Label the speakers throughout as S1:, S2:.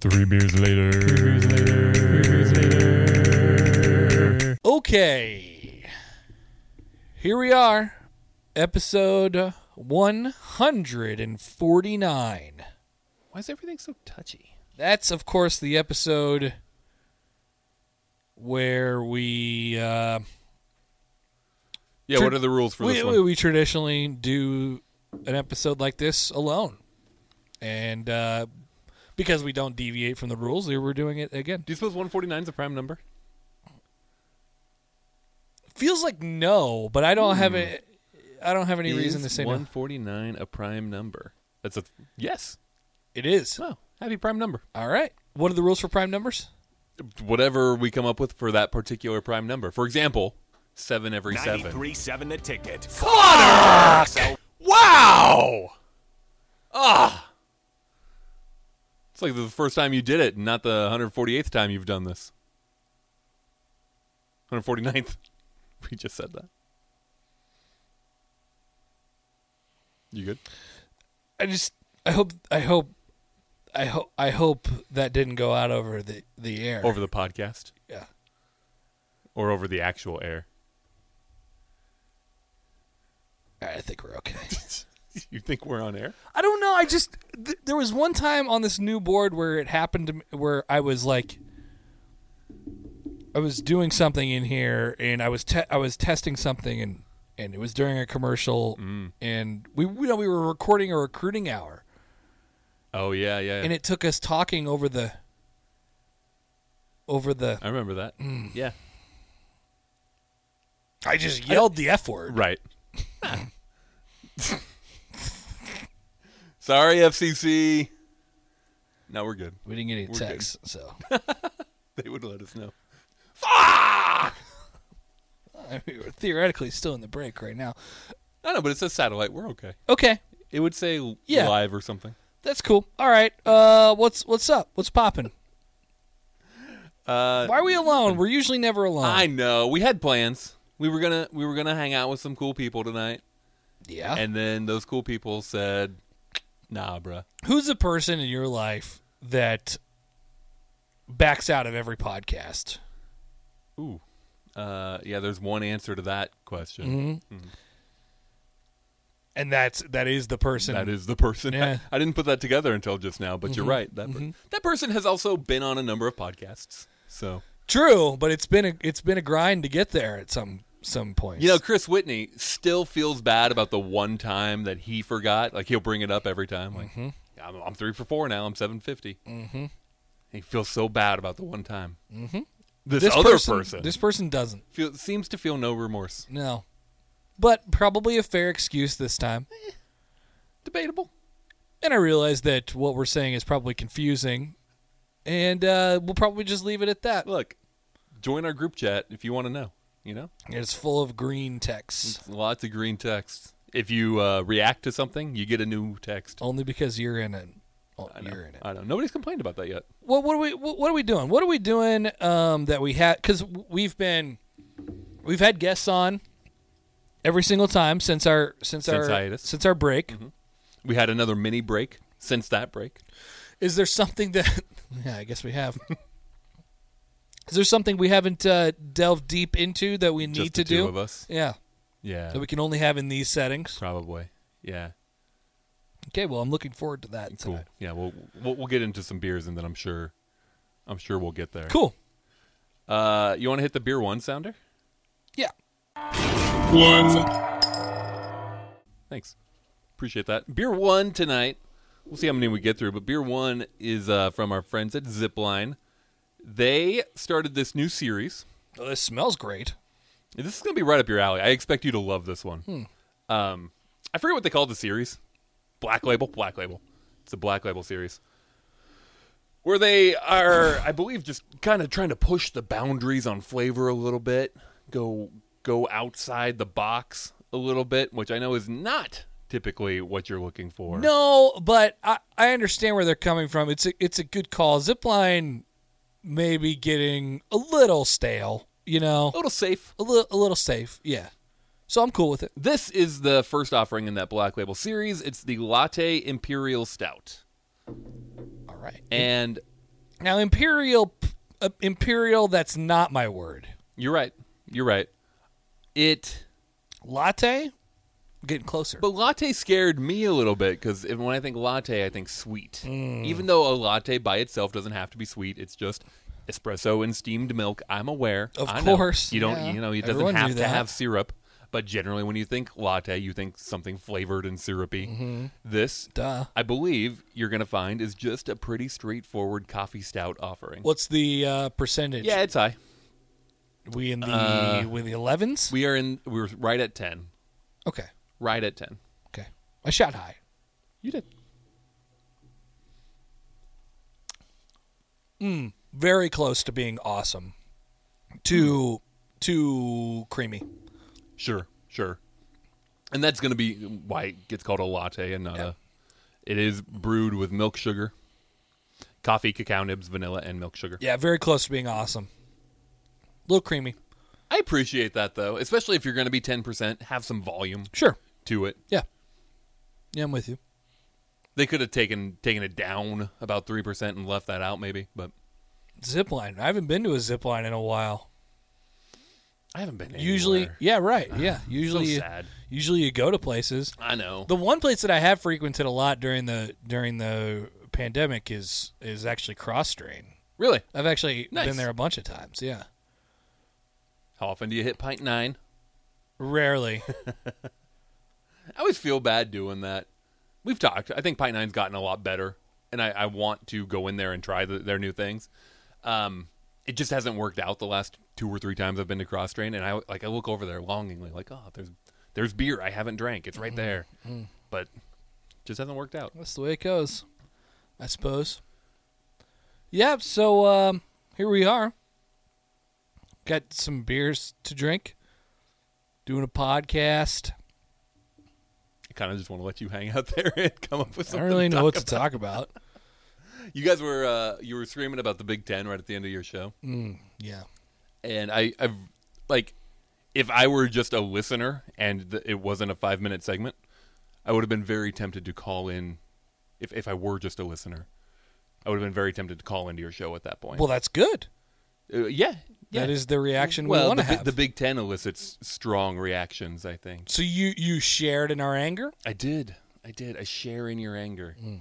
S1: Three beers later.
S2: Okay. Here we are. Episode 149. Why is everything so touchy? That's, of course, the episode where we. Uh,
S3: Yeah,
S2: Tr-
S3: what are the rules for
S2: we,
S3: this
S2: we-
S3: one?
S2: we traditionally do an episode like this alone. And uh, because we don't deviate from the rules, here we're doing it again.
S3: Do you suppose 149 is a prime number?
S2: Feels like no, but I don't have it. I don't have any reason
S3: Is
S2: to say no.
S3: 149 a prime number? That's a yes.
S2: It is.
S3: Oh, happy prime number.
S2: All right. What are the rules for prime numbers?
S3: Whatever we come up with for that particular prime number. For example, seven every seven.
S4: 937 the ticket.
S3: Wow! Ah, it's like the first time you did it, not the 148th time you've done this. 149th. We just said that. You good?
S2: I just I hope I hope I hope I hope that didn't go out over the the air.
S3: Over the podcast
S2: yeah.
S3: or over the actual air?
S2: All right, I think we're okay.
S3: You think we're on air?
S2: I don't know. I just th- there was one time on this new board where it happened to me, where I was like I was doing something in here and I was te- I was testing something and and it was during a commercial and we you know we were recording a recruiting hour
S3: Oh yeah, yeah.
S2: and it took us talking over the over the
S3: I remember that. Yeah.
S2: I just yelled the F word.
S3: Right. Sorry, FCC. No, we're good.
S2: We didn't get any
S3: We're good.
S2: texts, so
S3: They would let us know.
S2: I mean, we're theoretically still in the break right now.
S3: No, no, but it says satellite. We're okay.
S2: Okay,
S3: It would say l-
S2: Yeah.
S3: live or something.
S2: that's cool. All right, uh, what's what's up? What's popping?
S3: Uh,
S2: Why are we alone? We're usually never alone.
S3: I know. We had plans. We were gonna we were gonna hang out with some cool people tonight,
S2: yeah.
S3: and then those cool people said, "Nah, bruh.
S2: Who's the person in your life that backs out of every podcast?
S3: Ooh, uh, yeah." There's one answer to that question.
S2: And that's that is the person.
S3: That is the person.
S2: Yeah.
S3: I, didn't put that together until just now, but you're right. That per- that person has also been on a number of podcasts. So
S2: true, but it's been a it's been a grind to get there at some some point.
S3: you know, Chris Whitney still feels bad about the one time that he forgot. Like he'll bring it up every time. Like I'm, I'm three for four now. I'm seven Mm-hmm. He feels so bad about the one time. Mm-hmm. This, other person,
S2: this person doesn't.
S3: feel, seems to feel no remorse.
S2: No, but probably a fair excuse this time.
S3: Debatable.
S2: And I realize that what we're saying is probably confusing, and uh, we'll probably just leave it at that.
S3: Look, join our group chat if you want to know. You know.
S2: It's full of green texts,
S3: Lots of green text. If you uh, react to something, you get a new text.
S2: only because you're in it. Oh,
S3: I know.
S2: you're in it.
S3: I know. Nobody's complained about that yet.
S2: What, what are we? What, what are we doing? What are we doing? Um, that we had because we've been, we've had guests on every single time since our since, our
S3: hiatus. Mm-hmm.
S2: since our break.
S3: We had another mini break since that break.
S2: Is there something that? Yeah, I guess we have. Is there something we haven't uh, delved deep into that we need
S3: Just
S2: to
S3: the two
S2: do?
S3: of us.
S2: Yeah,
S3: Yeah,
S2: that we can only have in these settings.
S3: probably. Yeah,
S2: Okay, well, I'm looking forward to that.
S3: cool.
S2: tonight.
S3: Yeah, we'll, we'll we'll get into some beers, and then I'm sure, I'm sure we'll get there.
S2: Cool.
S3: Uh, you want to hit the beer one sounder?
S2: Yeah.
S3: Thanks, appreciate that. Beer one tonight. We'll see how many we get through, but beer one is uh, from our friends at Zipline. They started this new series.
S2: Oh, this smells great.
S3: This is gonna be right up your alley. I expect you to love this one. Um, I forget what they called the series. Black Label, Black Label. It's a Black Label series. where they are, I believe, just kind of trying to push the boundaries on flavor a little bit, go go outside the box a little bit, which I know is not typically what you're looking for.
S2: No, but I, I understand where they're coming from. It's a, it's a good call. Zipline maybe getting a little stale, you know,
S3: a little safe.
S2: a little a little safe. Yeah, so I'm cool with it.
S3: This is the first offering in that Black Label series. It's the Latte Imperial Stout,
S2: All right.
S3: and
S2: Now imperial, p- uh, imperial. That's not my word.
S3: you're right. You're right. It
S2: Latte. Getting closer.
S3: But latte scared me a little bit because when I think latte, I think sweet.
S2: Mm.
S3: Even though a latte by itself doesn't have to be sweet, it's just espresso and steamed milk. I'm aware.
S2: Of
S3: I know.
S2: course,
S3: you don't.
S2: yeah.
S3: You know, it doesn't
S2: Everyone knew
S3: have to
S2: that.
S3: have syrup. But generally, when you think latte, you think something flavored and syrupy. This,
S2: Mm-hmm. Duh.
S3: I believe, you're gonna find is just a pretty straightforward coffee stout offering.
S2: What's the uh, percentage?
S3: yeah, it's high.
S2: we in the with the elevens.
S3: We are in. We're right at ten.
S2: Okay,
S3: Right at ten.
S2: okay. I shot high.
S3: You did.
S2: Hmm. Very close to being awesome. Too too creamy.
S3: Sure, sure. And that's going to be why it gets called a latte and not a. It is brewed with milk sugar, coffee, cacao nibs, vanilla, and milk sugar.
S2: Yeah, very close to being awesome. A little creamy.
S3: I appreciate that though, especially if you're going to be 10%, have some volume
S2: Sure.
S3: to it.
S2: Yeah. Yeah, I'm with you.
S3: They could have taken taken it down about 3% and left that out maybe, but
S2: Zipline. I haven't been to a zipline in a while.
S3: I haven't been
S2: Usually,
S3: anywhere.
S2: yeah, right. Yeah, usually,
S3: sad.
S2: usually you go to places.
S3: I know.
S2: The one place that I have frequented a lot during the during the pandemic is is actually Cross Strain.
S3: really?
S2: I've actually
S3: Nice.
S2: been there a bunch of times. Yeah,
S3: How often do you hit pint 9?
S2: rarely.
S3: I always feel bad doing that. We've talked. I think Pint Nine's gotten a lot better, and I, I want to go in there and try the, their new things. Um, it just hasn't worked out the last two or three times I've been to Cross Train, and I like I look over there longingly, like, oh, there's there's beer I haven't drank. It's
S2: Mm-hmm.
S3: right there, but just hasn't worked out.
S2: That's the way it goes, I suppose. Yep. So um, here we are. Got some beers to drink. Doing a podcast.
S3: I kind of just want to let you hang out there and come up with
S2: I
S3: something.
S2: don't really
S3: to
S2: know
S3: talk
S2: what
S3: about.
S2: to talk about.
S3: You guys were uh, you were screaming about the Big Ten right at the end of your show.
S2: Yeah.
S3: and I, I've like, if I were just a listener and th- it wasn't a five minute segment, I would have been very tempted to call in. If if I were just a listener, I would have been very tempted to call into your show at that point.
S2: Well, that's good.
S3: Uh, yeah, yeah.
S2: That is the reaction we
S3: well,
S2: want
S3: the,
S2: to
S3: Bi-
S2: have.
S3: the Big Ten elicits strong reactions. I think
S2: so you you shared in our anger.
S3: I did. I did. I share in your anger.
S2: Mm.
S3: Uh,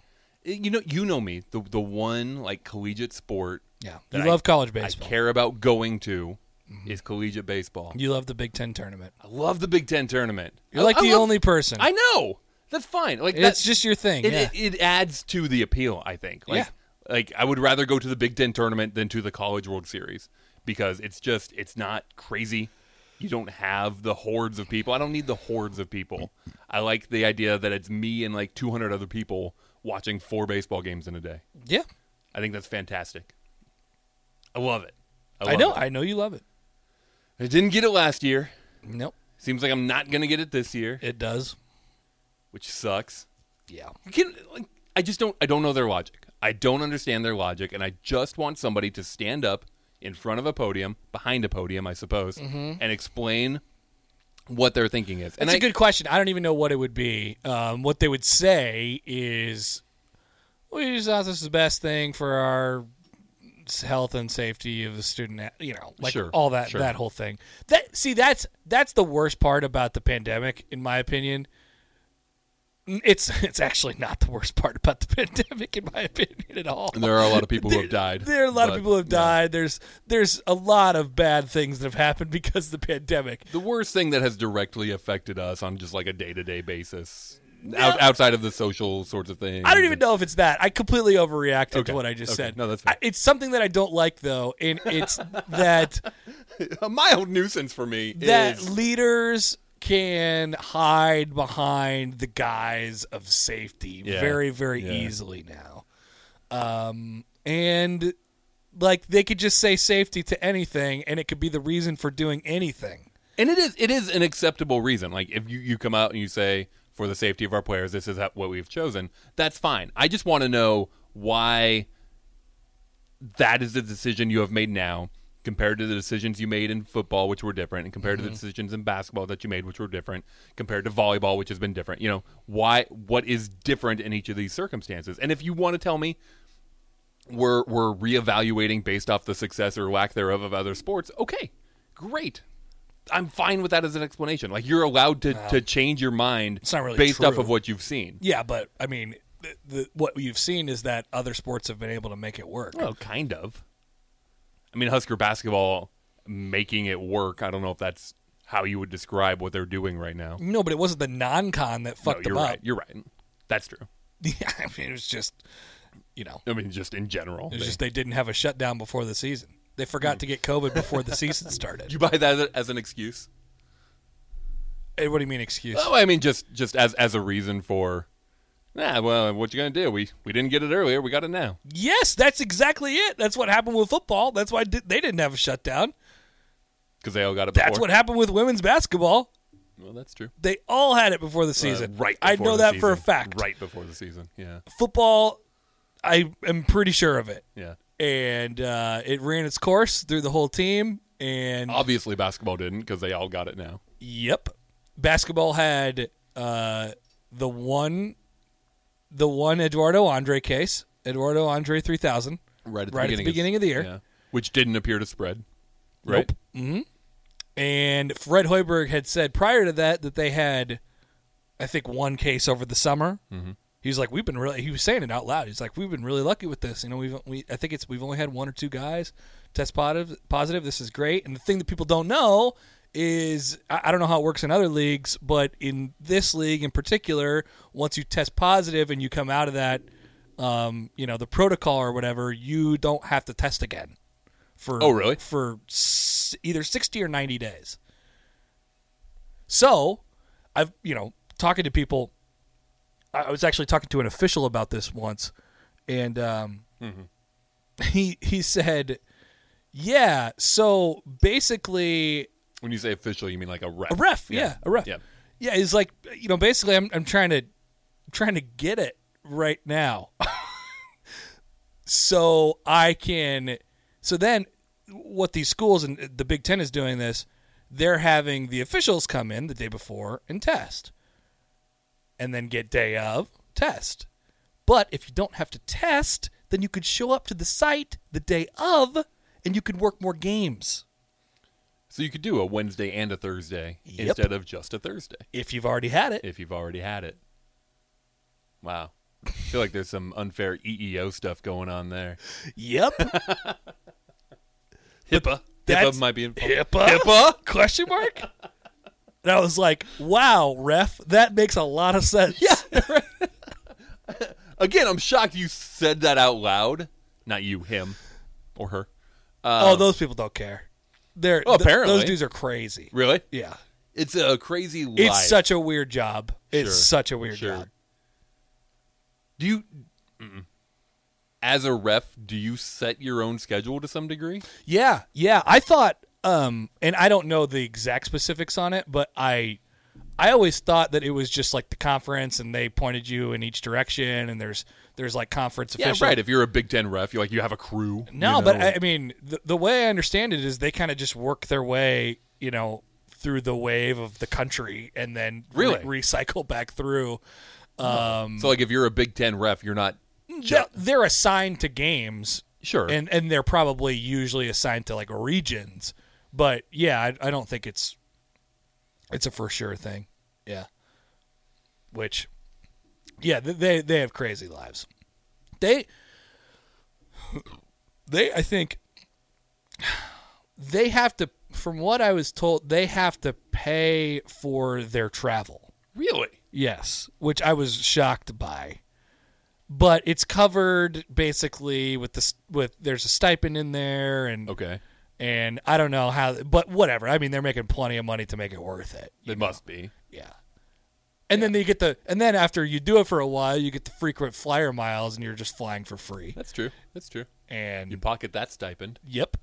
S3: You know, you know me. The the one like collegiate sport
S2: Yeah,
S3: that
S2: you
S3: I-
S2: love college
S3: I
S2: baseball. Mm-hmm.
S3: care about going to is collegiate baseball.
S2: You love the Big Ten tournament.
S3: I love the Big Ten tournament.
S2: You're
S3: I-
S2: like
S3: I
S2: the
S3: love-
S2: only person.
S3: I know. That's fine. Like
S2: it's
S3: that-
S2: just your thing.
S3: it,
S2: yeah.
S3: it, it adds to the appeal. I think. Like, Like I would rather go to the Big Ten tournament than to the College World Series because it's just it's not crazy. You don't have the hordes of people. I don't need the hordes of people. I like the idea that it's me and like 200 other people watching four baseball games in a day.
S2: yeah,
S3: I think that's fantastic. I love it.
S2: I
S3: love
S2: know.
S3: It.
S2: I know you love it.
S3: I didn't get it last year.
S2: Nope,
S3: Seems like I'm not going to get it this year,
S2: it does.
S3: which sucks.
S2: Yeah,
S3: You can like I just don't I don't know their logic. I don't understand their logic and I just want somebody to stand up in front of a podium, behind a podium, I suppose, and explain what their thinking is. And
S2: Mm-hmm. that's a
S3: I-
S2: good question. I don't even know what it would be. Um, what they would say is, "We just thought this is the best thing for our s- health and safety of the student." a- You know, like
S3: Sure,
S2: all that
S3: sure.
S2: that whole thing. That see, that's that's the worst part about the pandemic, in my opinion. It's it's actually not the worst part about the pandemic, in my opinion, at all.
S3: there are a lot of people who have died.
S2: There are a lot
S3: but
S2: of people who have died. There's there's a lot of bad things that have happened because of the pandemic.
S3: The worst thing that has directly affected us on just like a day to day basis. Out, outside of the social sorts of things.
S2: I don't even know if it's that. I completely overreacted
S3: Okay.
S2: to what I just
S3: Okay.
S2: said.
S3: No, that's fine.
S2: I- it's something that I don't like though, and it's that
S3: A mild nuisance for me
S2: that
S3: is
S2: leaders can hide behind the guise of safety
S3: Yeah.
S2: very very
S3: Yeah.
S2: easily now. Um and like they could just say safety to anything and it could be the reason for doing anything
S3: And it is it is an acceptable reason. Like if you, you come out and you say for the safety of our players, this is ha- what we've chosen. That's fine. I just want to know why that is the decision you have made now compared to the decisions you made in football which were different and compared
S2: Mm-hmm.
S3: to the decisions in basketball that you made which were different compared to volleyball which has been different you know why what is different in each of these circumstances and if you want to tell me we're we're reevaluating based off the success or lack thereof of other sports okay great i'm fine with that as an explanation like you're allowed to, to change your mind
S2: It's not really
S3: based off
S2: true.
S3: of what you've seen
S2: yeah but i mean the, the, what you've seen is that other sports have been able to make it work
S3: Well, kind of. I mean, Husker basketball making it work. I don't know if that's how you would describe what they're doing right now.
S2: no but it wasn't the non-con that
S3: No,
S2: fucked
S3: you're
S2: them
S3: right.
S2: up
S3: You're right. That's true.
S2: yeah i mean it was just you know
S3: I mean, just in general.
S2: it was
S3: They-
S2: just they didn't have a shutdown before the season they forgot to get covid before the season started
S3: you buy that as an excuse?
S2: Hey, Eh, what do you mean excuse
S3: Oh, I mean, just just as as a reason for. Nah, well, what you gonna do? We we didn't get it earlier. We got it now.
S2: yes that's exactly it that's what happened with football that's why di- they didn't have a shutdown
S3: Because they all got it.
S2: that's
S3: before.
S2: what happened with women's basketball
S3: Well, that's true.
S2: they all had it before the
S3: Uh,
S2: season
S3: right.
S2: i
S3: before
S2: know
S3: the
S2: that for a
S3: season.
S2: fact
S3: Right before the season. Yeah.
S2: football i am pretty sure of it
S3: Yeah.
S2: and uh, it ran its course through the whole team and
S3: Obviously, basketball didn't because they all got it now.
S2: yep basketball had uh, the one the one eduardo andre case eduardo andre 3000
S3: right at the,
S2: Right at the
S3: beginning,
S2: beginning of the year.
S3: which didn't appear to spread. Right?
S2: and fred hoiberg had said prior to that that they had i think one case over the summer mm-hmm. he was like we've been really he was saying it out loud he's like we've been really lucky with this you know we've we, i think it's we've only had one or two guys test positive positive this is great and the thing that people don't know is I, I don't know how it works in other leagues but in this league in particular once you test positive and you come out of that um, you know the protocol or whatever you don't have to test again for
S3: Oh, really?
S2: for s- either 60 or 90 days so I've you know talking to people. I I was actually talking to an official about this once, and um, he he said, "Yeah, so basically,
S3: When you say official, you mean like a ref.
S2: a ref, yeah, a ref,
S3: Yeah.
S2: yeah." He's like, you know, basically, I'm I'm trying to trying to get it right now, so I can. So then, what these schools and the Big Ten is doing this, they're having the officials come in the day before and test and then get day of test. But if you don't have to test, then you could show up to the site the day of and you could work more games
S3: So you could do a Wednesday and a Thursday
S2: Yep.
S3: instead of just a Thursday
S2: if you've already had it.
S3: if you've already had it. Wow. I feel like there's some unfair EEO stuff going on there.
S2: Yep.
S3: HIPAA.
S2: that's-
S3: HIPAA might be involved.
S2: HIPAA? HIPAA? Question mark? And I was like, wow, ref, that makes a lot of sense. Yeah.
S3: Again, I'm shocked you said that out loud. Not you, him or her.
S2: oh, those people don't care. They're
S3: Oh,
S2: th-
S3: Um, apparently.
S2: those dudes are crazy.
S3: Really?
S2: Yeah.
S3: It's a crazy lie.
S2: It's such a weird job. It's
S3: Sure.
S2: such a weird
S3: Sure.
S2: job.
S3: Do you, mm-mm. as a ref, do you set your own schedule to some degree?
S2: Yeah, yeah. I thought, um, and I don't know the exact specifics on it, but I, I always thought that it was just like the conference, and they pointed you in each direction, and there's there's like conference
S3: Yeah,
S2: official.
S3: right. If you're a Big Ten ref, you like you have a crew.
S2: No,
S3: you know,
S2: but I,
S3: and-
S2: I mean, the, the way I understand it is they kind of just work their way, you know, through the wave of the country, and then re-
S3: Really?
S2: recycle back through.
S3: so like if you're a Big Ten ref, you're not
S2: They're, they're assigned to games,
S3: sure.
S2: and and they're probably usually assigned to like regions but yeah i, I don't think it's it's a for sure thing yeah which yeah th- they they have crazy lives they they i think they have to from what i was told they have to pay for their travel
S3: really,
S2: Yes, which I was shocked by. But it's covered basically with this with there's a stipend in there and
S3: okay,
S2: and I don't know how but whatever. I mean they're making plenty of money to make it worth it.
S3: it must be.
S2: Yeah. And then they get the and then after you do it for a while you get the frequent flyer miles and you're just flying for free.
S3: That's true. That's true.
S2: and
S3: You
S2: Mm.
S3: pocket that stipend.
S2: yep,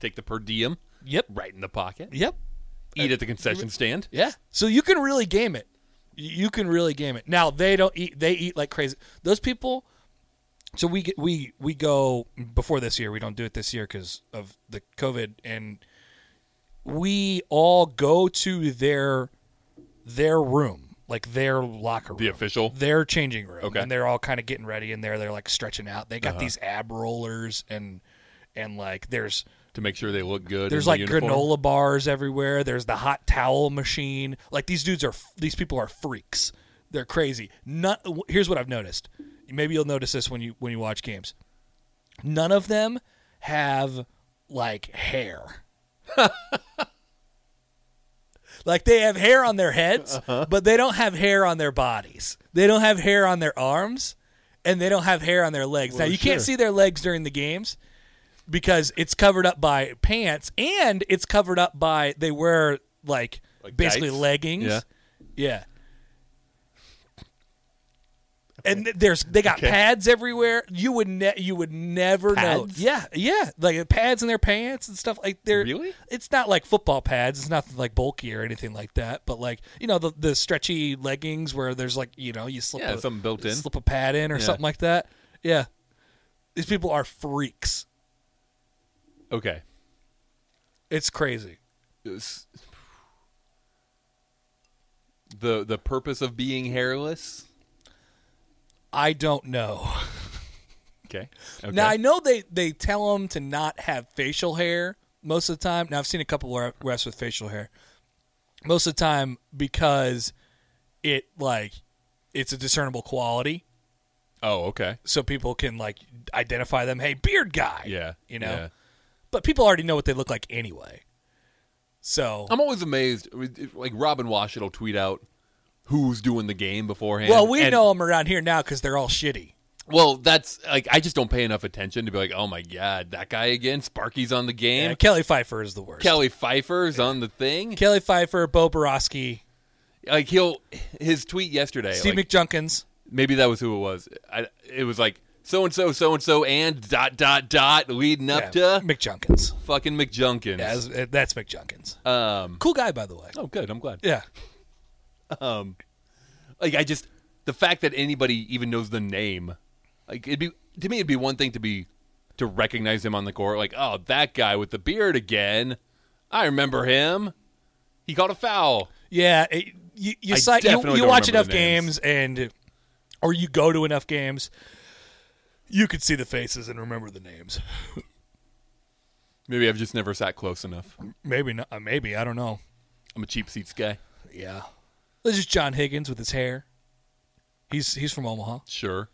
S3: Take the per diem
S2: yep,
S3: right in the pocket.
S2: yep,
S3: Eat at the concession stand.
S2: yeah. So you can really game it. Y- You can really game it. Now they don't eat. They eat like crazy. Those people. So we get, we we go before this year. We don't do it this year because of the COVID, and we all go to their their room, like their locker room,
S3: The official?
S2: their changing room,
S3: Okay. Uh-huh.
S2: and they're all kind of getting ready in there. They're like stretching out. They got these ab rollers and and like there's
S3: to make sure they look good.
S2: there's
S3: in
S2: like
S3: the uniform.
S2: granola bars everywhere. There's the hot towel machine. Like these dudes are these people are freaks. They're crazy. Not, here's what I've noticed. Maybe you'll notice this when you when you watch games. None of them have like hair. like they have hair on their heads,
S3: Uh-huh.
S2: but they don't have hair on their bodies. They don't have hair on their arms, and they don't have hair on their legs. now you can't see their legs during the games because it's covered up by pants and it's covered up by they wear like,
S3: Like
S2: basically
S3: tights?
S2: leggings.
S3: Yeah.
S2: Yeah. And th- there's they got pads everywhere. You would ne- you would never know.
S3: Pads?
S2: Yeah, yeah, like pads in their pants and stuff like they're
S3: Really?
S2: It's not like football pads. It's nothing like bulky or anything like that. But like you know the the stretchy leggings where there's like you know you slip
S3: Yeah,
S2: a,
S3: something built in.
S2: slip a pad in or
S3: Yeah.
S2: something like that. Yeah, these people are freaks.
S3: Okay.
S2: It's crazy.
S3: It's- The the purpose of being hairless.
S2: I don't know.
S3: Okay. okay.
S2: Now I know they they tell them to not have facial hair most of the time. Now I've seen a couple where refs with facial hair. Most of the time because it like it's a discernible quality,
S3: oh, okay.
S2: so people can like identify them. Hey, beard guy.
S3: Yeah.
S2: you know.
S3: yeah.
S2: But people already know what they look like anyway. So
S3: I'm always amazed. with- if, Like Robin Washit will tweet out who's doing the game beforehand.
S2: well, we
S3: and-
S2: know them around here now because they're all shitty.
S3: Well, that's like I just don't pay enough attention to be like, oh my god, that guy again. Sparky's on the game.
S2: Yeah, Kelly Pfeiffer is the worst.
S3: Kelly Pfeiffer's on the thing.
S2: Kelly Pfeiffer, Bo Borowski,
S3: like he'll his tweet yesterday.
S2: Steve
S3: like,
S2: McJunkins.
S3: maybe that was who it was. I, it was like so and so, so and so, and dot dot dot, leading up
S2: Yeah,
S3: to
S2: McJunkins.
S3: fucking McJunkins.
S2: Yeah, that's, that's McJunkins.
S3: um,
S2: Cool guy, by the way.
S3: oh, good. I'm glad.
S2: Yeah.
S3: Like I just the fact that anybody even knows the name, like it'd be to me, it'd be one thing to be to recognize him on the court. Like, oh, that guy with the beard again. I remember him. He caught a foul.
S2: Yeah. it- you you,
S3: I
S2: si- you,
S3: definitely
S2: you
S3: don't
S2: watch
S3: remember
S2: enough
S3: the names.
S2: games and, or you go to enough games, you could see the faces and remember the names.
S3: Maybe I've just never sat close enough.
S2: Maybe not. uh, Maybe. I don't know.
S3: I'm a cheap seats guy.
S2: Yeah. This is John Higgins with his hair. He's he's from Omaha.
S3: Sure,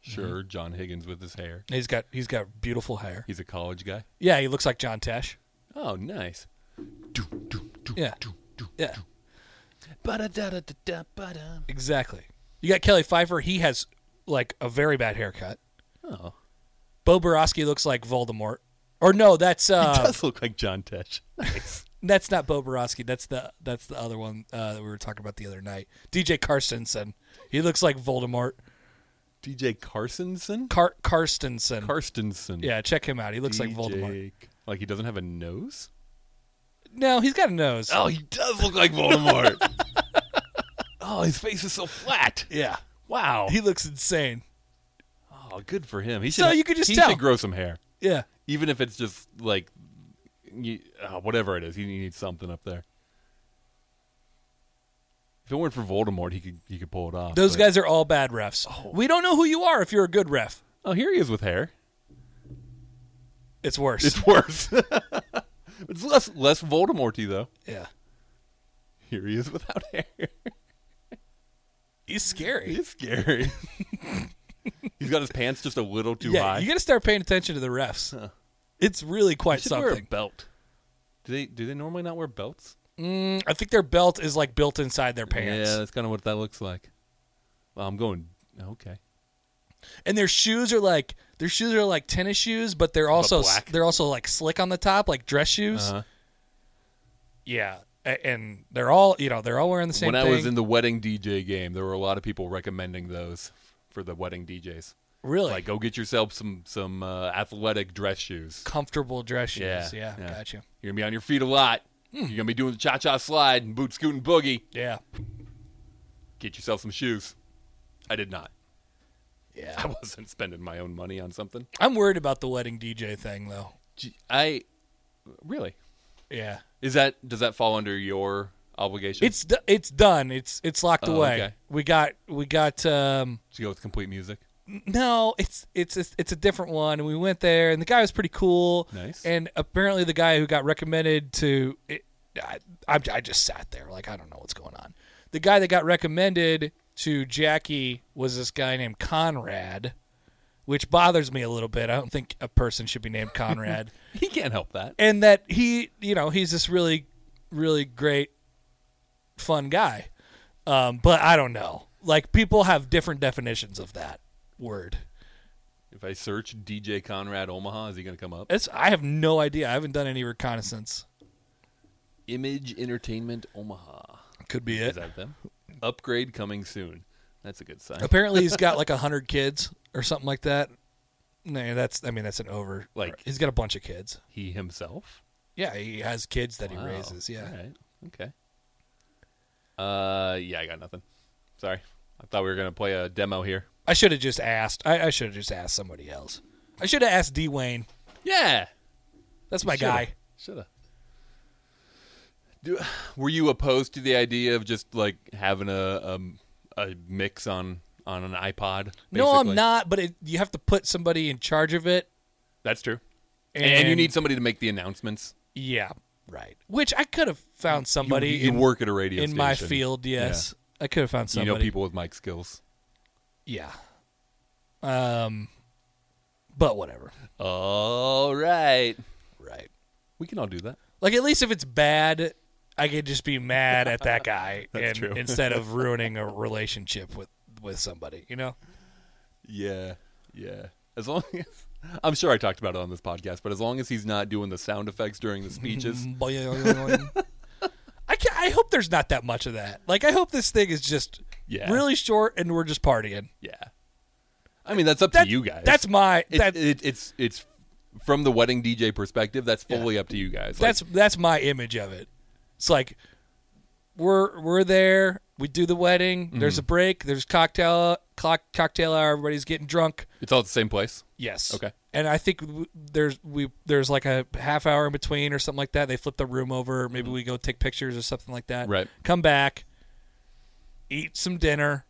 S3: sure. John Higgins with his hair.
S2: He's got he's got beautiful hair.
S3: He's a college guy.
S2: Yeah, he looks like John Tesh.
S3: Oh, nice. Do, do, do,
S2: Yeah.
S3: do, do.
S2: Yeah,
S3: Ba-da-da-da-da-da-ba-da.
S2: exactly. You got Kelly Pfeiffer. He has like a very bad haircut.
S3: Oh.
S2: Bo Borowski looks like Voldemort. Or no, that's uh,
S3: He does look like John Tesh. Nice.
S2: That's not Bo Borowski. That's the that's the other one uh, that we were talking about the other night. DJ Carstensen. He looks like Voldemort.
S3: DJ Carsonson?
S2: Car- Carstensen.
S3: Carstenson.
S2: yeah, check him out. He looks like Voldemort.
S3: DJ Like he doesn't have a nose?
S2: No, he's got a nose.
S3: Oh, he does look like Voldemort. oh, his face is so flat.
S2: Yeah,
S3: Wow.
S2: he looks insane.
S3: Oh, good for him. He should
S2: So you could just
S3: he
S2: tell.
S3: should grow some hair.
S2: Yeah,
S3: Even if it's just like you, uh, whatever it is, he needs something up there. If it weren't for Voldemort, he could he could pull it off.
S2: those
S3: Oh, but-
S2: guys are all bad refs. We don't know who you are if you're a good ref.
S3: Oh, here he is with hair.
S2: It's worse.
S3: It's worse. it's less less Voldemorty though.
S2: yeah,
S3: Here he is without hair.
S2: he's scary.
S3: He's scary. He's got his pants just a little too
S2: yeah,
S3: high.
S2: you got to start paying attention to the refs. It's really quite
S3: should wear a
S2: something.
S3: belt. Do they do they normally not wear belts?
S2: Mm, I think their belt is like built inside their pants.
S3: Yeah, that's kind of what that looks like. Well, I'm going okay.
S2: and their shoes are like their shoes are like tennis shoes, but they're also
S3: black.
S2: they're also like slick on the top, like dress shoes.
S3: Uh-huh.
S2: Yeah, A- and they're all you know they're all wearing the same.
S3: When I
S2: thing.
S3: was in the wedding DJ game, there were a lot of people recommending those for the wedding DJs.
S2: Really?
S3: Like, go get yourself some some uh, athletic dress shoes.
S2: comfortable dress shoes.
S3: Yeah,
S2: Yeah,
S3: yeah.
S2: gotcha.
S3: You're gonna be on your feet a lot.
S2: Hmm.
S3: You're gonna be doing the cha cha slide and boot scooting boogie.
S2: Yeah.
S3: Get yourself some shoes. I did not. I
S2: Yeah.
S3: wasn't spending my own money on something.
S2: I'm worried about the wedding DJ thing though.
S3: Gee, I really
S2: Yeah.
S3: is that does that fall under your obligation?
S2: It's d- it's done. It's it's locked
S3: Oh,
S2: away.
S3: okay.
S2: We got we got um
S3: to go with complete music.
S2: no, it's it's it's it's a different one and we went there and the guy was pretty cool.
S3: Nice.
S2: And apparently the guy who got recommended to it, I, I I just sat there like I don't know what's going on. The guy that got recommended to Jackie was this guy named Conrad, which bothers me a little bit. I don't think a person should be named Conrad.
S3: He can't help that.
S2: and that he you know he's this really really great fun guy um but i don't know like people have different definitions of that word
S3: If I search DJ Conrad Omaha, is he gonna come up?
S2: it's i have no idea i haven't done any reconnaissance
S3: Image Entertainment Omaha.
S2: could be
S3: Is
S2: it
S3: that them? Upgrade coming soon. That's a good sign.
S2: apparently he's got like a hundred kids or something like that no that's i mean that's an over
S3: Like-
S2: he's got a bunch of kids
S3: He himself.
S2: yeah he has kids that
S3: Wow.
S2: he raises yeah
S3: All right. Okay. Uh, yeah, I got nothing. Sorry. I thought we were gonna play a demo here.
S2: i should have just asked i, I should have just asked somebody else i should have asked dwayne
S3: Yeah.
S2: that's my
S3: Shoulda.
S2: guy
S3: Shoulda. Do, were you opposed to the idea of just like having a um, a, a mix on on an iPod?
S2: No, I'm
S3: basically?
S2: not. But it, you have to put somebody in charge of it,
S3: That's true. And, you need somebody to make the announcements.
S2: yeah, right. Which I could have found somebody
S3: you, you
S2: in,
S3: work at a radio
S2: in my
S3: station.
S2: field. Yes, I could have found
S3: You
S2: somebody.
S3: know people with mic skills.
S2: Yeah. Um, but whatever.
S3: All right.
S2: Right.
S3: We can all do that.
S2: Like at least if it's bad, I could just be mad at that guy and,
S3: That's true.
S2: instead of ruining a relationship with with somebody. You know.
S3: Yeah, yeah. As long as I'm sure I talked about it on this podcast, but as long as he's not doing the sound effects during the speeches,
S2: I can I hope there's not that much of that. Like I hope this thing is just
S3: Yeah.
S2: really short and we're just partying.
S3: yeah. I mean, that's up
S2: That-
S3: to you guys.
S2: That's my
S3: it,
S2: that,
S3: it- it's it's from the wedding DJ perspective. That's fully up to you guys. Like,
S2: that's that's my image of it. It's like we're we're there. We do the wedding.
S3: Mm-hmm.
S2: There's a break. There's cocktail clock, cocktail hour. Everybody's getting drunk.
S3: it's all at the same place.
S2: Yes.
S3: Okay.
S2: And I think w- there's we there's like a half hour in between or something like that. They flip the room over. Maybe we go take pictures or something like that.
S3: Mm-hmm. Right.
S2: Come back, eat some dinner.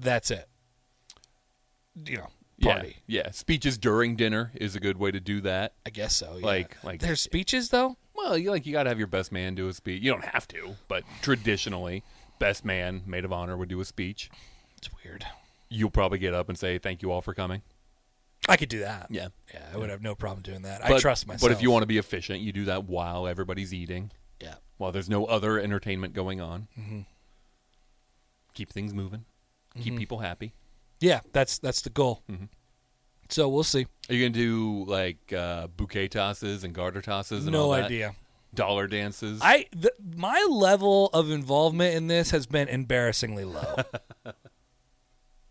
S2: That's it. You know, party.
S3: Yeah, yeah. Speeches during dinner is a good way to do that.
S2: I guess so. yeah.
S3: Like- like-
S2: their speeches though.
S3: Well, you like you got to have your best man do a speech. You don't have to, but traditionally, best man, maid of honor would do a speech.
S2: It's weird.
S3: You'll probably get up and say thank you all for coming.
S2: I could do that.
S3: Yeah.
S2: Yeah, I would have no problem doing that. I
S3: But-
S2: trust myself.
S3: But if you want to be efficient, you do that while everybody's eating,
S2: yeah, Mm-hmm.
S3: while there's no other entertainment going on. Keep things moving, keep people happy.
S2: yeah, that's that's the goal.
S3: Mm-hmm.
S2: So we'll see.
S3: Are you gonna do like uh, bouquet tosses and garter tosses? And all
S2: No
S3: that?
S2: idea.
S3: Dollar dances.
S2: I th- my level of involvement in this has been embarrassingly low.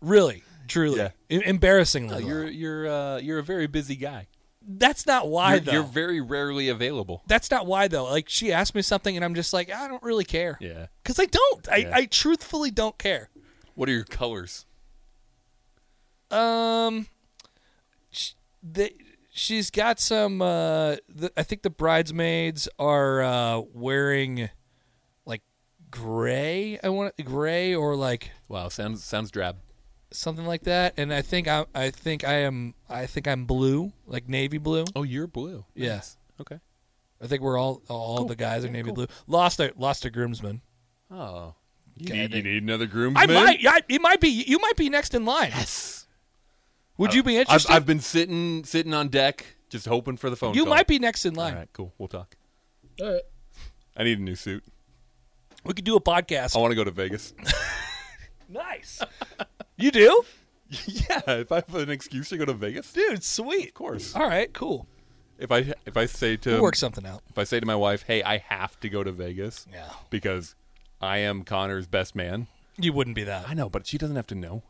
S2: really, truly,
S3: Yeah.
S2: E- embarrassingly
S3: Oh,
S2: low.
S3: you're you're uh, you're a very busy guy.
S2: That's not why
S3: You're,
S2: though.
S3: you're very rarely available.
S2: that's not why though. Like she asked me something, and I'm just like, I don't really care.
S3: Yeah.
S2: Cause I don't. I,
S3: Yeah.
S2: I truthfully don't care.
S3: What are your colors?
S2: Um, sh- the, she's got some. Uh, the, I think the bridesmaids are uh, wearing like gray. I want gray or like
S3: Wow, sounds sounds drab.
S2: something like that. And I think I, I think I am. I think I'm blue, like navy blue.
S3: Oh, you're blue.
S2: Yeah.
S3: Nice. Okay.
S2: I think we're all all the guys are navy blue. Lost a lost a groomsman.
S3: Oh. You
S2: Okay, I
S3: need, you
S2: think-
S3: need another groomsman.
S2: I might. I, it might be. You might be next in line.
S3: Yes.
S2: Would you be
S3: I've,
S2: interested?
S3: I've been sitting sitting on deck, just hoping for the phone.
S2: you
S3: call.
S2: might be next in line.
S3: All right, cool. We'll talk. I need a new suit.
S2: We could do a podcast.
S3: I want to go to Vegas.
S2: Nice. you do,
S3: yeah, if I have an excuse to go to Vegas, of
S2: dude. Sweet.
S3: course.
S2: All right. Cool.
S3: If I if I say to
S2: We'll work something out.
S3: if I say to my wife, "Hey, I have to go to Vegas,"
S2: Yeah.
S3: because I am Connor's best man.
S2: You wouldn't be that.
S3: I know, but she doesn't have to know.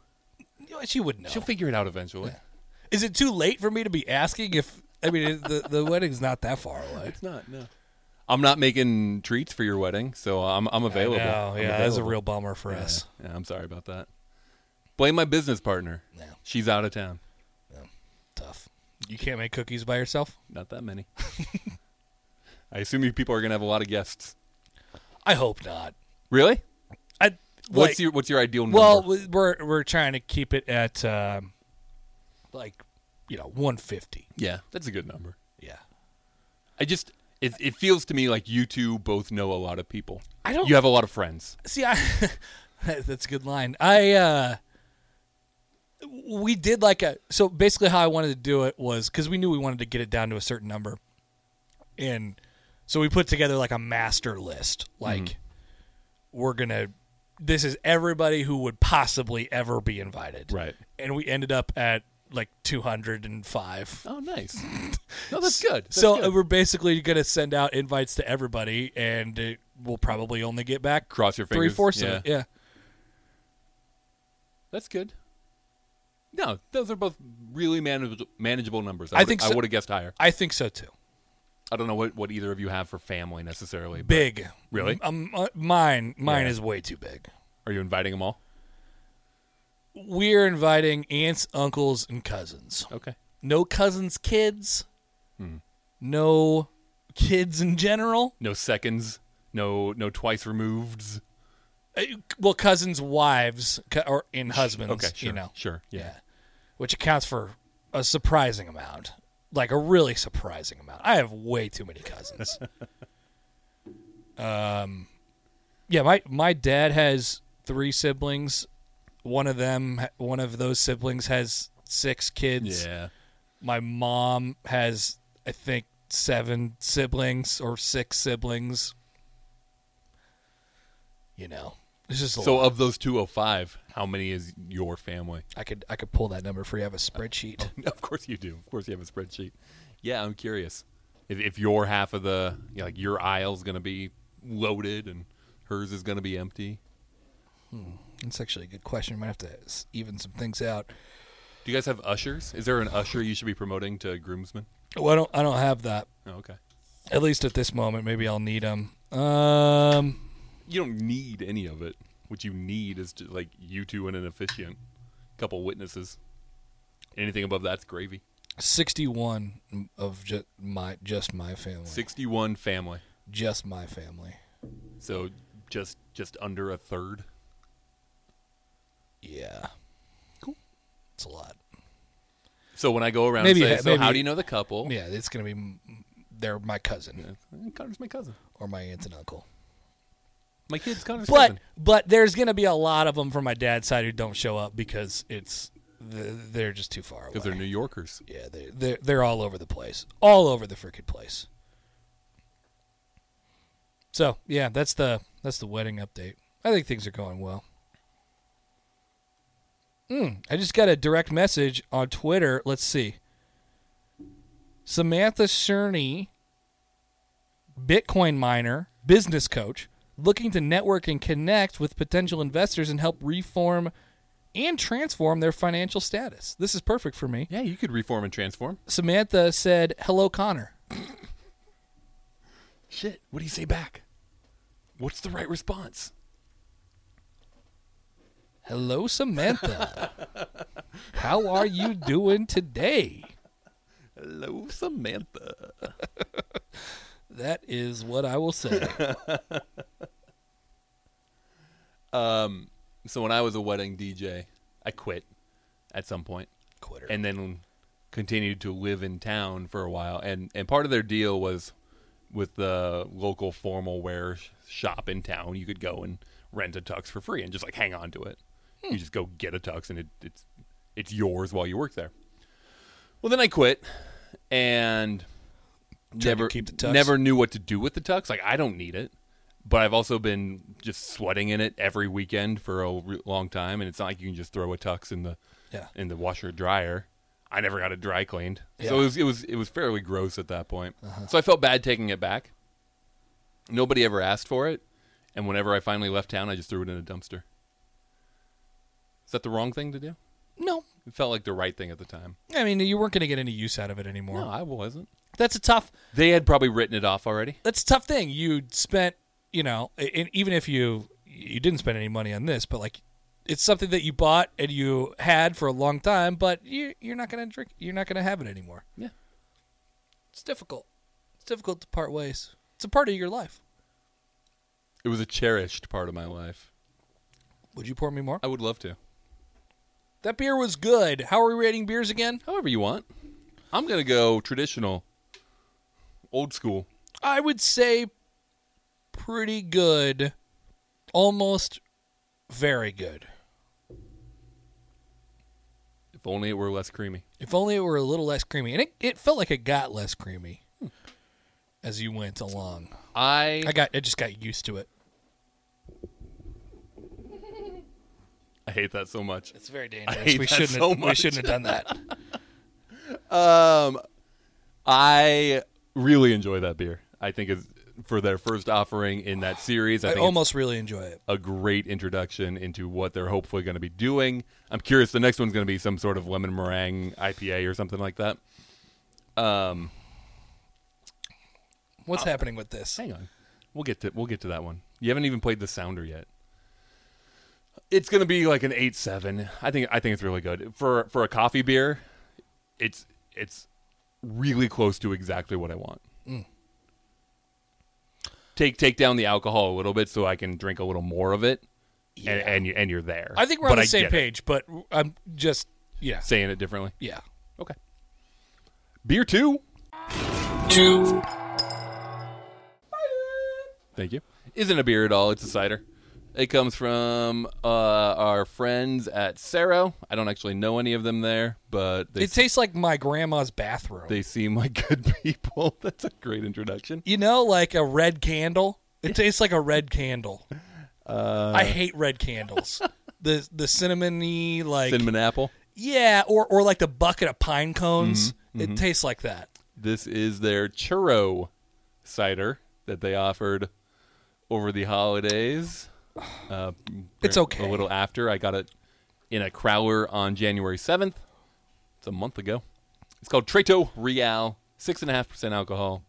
S2: she would know.
S3: She'll figure it out eventually.
S2: Is it too late for me to be asking if? I mean, it- the the wedding's not that far away.
S3: It's not. No. I'm not making treats for your wedding, so I'm I'm available.
S2: No,
S3: I'm
S2: yeah, that's a
S3: available.
S2: real bummer for us.
S3: Yeah, I'm sorry about that. Blame my business partner.
S2: Yeah.
S3: She's out of town.
S2: Tough. You can't make cookies by yourself.
S3: Not that many. I assume you people are gonna have a lot of guests.
S2: I hope not.
S3: Really?
S2: I
S3: What's
S2: like-
S3: your What's your ideal number?
S2: Well, we- we're we're trying to keep it at um, like you know 150.
S3: yeah, that's a good number.
S2: Yeah.
S3: I just it it feels to me like you two both know a lot of people.
S2: I don't-
S3: You have a lot of friends.
S2: See, I that's a good line. I uh we did like a so basically how I wanted to do it was cuz we knew we wanted to get it down to a certain number. And so we put together like a master list. Like
S3: Mm-hmm.
S2: we're going to this is everybody who would possibly ever be invited.
S3: Right.
S2: And we ended up at like 205.
S3: Oh, nice. no, that's good. That's
S2: so
S3: good.
S2: we're basically going to send out invites to everybody and it, we'll probably only get back
S3: cross your fingers.
S2: 3/4
S3: yeah.
S2: of it. Yeah.
S3: That's good. No, those are both really manage- manageable numbers. I,
S2: I
S3: would-
S2: think
S3: I
S2: so.
S3: would have guessed higher.
S2: I think so too.
S3: I don't know what, what either of you have for family necessarily. but-
S2: Big,
S3: Really?
S2: Um, uh, mine, mine
S3: Yeah.
S2: is way too big.
S3: Are you inviting them all?
S2: We're inviting aunts, uncles, and cousins.
S3: Okay.
S2: No cousins' kids.
S3: Hmm.
S2: No kids in general.
S3: No seconds. No no twice removeds.
S2: Uh, Well, cousins' wives co- or in husbands.
S3: Okay, sure.
S2: You know,
S3: Sure. Yeah.
S2: which accounts for a surprising amount, like a really surprising amount. I have way too many cousins. um, yeah my my dad has three siblings. One of them, one of those siblings, has six kids.
S3: Yeah.
S2: My mom has, I think, seven siblings or six siblings. You know, it's just a
S3: So
S2: lot.
S3: of those 205, how many is your family?
S2: I could I could pull that number for you. I have a spreadsheet.
S3: of course you do. Of course you have a spreadsheet. Yeah, I'm curious. If, if your half of the, you know, like your aisle's going to be loaded and hers is going to be empty.
S2: That's actually a good question. You might have to s- even some things out.
S3: Do you guys have ushers? Is there an usher you should be promoting to groomsmen?
S2: Well, I don't. I don't have that.
S3: Oh, okay.
S2: At least at this moment, maybe I'll need them. Um,
S3: You don't need any of it. What you need is just like you two and an officiant, couple witnesses. Anything above that's gravy.
S2: sixty-one of just my just my family,
S3: Sixty-one family,
S2: just my family.
S3: so just just under a third.
S2: Yeah, cool. It's a lot.
S3: So when I go around,
S2: Maybe-
S3: and say, so
S2: maybe-
S3: how do you know the couple?
S2: Yeah, it's gonna be. m- They're my cousin
S3: Connor's my cousin.
S2: or my aunt and uncle.
S3: My kid's Connor's
S2: But
S3: cousin.
S2: but there's gonna be a lot of them from my dad's side who don't show up because it's th- they're just too far away.
S3: Because they're New Yorkers.
S2: Yeah, they they're, they're all over the place, all over the freaking place. So yeah, that's the that's the wedding update. I think things are going well. Mm, I just got a direct message on Twitter. Let's see. Samantha Cerny, Bitcoin miner, business coach, looking to network and connect with potential investors and help reform and transform their financial status. This is perfect for me.
S3: Yeah, you could reform and transform.
S2: Samantha said, "Hello, Connor."
S3: Shit, what do you say back? What's the right response?
S2: Hello, Samantha. How are you doing today?
S3: Hello, Samantha.
S2: That is what I will say.
S3: Um, So when I was a wedding DJ, I quit at some point.
S2: Quitter.
S3: and then continued to live in town for a while. And and part of their deal was with the local formal wear sh- shop in town. You could go and rent a tux for free and just like hang on to it. You just go get a tux and it, it's it's yours while you work there. Well, then I quit and
S2: to
S3: never
S2: keep the tux?
S3: never knew what to do with the tux. Like I don't need it. But I've also been just sweating in it every weekend for a re- long time, and it's not like you can just throw a tux in the
S2: Yeah.
S3: in the washer dryer. I never got it dry cleaned, so it was it was it was fairly gross at that point.
S2: Uh-huh.
S3: So I felt bad taking it back. Nobody ever asked for it, and whenever I finally left town, I just threw it in a dumpster. Is that the wrong thing to do?
S2: No,
S3: It felt like the right thing at the time.
S2: I mean you weren't going to get any use out of it anymore.
S3: No, I wasn't.
S2: That's a tough.
S3: They had probably written it off already.
S2: That's a tough thing. You spent, you know, a- and even if you you didn't spend any money on this, but like it's something that you bought and you had for a long time, but you you're not going to drink. You're not going to have it anymore.
S3: Yeah.
S2: It's difficult. It's difficult to part ways. It's a part of your life.
S3: It was a cherished part of my life.
S2: Would you pour me more?
S3: I would love to.
S2: That beer was good. How are we rating beers again?
S3: However you want. I'm going to go traditional, old school.
S2: I would say pretty good, almost very good.
S3: If only it were less creamy.
S2: If only it were a little less creamy, and it, it felt like it got less creamy as you went along.
S3: I
S2: I got I just got used to it.
S3: I hate that so much.
S2: It's very dangerous.
S3: hate
S2: we
S3: that
S2: shouldn't
S3: so
S2: have, we
S3: much.
S2: shouldn't have done that.
S3: Um, I really enjoy that beer. I think it's for their first offering in that series. I
S2: I
S3: think it's
S2: almost really enjoy it.
S3: a great introduction into what they're hopefully going to be doing. I'm curious. The next one's going to be some sort of lemon meringue IPA or something like that. Um, Uh,
S2: What's happening with this?
S3: hang on, we'll get to we'll get to that one. You haven't even played the sounder yet. It's going to be like an eight seven. I think I think it's really good for for a coffee beer. It's it's really close to exactly what I want.
S2: Mm.
S3: Take take down the alcohol a little bit so I can drink a little more of it, and and, you, and you're there.
S2: I think we're
S3: But
S2: on the
S3: I
S2: same
S3: get it.
S2: page, but I'm just yeah
S3: saying it differently.
S2: yeah.
S3: Okay. Beer two.
S2: Two.
S3: Thank you. Isn't a beer at all. It's a cider. It comes from uh, our friends at Cerro. I don't actually know any of them there, but they
S2: It tastes like my grandma's bathroom.
S3: they seem like good people. That's a great introduction.
S2: You know, like a red candle. It tastes like a red candle.
S3: Uh,
S2: I hate red candles. the the cinnamony like
S3: Cinnamon apple.
S2: yeah, or or like the bucket of pine cones.
S3: Mm-hmm,
S2: It tastes like that.
S3: This is their churro cider that they offered over the holidays. Uh,
S2: It's okay.
S3: A little after. I got it in a crowler on January 7th. It's a month ago. It's called Treto Real, 6.5% alcohol,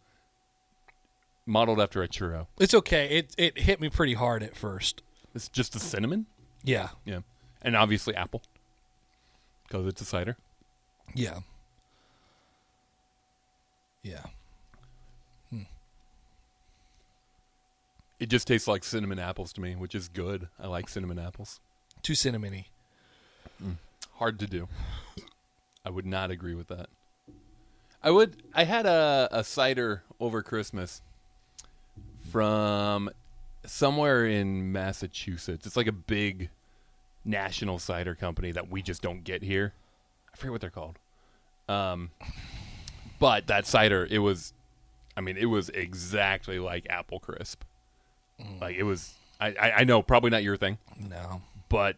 S3: modeled after a churro.
S2: It's okay. It it hit me pretty hard at first.
S3: It's just a cinnamon.
S2: Yeah,
S3: Yeah. And obviously apple because it's a cider.
S2: yeah, yeah.
S3: It just tastes like cinnamon apples to me, which is good. I like cinnamon apples.
S2: Too cinnamony.
S3: hard to do. I would not agree with that. I would. I had a, a cider over Christmas from somewhere in Massachusetts. It's like a big national cider company that we just don't get here. I forget what they're called. Um, but that cider, it was. I mean, it was exactly like apple crisp. Like it was. I, I, I know probably not your thing,
S2: No.
S3: but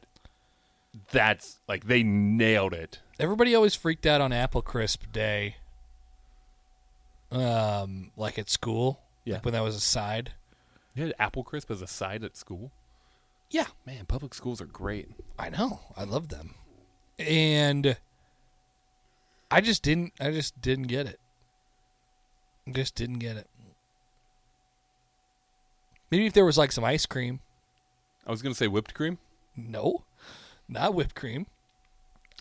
S3: that's like they nailed it.
S2: Everybody always freaked out on Apple Crisp Day. Um, like at school.
S3: Yeah.
S2: Like when that was a side.
S3: You had apple crisp as a side at school.
S2: Yeah.
S3: Man, public schools are great.
S2: I know. I love them. And I just didn't I just didn't get it. Just didn't get it. Maybe if there was like some ice cream.
S3: I was gonna say whipped cream.
S2: No. Not whipped cream.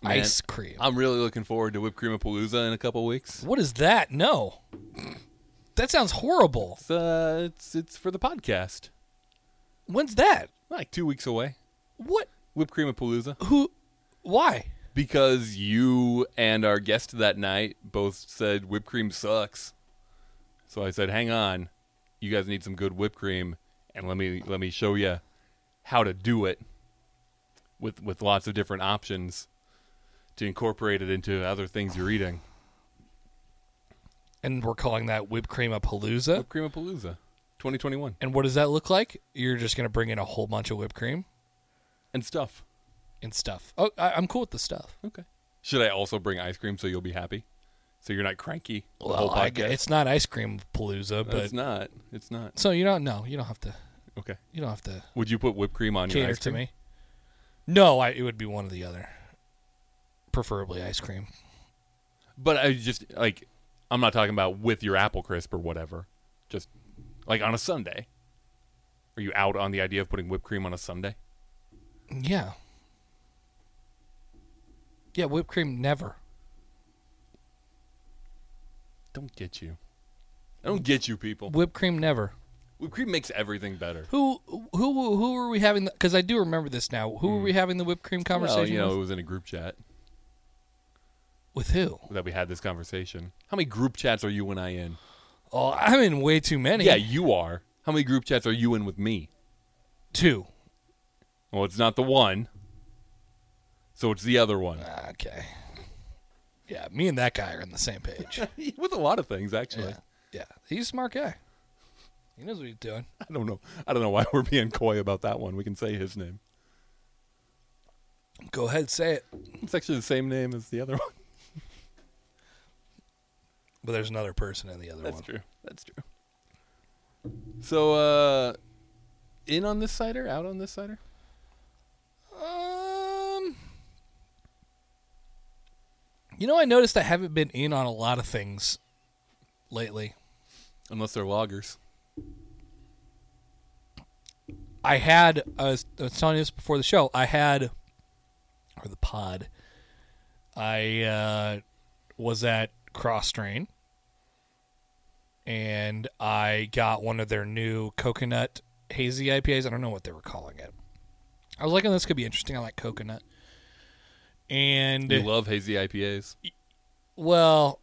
S3: Man,
S2: Ice cream.
S3: I'm really looking forward to whipped cream palooza in a couple weeks.
S2: What is that? No. That sounds horrible.
S3: It's uh, it's it's for the podcast.
S2: When's that?
S3: Like two weeks away.
S2: What
S3: Whipped cream palooza
S2: who why?
S3: because you and our guest that night both said whipped cream sucks. So I said, hang on, you guys need some good whipped cream, and let me let me show you how to do it with with lots of different options to incorporate it into other things you're eating.
S2: And we're calling that whipped cream a palooza.
S3: Whipped cream palooza, 2021,
S2: And what does that look like? You're just gonna bring in a whole bunch of whipped cream
S3: and stuff.
S2: and stuff. Oh, I, I'm cool with the stuff.
S3: Okay. Should I also bring ice cream so you'll be happy, so you're not cranky? the
S2: Well,
S3: whole
S2: I
S3: podcast?
S2: gu- it's not ice cream palooza,
S3: No,
S2: but
S3: it's not. It's not.
S2: so you don't. No, you don't have to.
S3: Okay.
S2: You don't have to
S3: Would you put whipped cream on your
S2: cater
S3: ice
S2: to
S3: cream?
S2: me. No, I, it would be one or the other. preferably ice cream.
S3: But I just like I'm not talking about with your apple crisp or whatever. Just like on a Sunday. Are you out on the idea of putting whipped cream on a Sunday?
S2: Yeah. Yeah, whipped cream never.
S3: Don't get you. I don't get you people.
S2: Whipped cream never.
S3: Whipped cream makes everything better.
S2: Who who who were we having? Because I do remember this now. Who were we having the whipped cream conversation
S3: Hmm. Well, you know, it
S2: with?
S3: was in a group chat
S2: With who?
S3: that we had this conversation. How many group chats are you and I in?
S2: Oh, I'm in way too many.
S3: Yeah, you are. How many group chats are you in with me?
S2: two.
S3: Well, it's not the one. So it's the other one.
S2: Okay. Yeah, me and that guy are on the same page.
S3: with a lot of things actually.
S2: yeah. yeah, he's a smart guy. He knows what he's doing.
S3: I don't know. I don't know why we're being coy about that one. We can say his name.
S2: Go ahead, say it.
S3: It's actually the same name as the other one.
S2: But there's another person in the other
S3: That's
S2: one.
S3: true. That's true. So uh in on this cider, out on this cider?
S2: Um, you know, I noticed I haven't been in on a lot of things lately.
S3: Unless they're loggers.
S2: I had I was, I was telling you this before the show. I had or the pod. I uh, was at Cross Train, and I got one of their new coconut hazy IPAs. I don't know what they were calling it. I was like, "Oh, this could be interesting." I like coconut, and
S3: You love hazy IPAs.
S2: Well,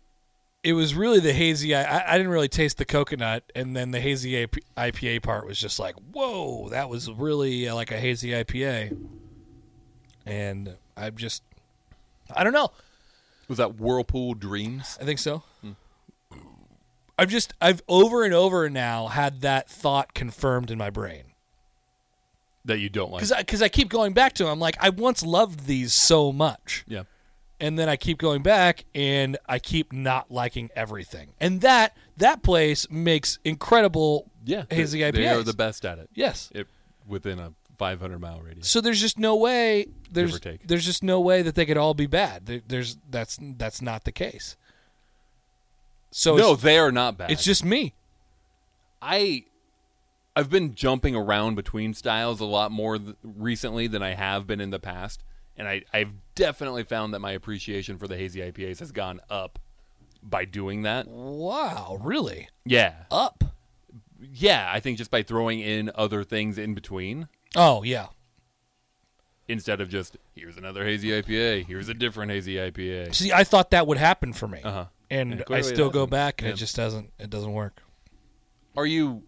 S2: it was really the hazy. I, I- I didn't really taste the coconut, and then the hazy AP, IPA part was just like, whoa, that was really uh, like a hazy IPA. And I'm just, I don't know.
S3: Was that Whirlpool Dreams?
S2: I think so. I've just, I've over and over now had that thought confirmed in my brain
S3: That you don't like.
S2: because because I, keep going back to. 'em. I'm like, I once loved these so much.
S3: yeah.
S2: and then I keep going back and I keep not liking everything. And that that place makes incredible
S3: Yeah.
S2: hazy
S3: they,
S2: IPAs.
S3: they are the best at it.
S2: Yes.
S3: It within a five hundred mile radius.
S2: So there's just no way there's
S3: or take.
S2: there's just no way that they could all be bad. There, there's that's that's not the case. So
S3: No,
S2: it's,
S3: they are not bad.
S2: it's just me.
S3: I I've been jumping around between styles a lot more th- recently than I have been in the past, and I I've definitely found that my appreciation for the hazy IPAs has gone up by doing that.
S2: Wow, really?
S3: Yeah.
S2: Up.
S3: Yeah, I think just by throwing in other things in between
S2: Oh, yeah.
S3: instead of just here's another hazy IPA, here's a different hazy IPA.
S2: See, I thought that would happen for me.
S3: Uh-huh.
S2: And
S3: Yeah,
S2: I
S3: clearly it
S2: still go
S3: hasn't.
S2: back and
S3: Yeah.
S2: it just doesn't it doesn't work.
S3: Are you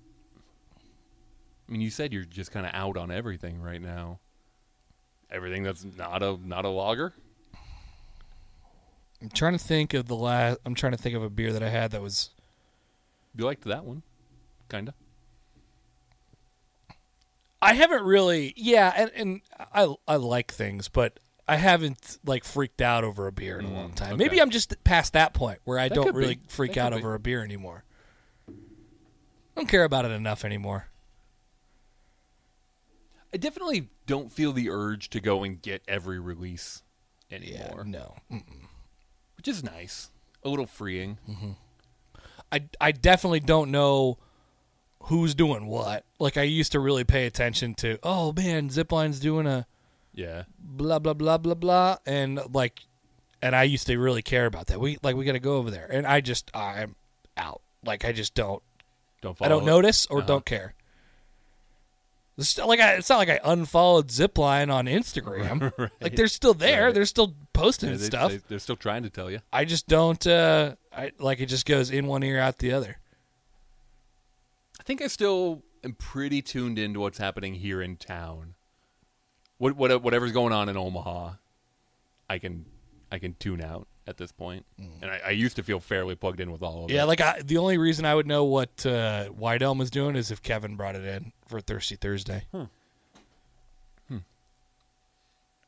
S3: I mean, you said you're just kind of out on everything right now. Everything that's not a not a lager?
S2: I'm trying to think of the last I'm trying to think of a beer that I had that was
S3: You liked that one, kinda.
S2: I haven't really, yeah, and, and I I like things, but I haven't like freaked out over a beer in a long time. Maybe
S3: Mm, okay.
S2: I'm just past that point where I
S3: That
S2: don't
S3: could be.
S2: really freak
S3: That
S2: out
S3: could be.
S2: over a beer anymore. I don't care about it enough anymore.
S3: I definitely don't feel the urge to go and get every release
S2: Yeah,
S3: anymore,
S2: no. Mm.
S3: which is nice. A little freeing.
S2: I I definitely don't know who's doing what. Like I used to really pay attention to. Oh man, Zipline's doing a
S3: Yeah.
S2: blah blah blah blah blah, and like, and I used to really care about that. We like we got to go over there, and I just I'm out. Like I just don't.
S3: Don't follow.
S2: I don't
S3: it. Uh-huh.
S2: notice or don't care. It's not like I, it's not like I unfollowed Zipline on Instagram. Like they're still there.
S3: Right.
S2: They're still posting
S3: Yeah, they-
S2: stuff.
S3: They, are still trying to tell you.
S2: I just don't. Uh, I like it just goes in one ear out the other.
S3: I think I still am pretty tuned into what's happening here in town. What, what whatever's going on in Omaha, I can I can tune out at this point. And I, I used to feel fairly plugged in with all of
S2: Mm. Yeah,
S3: it.
S2: like I, the only reason I would know what uh, White Elm was doing is if Kevin brought it in for Thirsty Thursday.
S3: Hmm.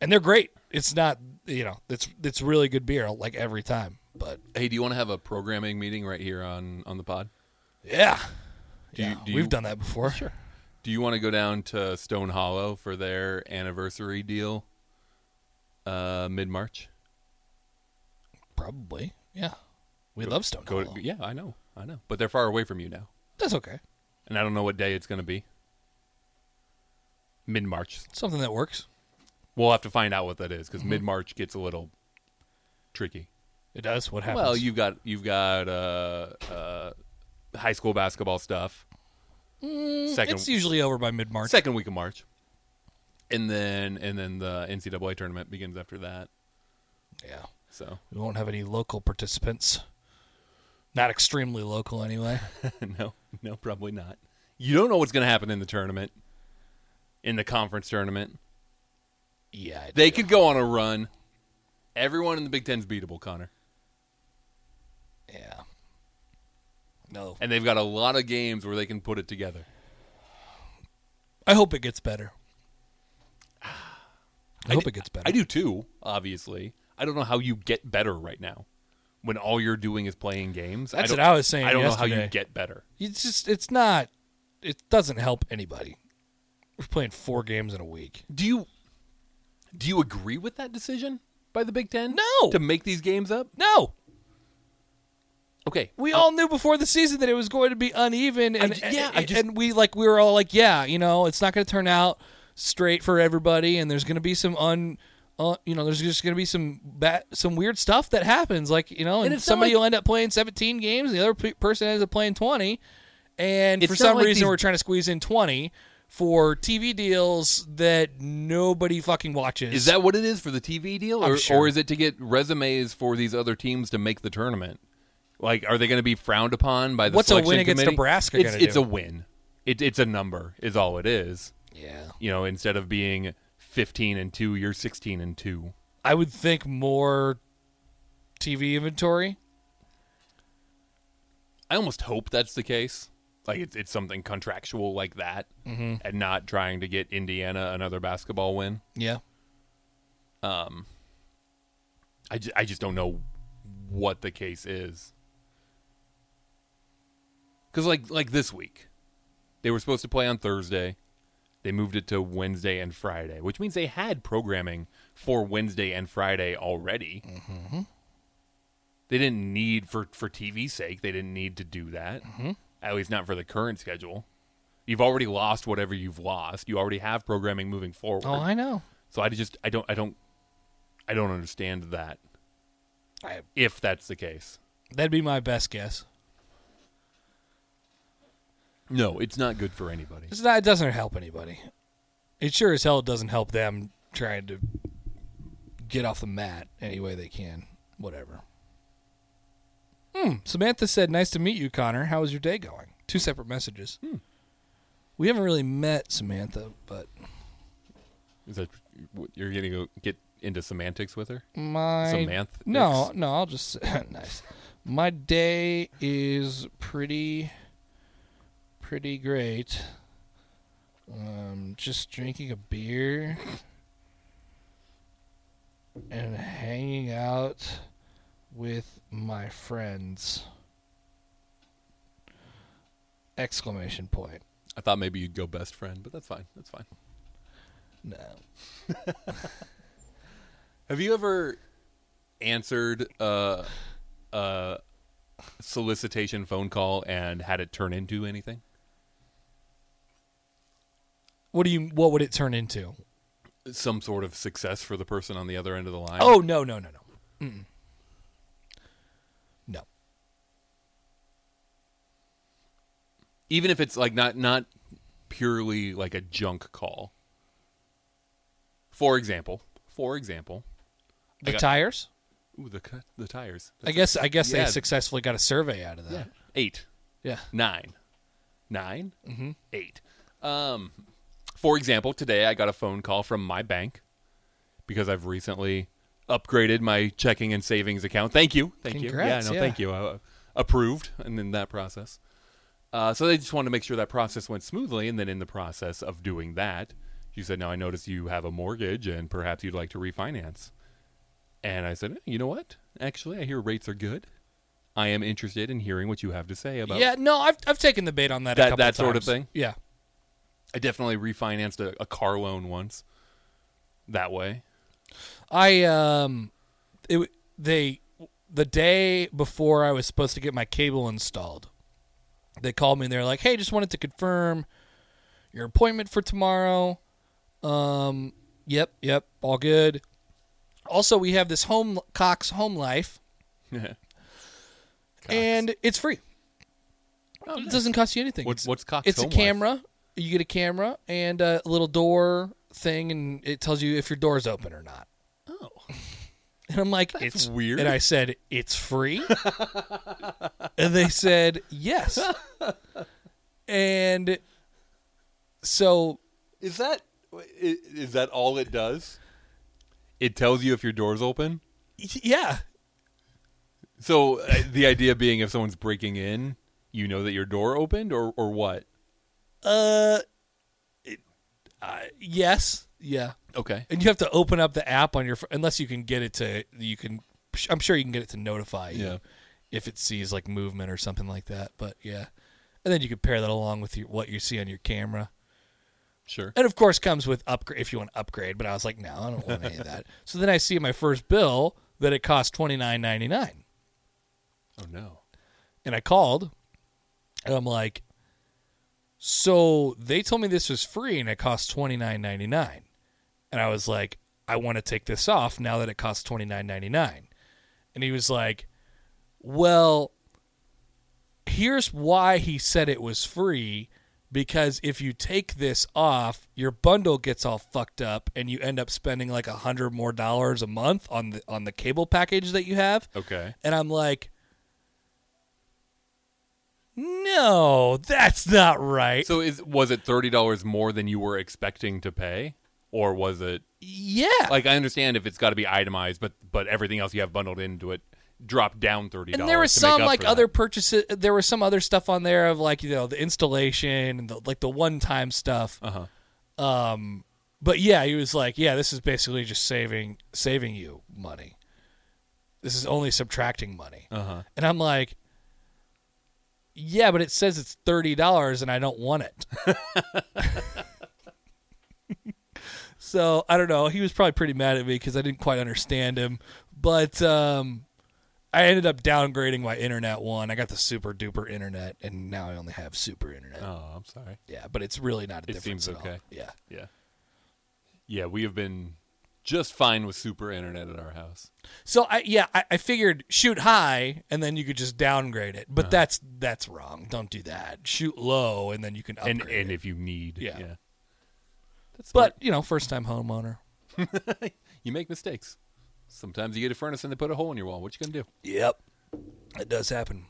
S2: And they're great. It's not you know it's it's really good beer like every time. But
S3: Hey, do you want to have a programming meeting right here on on the pod?
S2: yeah,
S3: Do you-
S2: Yeah,
S3: do
S2: we've
S3: you-
S2: done that before. Sure.
S3: Do you want to go down to Stone Hollow for their anniversary deal uh, mid March?
S2: Probably. Yeah. We love Stone
S3: Go
S2: Hollow.
S3: to, yeah, I know, I know. But they're far away from you now,
S2: That's okay.
S3: and I don't know what day it's going to be. Mid March.
S2: Something that works.
S3: We'll have to find out what that is
S2: Mm-hmm.
S3: because mid March gets a little tricky.
S2: It does. What happens?
S3: Well, you've got you've got uh, uh, high school basketball stuff. second
S2: Mm, It's usually over by mid March.
S3: second week of March, and then and then the NCAA tournament begins after that.
S2: yeah.
S3: So
S2: We won't have any local participants. Not extremely local, anyway.
S3: no, no, probably not. You don't know what's going to happen in the tournament, in the conference tournament.
S2: yeah. I
S3: They
S2: do.
S3: could go on a run. Everyone in the Big Ten's beatable, Connor,
S2: Yeah. No.
S3: and they've got a lot of games where they can put it together.
S2: I hope it gets better. I, hope it gets better.
S3: I do too. Obviously, I don't know how you get better right now when all you're doing is playing games.
S2: That's
S3: I don't-
S2: what I was saying
S3: I don't know how
S2: yesterday.
S3: you get better.
S2: It's just it's not. It doesn't help anybody. We're playing four games in a week.
S3: Do you do you agree with that decision by the Big Ten?
S2: No.
S3: to make these games up.
S2: No,
S3: Okay,
S2: we
S3: I'll-
S2: all knew before the season that it was going to be uneven, and
S3: j- yeah, Oh. I
S2: and-
S3: just-
S2: and we like we were all like, yeah, you know, it's not going to turn out straight for everybody, and there's going to be some un. Uh, you know, there's just going to be some ba- some weird stuff that happens, like you know, and,
S3: it's not
S2: somebody
S3: like-
S2: will end up playing 17 games, and the other pe- person ends up playing 20, and
S3: It's
S2: for
S3: not
S2: some
S3: like
S2: reason
S3: these-
S2: we're trying to squeeze in 20 for TV deals that nobody fucking watches.
S3: Is that what it is for the TV deal,
S2: I'm
S3: or,
S2: sure.
S3: or is it to get resumes for these other teams to make the tournament? Like, are they going to be frowned upon by the
S2: What's a win
S3: selection
S2: against
S3: committee?
S2: Nebraska
S3: It's,
S2: gonna
S3: it's
S2: do?
S3: a win. It, it's a number. Is all it is.
S2: yeah?
S3: You know, instead of being fifteen and two, you're sixteen and two.
S2: I would think more TV inventory.
S3: I almost hope that's the case. Like it's it's something contractual like that,
S2: Mm-hmm.
S3: and not trying to get Indiana another basketball win.
S2: Yeah.
S3: I ju- I just don't know what the case is. Cuz like like this week they were supposed to play on Thursday. They moved it to Wednesday and Friday, which means they had programming for Wednesday and Friday already. Mm-hmm. They didn't need for for TV's sake, they didn't need to do that. Mm-hmm. At least not for the current schedule. You've already lost whatever you've lost. You already have programming moving forward.
S2: Oh, I know.
S3: So I just I don't I don't I don't understand that.
S2: I-
S3: if that's the case.
S2: That'd be my best guess.
S3: No, it's not good for anybody.
S2: It's not, it doesn't help anybody. It sure as hell doesn't help them trying to get off the mat any way they can. Whatever. Hmm. Samantha said, "Nice to meet you, Connor. How is your day going?" Two separate messages. We haven't really met Samantha, but
S3: Is that you're going to get into semantics with her?
S2: my
S3: Samantha?
S2: No, no. I'll just nice. My day is pretty, pretty great. Um, just drinking a beer and hanging out with my friends. Exclamation point.
S3: I thought maybe you'd go best friend, but that's fine. That's fine.
S2: No.
S3: Have you ever answered a, a solicitation phone call and had it turn into anything?
S2: What do you what would it turn into?
S3: Some sort of success for the person on the other end of the line?
S2: Oh no no no no. Mm-mm. No.
S3: even if it's like not not purely like a junk call. For example, for example,
S2: The
S3: got-
S2: tires?
S3: ooh, the cut- the tires.
S2: I guess I guess
S3: Yeah.
S2: they successfully got a survey out of
S3: Yeah.
S2: that.
S3: Eight,
S2: Yeah.
S3: nine, nine, eight. Um, for example, today I got a phone call from my bank because I've recently upgraded my checking and savings account. Thank you, thank
S2: Congrats,
S3: you. Yeah, no,
S2: yeah.
S3: thank you. I uh, approved, and then that process. Uh, so they just wanted to make sure that process went smoothly, and then in the process of doing that, she said, "Now I notice you have a mortgage, and perhaps you'd like to refinance." And I said, "Eh, "You know what? Actually, I hear rates are good. I am interested in hearing what you have to say about
S2: yeah, no, I've I've taken the bait on that a
S3: That-
S2: couple
S3: that sort of
S2: times.
S3: thing?
S2: Yeah.
S3: I definitely refinanced a, a car loan once that way.
S2: I um it w- they the day before I was supposed to get my cable installed, they called me and they're like, "Hey, just wanted to confirm your appointment for tomorrow." Um, yep, yep, all good. Also, we have this home Cox Home Life, and it's free. it doesn't cost you anything.
S3: What-
S2: It's-
S3: Oh, what's Cox
S2: It's
S3: Home
S2: a
S3: Life?
S2: camera. You get a camera and a little door thing, and it tells you if your door's open or not.
S3: Oh.
S2: And I'm like, it's
S3: weird.
S2: And I said, it's free. and they said, yes. and so
S3: Is that i- is that all it does? It tells you if your door's open.
S2: yeah,
S3: So uh, the idea being, if someone's breaking in, you know that your door opened, or or what?
S2: uh, it- uh, yes, yeah.
S3: Okay.
S2: And you have to open up the app on your ph- unless you can get it to you can. I'm sure you can get it to notify you
S3: Yeah.
S2: if it sees like movement or something like that. But yeah, and then you can pair that along with your, what you see on your camera.
S3: Sure.
S2: And of course, comes with upgrade if you want to upgrade. But I was like, no, I don't want any of that. So then I see my first bill that it cost twenty nine ninety nine,
S3: Oh no.
S2: and I called, and I'm like, so they told me this was free and it cost twenty nine ninety nine, and I was like, I want to take this off now that it costs twenty nine ninety nine, and he was like, well, here's why he said it was free because if you take this off your bundle gets all fucked up and you end up spending like a hundred more dollars a month on the on the cable package that you have
S3: Okay.
S2: and i'm like no that's not right
S3: So is was it thirty dollars more than you were expecting to pay, or was it
S2: yeah
S3: like I understand if it's got to be itemized, but but everything else you have bundled into it dropped down thirty dollars.
S2: and there was some like other purchases there was some other stuff on there of like you know the installation and the, like the one time stuff
S3: Uh huh.
S2: but yeah, he was like, yeah, this is basically just saving saving you money. This is only subtracting money.
S3: Uh huh.
S2: And I'm like, yeah, but it says it's thirty dollars, and I don't want it. so I don't know. He was probably pretty mad at me because I didn't quite understand him. But um, I ended up downgrading my internet one. I got the super duper internet, and now I only have super internet.
S3: Oh, I'm sorry.
S2: Yeah, but it's really not a
S3: It
S2: difference.
S3: seems
S2: at all.
S3: okay.
S2: Yeah.
S3: Yeah. Yeah, we have been just fine with super internet at our house.
S2: So I yeah, I, I figured shoot high and then you could just downgrade it. But that's that's wrong. Don't do that. Shoot low and then you can upgrade.
S3: And and
S2: it.
S3: if you need,
S2: Yeah.
S3: That's
S2: but you know, first time homeowner.
S3: you make mistakes. Sometimes you get a furnace and they put a hole in your wall. What you gonna do?
S2: Yep. It does happen.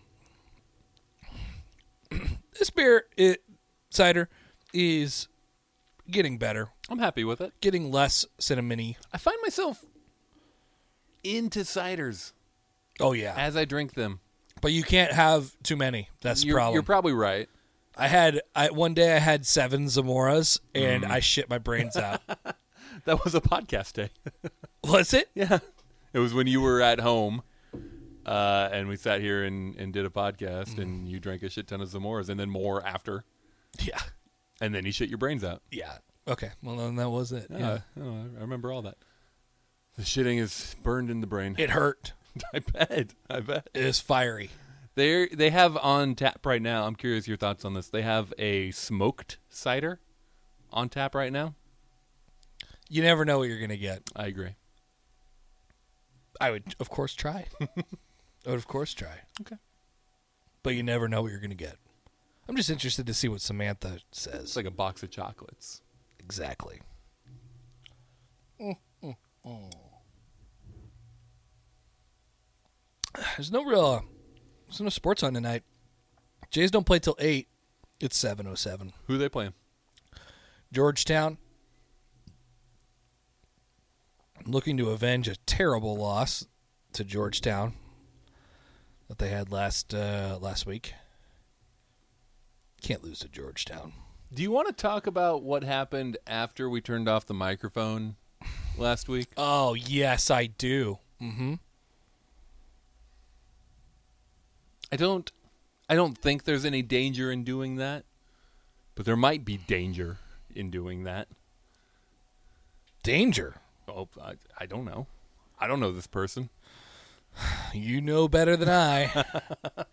S2: this beer it cider is getting better.
S3: I'm happy with it.
S2: Getting less cinnamony.
S3: I find myself into ciders
S2: Oh yeah.
S3: as I drink them.
S2: But you can't have too many. That's the
S3: You're,
S2: problem.
S3: you're probably right.
S2: I had I one day I had seven Zamoras and I shit my brains out.
S3: That was a podcast day.
S2: Was it?
S3: yeah. It was when you were at home uh, and we sat here and, and did a podcast and you drank a shit ton of Zamoras and then more after.
S2: Yeah.
S3: And then you shit your brains out.
S2: Yeah. Okay. Well, then that was it.
S3: Yeah, oh, I remember all that. The shitting is burned in the brain.
S2: It hurt.
S3: I bet. I bet.
S2: It is fiery.
S3: They they have on tap right now. I'm curious your thoughts on this. They have a smoked cider on tap right now.
S2: You never know what you're gonna get.
S3: I agree.
S2: I would, of course, try. I would, of course, try.
S3: Okay.
S2: But you never know what you're gonna get. I'm just interested to see what Samantha
S3: It's
S2: says.
S3: like a box of chocolates.
S2: exactly. There's no real. Uh, there's no sports on tonight. Jays don't play till eight. It's seven oh seven.
S3: Who they playing?
S2: Georgetown. Looking to avenge a terrible loss to Georgetown that they had last uh, last week. Can't lose to Georgetown.
S3: Do you want to talk about what happened after we turned off the microphone last week?
S2: Oh yes, I do. Mm-hmm.
S3: I don't I don't think there's any danger in doing that. But there might be danger in doing that.
S2: Danger.
S3: Oh, I, I don't know. I don't know this person.
S2: You know better than I.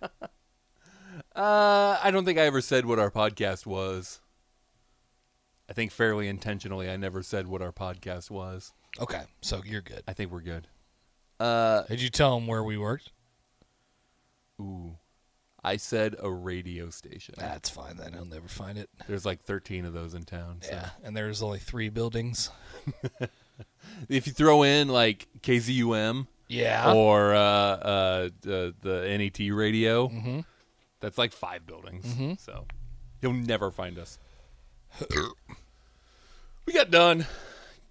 S3: Uh, I don't think I ever said what our podcast was. I think fairly intentionally, I never said what our podcast was.
S2: okay, so you're good.
S3: I think we're good.
S2: Did you tell him where we worked?
S3: Ooh, I said a radio station.
S2: That's fine. Then he'll never find it.
S3: There's like 13 of those in town. So
S2: Yeah, and there's only three buildings.
S3: if you throw in like KZUM
S2: Yeah.
S3: or uh, uh, the, the NET radio,
S2: Mm-hmm.
S3: that's like five buildings. So you'll never find us. we got done.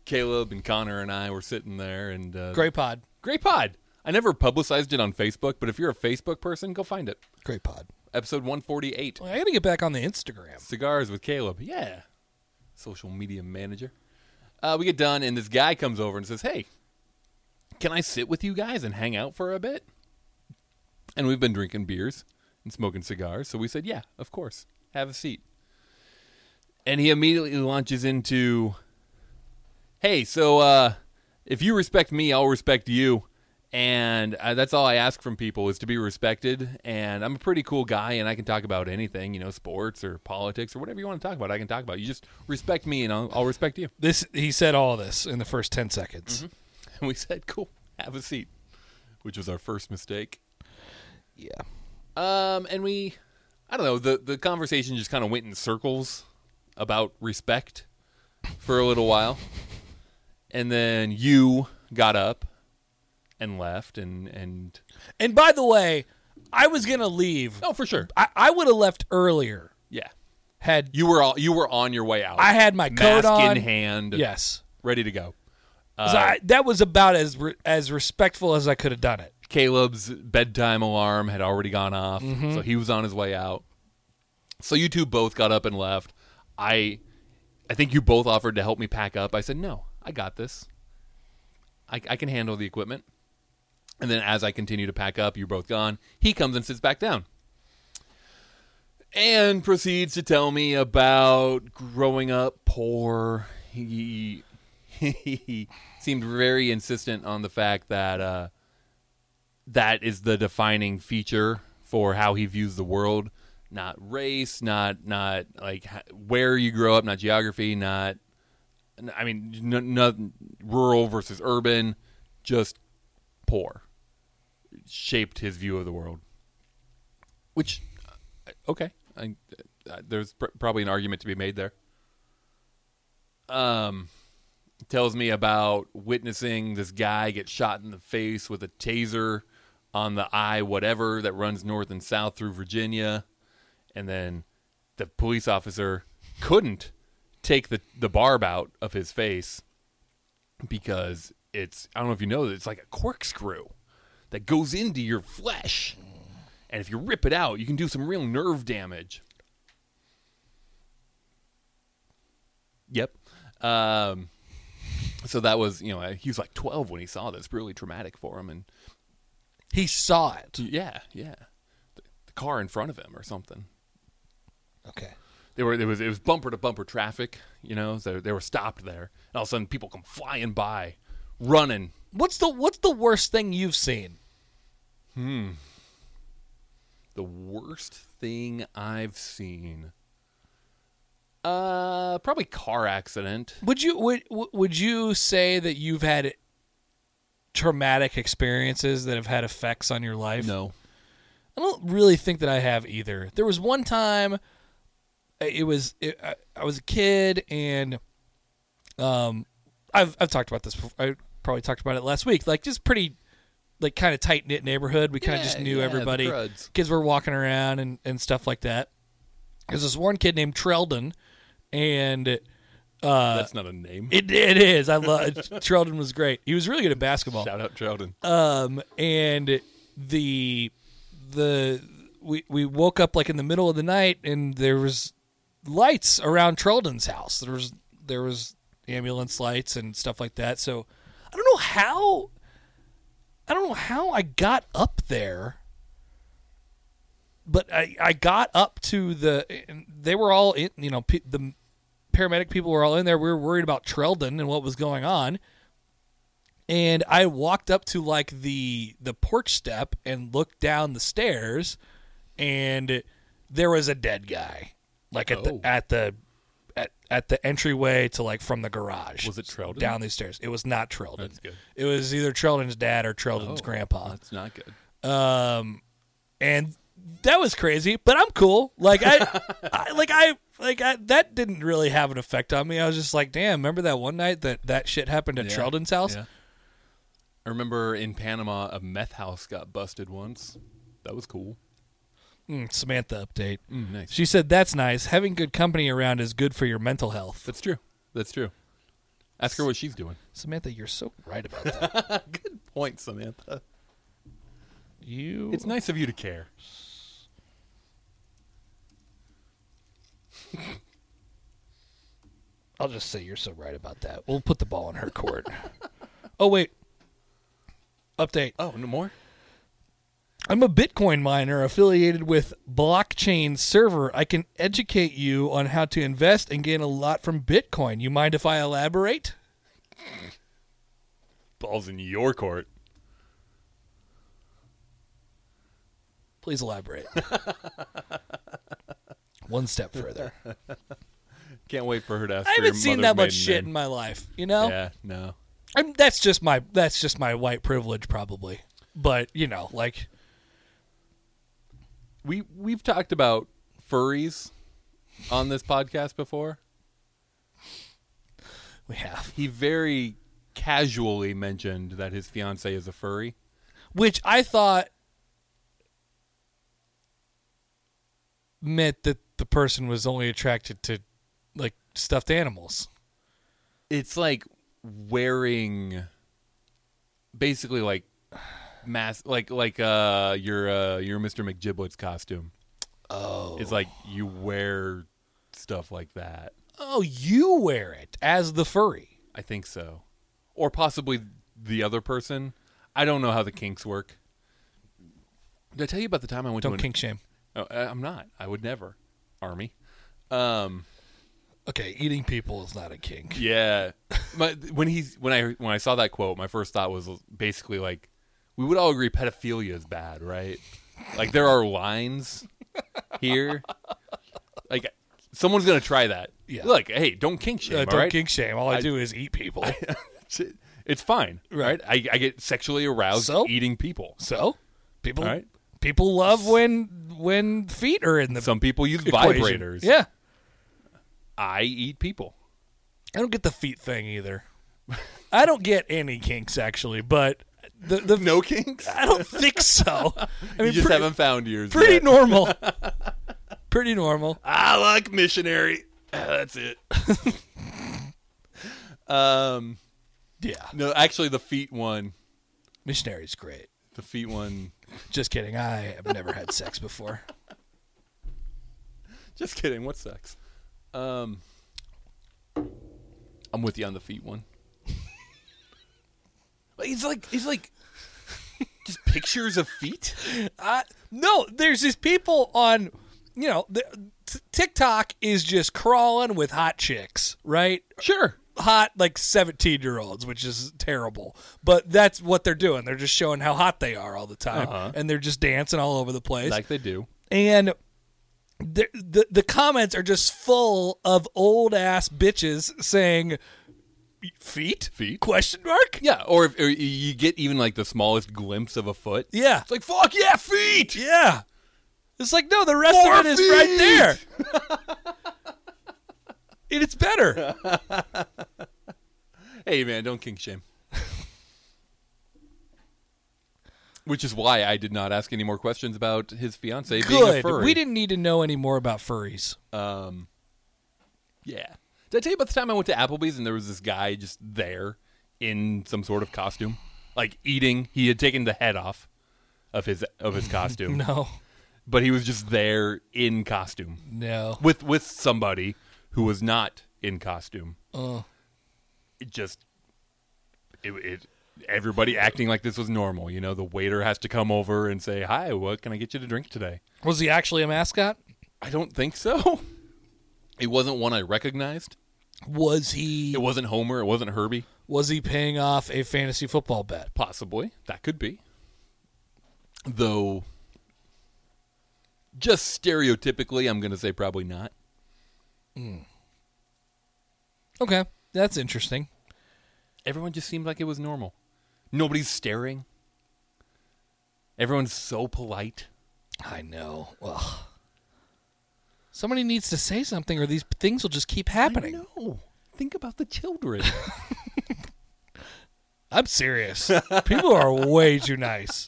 S3: Caleb and Connor and I were sitting there, and uh,
S2: Great pod.
S3: Great pod. I never publicized it on Facebook, but if you're a Facebook person, go find it.
S2: Great pod.
S3: Episode 148
S2: Well, I got to get back on the Instagram.
S3: Cigars with Caleb. Yeah. Social media manager. Uh, we get done, and this guy comes over and says, Hey, can I sit with you guys and hang out for a bit? And we've been drinking beers and smoking cigars. So we said, Yeah, of course. Have a seat. And he immediately launches into, Hey, so uh, if you respect me, I'll respect you. And uh, that's all I ask from people is to be respected. And I'm a pretty cool guy, and I can talk about anything, you know, sports or politics or whatever you want to talk about. I can talk about. You just respect me, and I'll, I'll respect you.
S2: This he said all this in the first ten seconds.
S3: Mm-hmm. And we said, "Cool, have a seat," which was our first mistake.
S2: Yeah.
S3: Um, and we, I don't know, the the conversation just kind of went in circles about respect for a little while, and then you got up and left, and and
S2: And by the way, I was gonna leave.
S3: oh, for sure,
S2: I, I would have left earlier
S3: yeah,
S2: had
S3: you were all you were on your way out.
S2: I had my coat
S3: mask
S2: on.
S3: in hand, Uh,
S2: Yes.
S3: ready to go.
S2: So I- that was about as re- as respectful as I could have done it.
S3: Caleb's bedtime alarm had already gone off, so he was on his way out. So you two both got up and left. I I think you both offered to help me pack up. I said, "No, I got this. I, I can handle the equipment." And then as I continue to pack up, you're both gone. He comes and sits back down. And proceeds to tell me about growing up poor. He, he seemed very insistent on the fact that uh, that is the defining feature for how he views the world not race not not like h- where you grow up not geography not n- i mean n- n- rural versus urban just poor shaped his view of the world which uh, okay I, uh, there's pr- probably an argument to be made there um tells me about witnessing this guy get shot in the face with a taser on the I whatever that runs north and south through Virginia. And then the police officer couldn't take the, the barb out of his face because it's, I don't know if you know, it's like a corkscrew that goes into your flesh. And if you rip it out, you can do some real nerve damage. Yep. Um, so that was, you know, uh, he was like 12 when he saw this, really traumatic for him. And
S2: He saw it.
S3: yeah, yeah, the, the car in front of him or something.
S2: Okay.
S3: They were it was it was bumper to bumper traffic, you know. So they were stopped there, and all of a sudden people come flying by, running.
S2: What's the what's the worst thing you've seen?
S3: The worst thing I've seen. Uh, probably car accident.
S2: Would you would would you say that you've had traumatic experiences that have had effects on your life?
S3: No,
S2: I don't really think that I have either. There was one time, uh, it was it, I, I was a kid, and um, I've I've talked about this. Before. I probably talked about it last week. Like just pretty, like kind of tight knit neighborhood. We kind of
S3: Yeah,
S2: just knew
S3: yeah, the
S2: everybody.
S3: crowds.
S2: Kids were walking around and and stuff like that. There's this one kid named Treldon, and
S3: that's not a name.
S2: it it is. I love Treldon was great. He was really good at basketball
S3: Shout out Trouton.
S2: um, and the the we we woke up like in the middle of the night and there was lights around Trelden's house. There was there was ambulance lights and stuff like that. So I don't know how I don't know how I got up there. But I, I got up to the and they were all in you know pe- the paramedic people were all in there. We were worried about Treldon and what was going on and I walked up to like the the porch step and looked down the stairs, and there was a dead guy, like at
S3: Oh.
S2: the at the at, at the entryway to like from the garage.
S3: Was it Treldon?
S2: Down these stairs. It was not Treldon.
S3: That's good.
S2: It was either Treldon's dad or Treldon's
S3: Oh.
S2: grandpa
S3: That's not good.
S2: and that was crazy but i'm cool like I, I like i like I, that didn't really have an effect on me i was just like damn remember that one night that that shit happened at
S3: Yeah,
S2: Sheldon's house
S3: yeah. I remember in Panama, a meth house got busted once. That was cool.
S2: Mm, samantha update
S3: Mm, nice.
S2: she said that's nice having good company around is good for your mental health
S3: That's true. That's true. Ask her what she's doing.
S2: samantha you're so right about that
S3: Good point, Samantha.
S2: you
S3: It's nice of you to care.
S2: i'll just say you're so right about that we'll put the ball in her court oh wait update
S3: Oh, no more?
S2: I'm a Bitcoin miner affiliated with Blockchain Server. I can educate you on how to invest and gain a lot from Bitcoin. You mind if I elaborate?
S3: Ball's in your court.
S2: Please elaborate. One step further.
S3: Can't wait for her to ask
S2: I
S3: for
S2: haven't
S3: your
S2: seen
S3: mother's
S2: that much
S3: maiden
S2: shit in
S3: name.
S2: my life, you know?
S3: Yeah, no.
S2: I'm, that's just my that's just my white privilege probably. But, you know, like
S3: We we've talked about furries on this podcast before.
S2: we have.
S3: He very casually mentioned that his fiance is a furry.
S2: Which I thought meant that the person was only attracted to like stuffed animals.
S3: It's like wearing basically like mass like like uh your uh your Mr. McGiblet's costume. Oh. It's like you wear stuff like that.
S2: Oh, you wear it as the furry.
S3: I think so. Or possibly the other person. I don't know how the kinks work. Did I tell you about the time I went to
S2: Don't
S3: an-
S2: kink shame.
S3: Oh, I- I'm not. I would never. Army. Um
S2: Okay, eating people is not a kink.
S3: yeah. My, when he's when I when I saw that quote, my first thought was basically like we would all agree pedophilia is bad, right? Like there are lines here. Like someone's going to try that.
S2: Yeah.
S3: Look, hey, don't kink shame,
S2: Uh,
S3: all
S2: don't
S3: right?
S2: kink shame. All I,
S3: I-
S2: do is eat people.
S3: It's- It's fine, right? I, I get sexually aroused
S2: So?
S3: eating people.
S2: so, people
S3: All right.
S2: people love when when feet are in the
S3: Some people use
S2: equation.
S3: vibrators.
S2: Yeah,
S3: I eat people.
S2: I don't get the feet thing either. I don't get any kinks actually, but the the
S3: No kinks.
S2: I don't think so. I mean,
S3: you just
S2: pretty,
S3: haven't found yours.
S2: pretty
S3: yet.
S2: normal. pretty normal.
S3: I like missionary. Ah, That's it. um,
S2: Yeah,
S3: no, actually, the feet one.
S2: missionary's great.
S3: The feet one.
S2: Just kidding. I have never had sex before.
S3: Just kidding. What sex? Um, I'm with you on the feet one. It's like it's like just pictures of feet.
S2: I, no, there's these people on, you know, the, t- TikTok is just crawling with hot chicks, right?
S3: Sure.
S2: Hot like 17 year olds, which is terrible. But that's what they're doing. They're just showing how hot they are all the time,
S3: Uh-huh.
S2: and they're just dancing all over the place.
S3: Like they do.
S2: and the, the the comments are just full of old ass bitches saying feet
S3: Feet.
S2: question mark
S3: Yeah, or if or you get even like the smallest glimpse of a foot,
S2: yeah
S3: it's like fuck yeah, feet.
S2: yeah it's like no the rest
S3: More
S2: of it is right
S3: feet!
S2: there and it's better
S3: Hey man, don't kink shame. Which is why I did not ask any more questions about his fiance being a
S2: good
S3: furry.
S2: we didn't need to know any more about furries
S3: Um, yeah. Did I tell you about the time I went to Applebee's and there was this guy just there in some sort of costume, like eating? He had taken the head off of his of his costume,
S2: no
S3: but he was just there in costume.
S2: no
S3: with with somebody who was not in costume. It just it, it everybody acting like this was normal. You know, the waiter has to come over and say, "Hi, what can I get you to drink today?"
S2: was he actually a mascot
S3: I don't think so. It wasn't one I recognized.
S2: was he
S3: It wasn't Homer. It wasn't Herbie.
S2: Was he paying off a fantasy football bet?
S3: Possibly. That could be. Though, just stereotypically, I'm going to say probably not.
S2: Okay, that's interesting.
S3: Everyone just seemed like it was normal. Nobody's staring. Everyone's so polite.
S2: I know. Ugh. Somebody needs to say something, or these things will just keep happening.
S3: No. Think about the children.
S2: I'm serious. People are way too nice.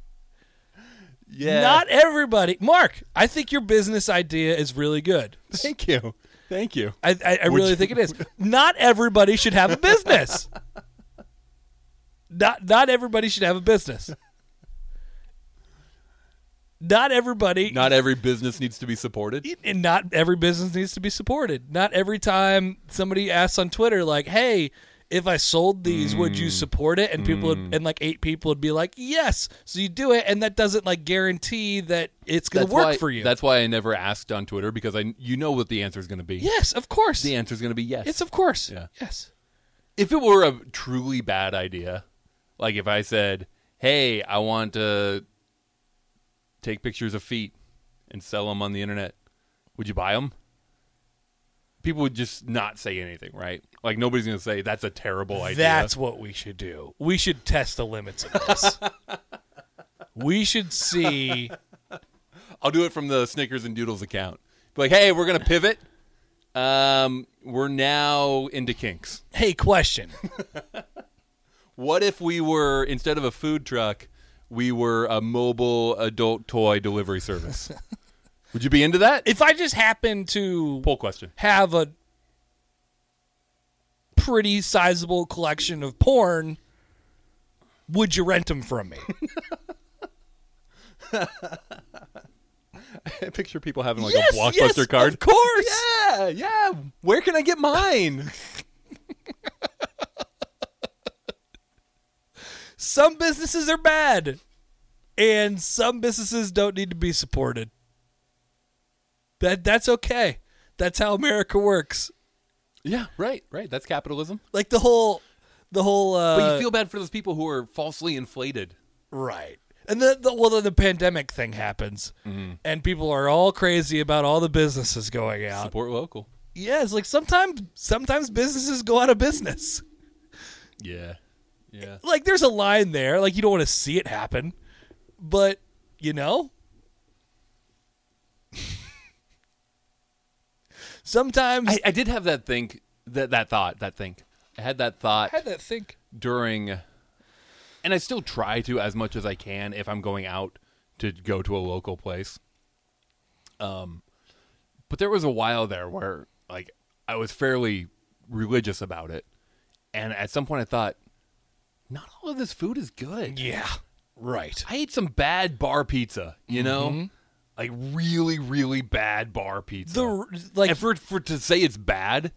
S3: yeah.
S2: Not everybody. Mark, I think your business idea is really good.
S3: Thank you. Thank you.
S2: I, I, I really
S3: you-
S2: think it is. Not everybody should have a business. not not everybody should have a business. Not everybody
S3: Not every business needs to be supported.
S2: and not every business needs to be supported. Not every time somebody asks on Twitter, like, "Hey, if I sold these, would
S3: Mm.
S2: you support it?" and people would, and like eight people would be like, "Yes." So you do it, and that doesn't like guarantee that it's going to work
S3: why,
S2: for you.
S3: That's why I never asked on Twitter because I you know what the answer is going to be.
S2: yes, of course.
S3: The answer is going to be yes.
S2: It's of course.
S3: Yeah.
S2: Yes.
S3: if it were a truly bad idea, like if I said, "Hey, I want to take pictures of feet and sell them on the internet," would you buy them? People would just not say anything, right? Like nobody's going to say that's a terrible idea.
S2: That's what we should do. We should test the limits of this. we should see.
S3: I'll do it from the Snickers and Doodles account. Be like, "Hey, we're going to pivot. Um, we're now into kinks.
S2: Hey, question.
S3: What if we were instead of a food truck, we were a mobile adult toy delivery service?" would you be into that?
S2: If I just happen to
S3: Poll question.
S2: have a pretty sizable collection of porn, would you rent them from me?
S3: I picture people having like
S2: yes,
S3: a blockbuster
S2: yes,
S3: card.
S2: Of course.
S3: Yeah, yeah. Where can I get mine?
S2: Some businesses are bad, and some businesses don't need to be supported. That that's okay. That's how America works.
S3: yeah, right, right. That's capitalism.
S2: Like the whole, the whole. Uh,
S3: But you feel bad for those people who are falsely inflated.
S2: Right. And the, the well, then the pandemic thing happens,
S3: Mm-hmm.
S2: and people are all crazy about all the businesses going out.
S3: Support local.
S2: Yeah, it's like sometimes sometimes businesses go out of business.
S3: Yeah, yeah.
S2: Like there's a line there, like you don't want to see it happen, but you know. sometimes
S3: I, I did have that think that that thought that think. I had that thought
S2: had that think.
S3: during, and I still try to as much as I can if I'm going out to go to a local place. Um, but there was a while there where like I was fairly religious about it, and at some point I thought, not all of this food is good.
S2: Yeah. Right.
S3: I ate some bad bar pizza, you
S2: Mm-hmm.
S3: know, like really, really bad bar pizza.
S2: The r- like
S3: and for for to say it's bad,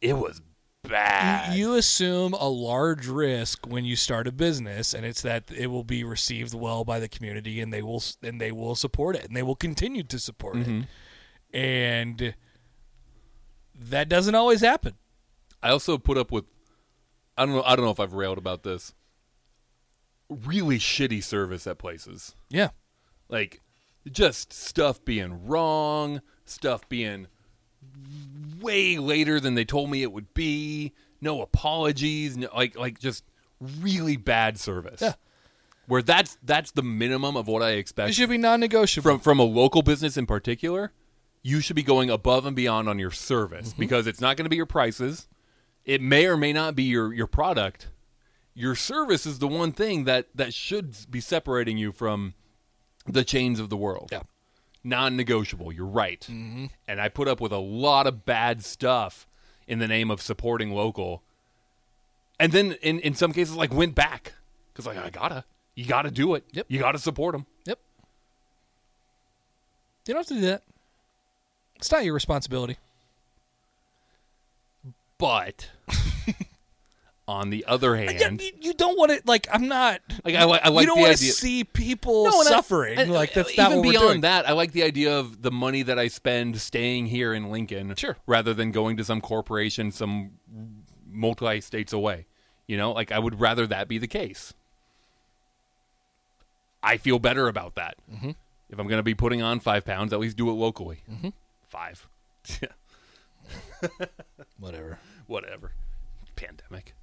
S3: it was bad.
S2: You assume a large risk when you start a business, and it's that it will be received well by the community, and they will and they will support it, and they will continue to support
S3: Mm-hmm.
S2: it, and that doesn't always happen.
S3: I also put up with I don't know I don't know if I've railed about this. Really shitty service at places.
S2: Yeah,
S3: Like just stuff being wrong, stuff being way later than they told me it would be, no apologies, no, like like just really bad service.
S2: Yeah.
S3: Where that's that's the minimum of what I
S2: it
S3: expect
S2: should be non-negotiable.
S3: from from a local business in particular, you should be going above and beyond on your service
S2: Mm-hmm.
S3: because it's not going to be your prices. It may or may not be your your product. Your service is the one thing that that should be separating you from the chains of the world.
S2: Yeah.
S3: Non-negotiable. You're right. Mm-hmm. And I put up with a lot of bad stuff in the name of supporting local. And then in in some cases like went back cuz like I got to you got to do it.
S2: Yep.
S3: You got to support them.
S2: yep, you don't have to do that. It's not your responsibility.
S3: But on the other
S2: Yeah,
S3: hand,
S2: you, you don't want to like. I'm not.
S3: like I, li- I like
S2: you don't
S3: the
S2: want to
S3: idea.
S2: see people
S3: No, and I-
S2: suffering.
S3: and- e uh,
S2: like that's
S3: even
S2: not what we're
S3: beyond
S2: doing.
S3: that. I like the idea of the money that I spend staying here in Lincoln,
S2: Sure.
S3: rather than going to some corporation, some multi states away. You know, like I would rather that be the case. I feel better about that.
S2: Mm-hmm.
S3: If I'm going to be putting on five pounds, at least do it locally. Five.
S2: Whatever.
S3: whatever pandemic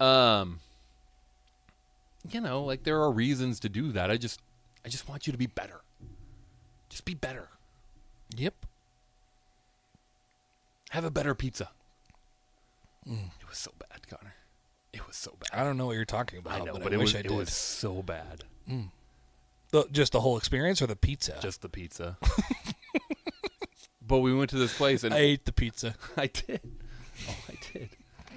S3: um you know like there are reasons to do that i just i just want you to be better just be better
S2: Yep.
S3: have a better pizza
S2: Mm.
S3: it was so bad connor it was so bad
S2: I don't know what you're talking
S3: i
S2: about.
S3: know
S2: but,
S3: but,
S2: I
S3: it
S2: wish
S3: was
S2: I did.
S3: it was so bad
S2: The- just the whole experience or the pizza?
S3: just the pizza but we went to this place and
S2: I ate the pizza.
S3: I did. Oh, I did.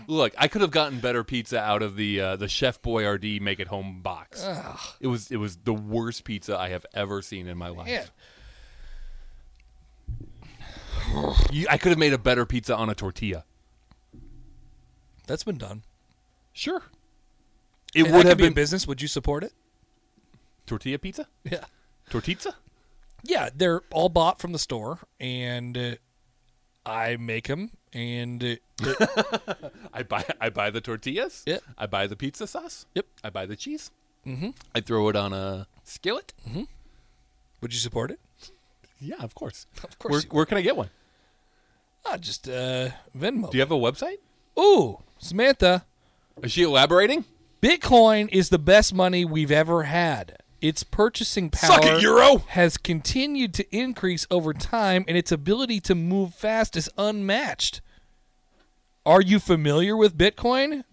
S3: Look, I could have gotten better pizza out of the uh, the Chef Boyardee make it home box. It was it was the worst pizza I have ever seen in my life.
S2: Yeah.
S3: You, I could have made a better pizza on a tortilla.
S2: That's been done.
S3: Sure.
S2: And
S3: It
S2: that
S3: would
S2: could
S3: have
S2: be a
S3: been
S2: business. Would you support it?
S3: tortilla pizza?
S2: Yeah.
S3: Tortizza?
S2: Yeah, they're all bought from the store, and uh, I make them, and uh,
S3: I buy I buy the tortillas.
S2: Yeah.
S3: I buy the pizza sauce.
S2: Yep.
S3: I buy the cheese. Mm-hmm. I throw it on a skillet.
S2: Mm-hmm. would you support it?
S3: Yeah, of course. Of
S2: course
S3: Where,
S2: you
S3: where can I get one?
S2: Ah, just uh, Venmo.
S3: Do you have a website?
S2: Ooh, Samantha,
S3: Is she elaborating?
S2: Bitcoin is the best money we've ever had. Its purchasing power
S3: Suck it, Euro.
S2: has continued to increase over time, and its ability to move fast is unmatched. Are you familiar with Bitcoin?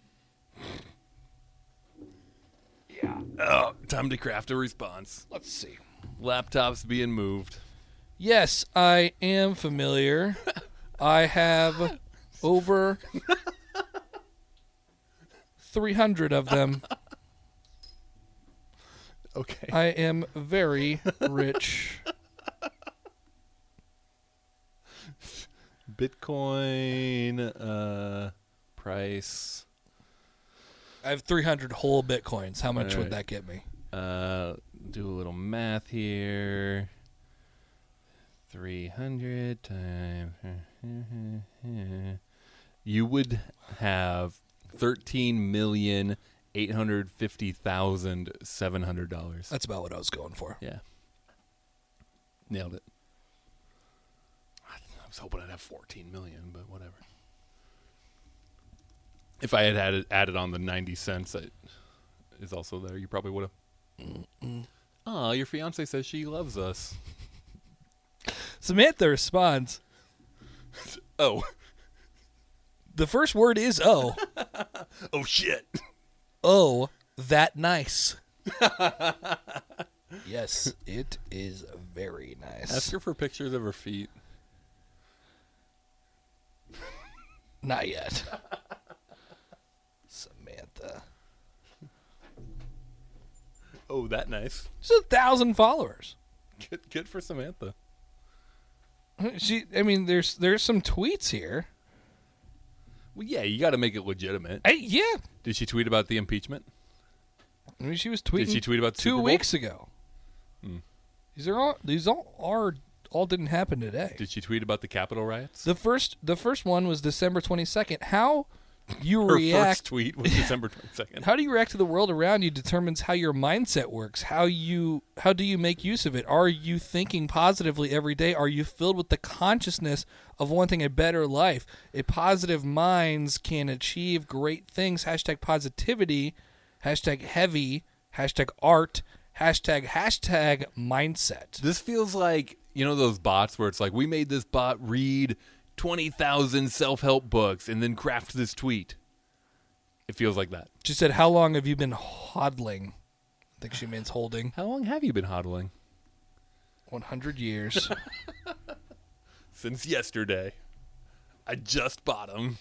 S3: Oh, time to craft a response.
S2: Let's see.
S3: Laptops being moved.
S2: Yes, I am familiar. I have over 300 of them.
S3: Okay.
S2: I am very rich.
S3: Bitcoin uh price
S2: I have 300 whole bitcoins. How much would
S3: Alright.
S2: that get me?
S3: uh do a little math here. 300 times you would have thirteen million eight hundred fifty thousand seven hundred dollars.
S2: That's about what I was going for.
S3: Yeah. Nailed it. I th- I was hoping I'd have 14 million, but whatever. If I had added, added on the 90 cents that is also there, you probably would have. Aw, your fiance says she loves us.
S2: Samantha responds.
S3: Oh.
S2: The first word is oh.
S3: Oh, shit.
S2: Oh, that nice. yes, it is very nice.
S3: Ask her for pictures of her feet.
S2: Not yet. Samantha.
S3: Oh, that nice.
S2: She's a thousand followers.
S3: Good, good for Samantha.
S2: She, I mean, there's there's some tweets here.
S3: Well, yeah, you got to make it legitimate.
S2: Hey, yeah.
S3: Did she tweet about the impeachment?
S2: I mean, she was tweeting.
S3: Did she tweet about Super
S2: two
S3: Bowl? Hmm.
S2: weeks ago? These are all these all are all didn't happen today.
S3: Did she tweet about the Capitol riots?
S2: the first the first one was December twenty second. How you
S3: her
S2: react?
S3: first tweet was December 22nd.
S2: How do you react to the world around you determines how your mindset works. How you how do you make use of it? Are you thinking positively every day? Are you filled with the consciousness of wanting a better life? A positive minds can achieve great things. Hashtag positivity, hashtag heavy, hashtag art, hashtag hashtag mindset.
S3: This feels like you know those bots where it's like we made this bot read twenty thousand self help books and then craft this tweet. It feels like that.
S2: She said, How long have you been hodling? I think she means holding.
S3: How long have you been hodling?
S2: One hundred years.
S3: Since yesterday. I just bought them.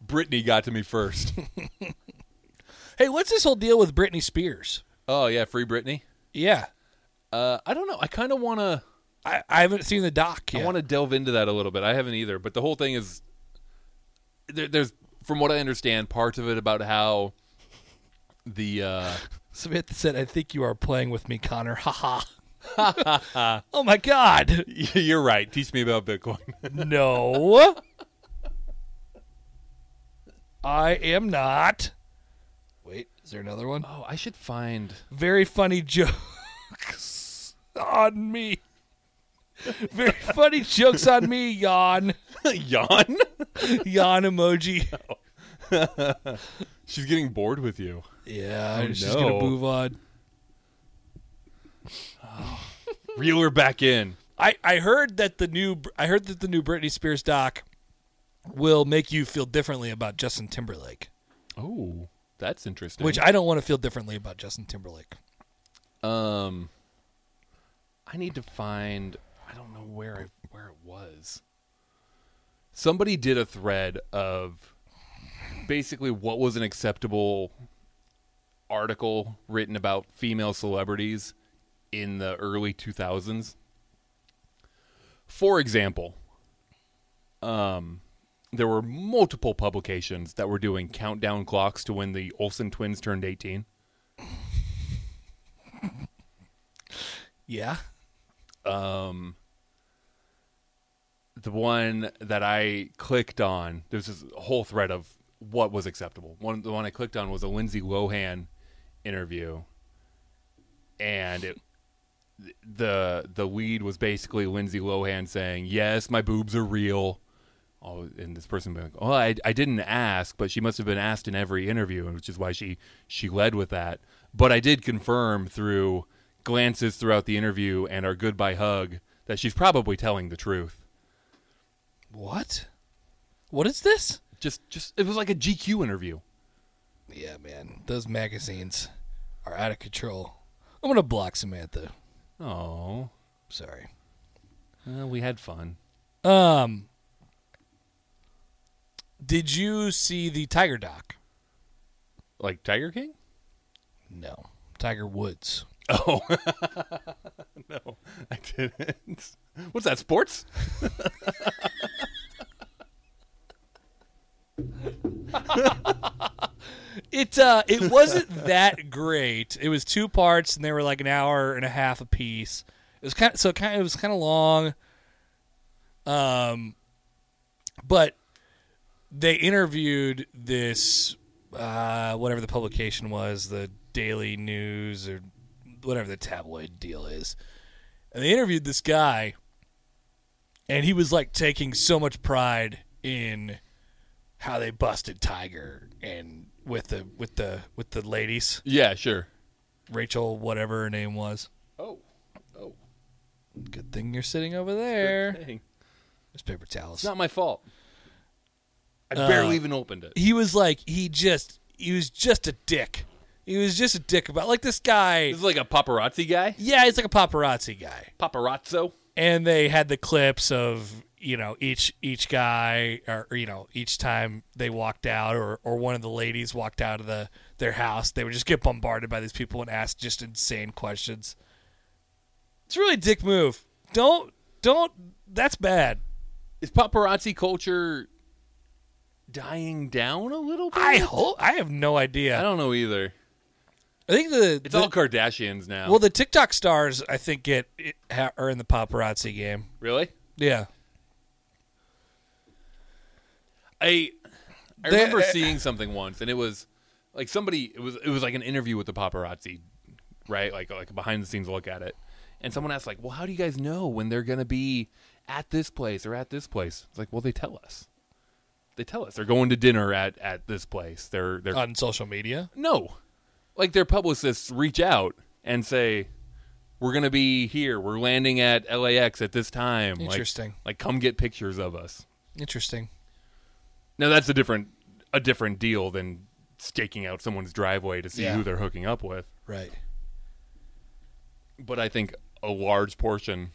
S3: Brittany got to me first.
S2: hey, what's this whole deal with Britney Spears?
S3: oh yeah, free Brittany.
S2: Yeah.
S3: Uh, I don't know. I kind of want to.
S2: I, I haven't seen the doc yet.
S3: I want to delve into that a little bit. I haven't either, but the whole thing is there, there's, from what I understand, parts of it about how the uh,
S2: Samantha said, "I think you are playing with me, Connor." Ha ha. oh my God!
S3: You're right. Teach me about Bitcoin.
S2: No. I am not. Wait, is there another one?
S3: Oh, I should find.
S2: Very funny jokes on me. Very funny jokes on me, yawn.
S3: Yawn?
S2: Yawn emoji.
S3: She's getting bored with you.
S2: Yeah,
S3: Oh,
S2: she's gonna
S3: no.
S2: move on.
S3: Reel her back in.
S2: I, I heard that the new I heard that the new Britney Spears doc will make you feel differently about Justin Timberlake,
S3: Oh, that's interesting.
S2: which I don't want to feel differently about Justin Timberlake.
S3: um, I need to find. I don't know where I, where it was. Somebody did a thread of basically what was an acceptable article written about female celebrities in the early 2000s. For example, um, there were multiple publications that were doing countdown clocks to when the Olsen twins turned 18.
S2: Yeah.
S3: um the one that I clicked on, there's this whole thread of what was acceptable. One the one I clicked on was a Lindsay Lohan interview. And it the the lead was basically Lindsay Lohan saying, "Yes, my boobs are real." Oh, and this person being like, "Oh, I, I didn't ask, but she must have been asked in every interview, and which is why she she led with that." But I did confirm through glances throughout the interview and our goodbye hug that she's probably telling the truth.
S2: What? What is this?
S3: Just just it was like a GQ interview.
S2: Yeah, man. Those magazines are out of control. I'm gonna block Samantha.
S3: Oh,
S2: Sorry.
S3: well, we had fun.
S2: Um Did you see the Tiger Doc?
S3: Like Tiger King?
S2: No. Tiger Woods.
S3: Oh no, I didn't. What's that? Sports?
S2: It uh, it wasn't that great. It was two parts, and they were like an hour and a half a piece. It was kind of so kind of, it was kind of long. Um, but they interviewed this uh, whatever the publication was, the Daily News or whatever the tabloid deal is, and they interviewed this guy, and he was like taking so much pride in how they busted Tiger and with the with the with the ladies,
S3: Yeah, sure.
S2: Rachel whatever her name was.
S3: Oh, oh,
S2: Good thing you're sitting over there.
S3: dang.
S2: There's paper towels.
S3: It's not my fault. I barely even opened it.
S2: he was like he just he was just a dick. He was just a dick about like this guy.
S3: This is like a paparazzi guy,
S2: Yeah, he's like a paparazzi guy.
S3: paparazzo.
S2: and they had the clips of you know each each guy or you know each time they walked out or or one of the ladies walked out of the their house they would just get bombarded by these people and ask just insane questions it's really a dick move don't don't that's bad
S3: Is paparazzi culture dying down a little bit?
S2: i hope i have no idea
S3: I don't know either.
S2: i think the
S3: It's
S2: the-
S3: all Kardashians now.
S2: well the tiktok stars i think get ha- are in the paparazzi game
S3: really?
S2: yeah
S3: I I
S2: They- eh.
S3: remember seeing something once, and it was like somebody. It was it was like an interview with the paparazzi, right? Like like a behind the scenes look at it. And someone asked like, "Well, how do you guys know when they're gonna be at this place or at this place?" It's like, "Well, they tell us. They tell us they're going to dinner at at this place. They're they're
S2: on social media
S3: no, like their publicists reach out and say." We're gonna be here. We're landing at LAX at this time. Like-
S2: Interesting.
S3: like come get pictures of us.
S2: interesting
S3: Now that's a different a different deal than staking out someone's driveway to see
S2: Yeah.
S3: who they're hooking up with.
S2: right
S3: But I think a large portion,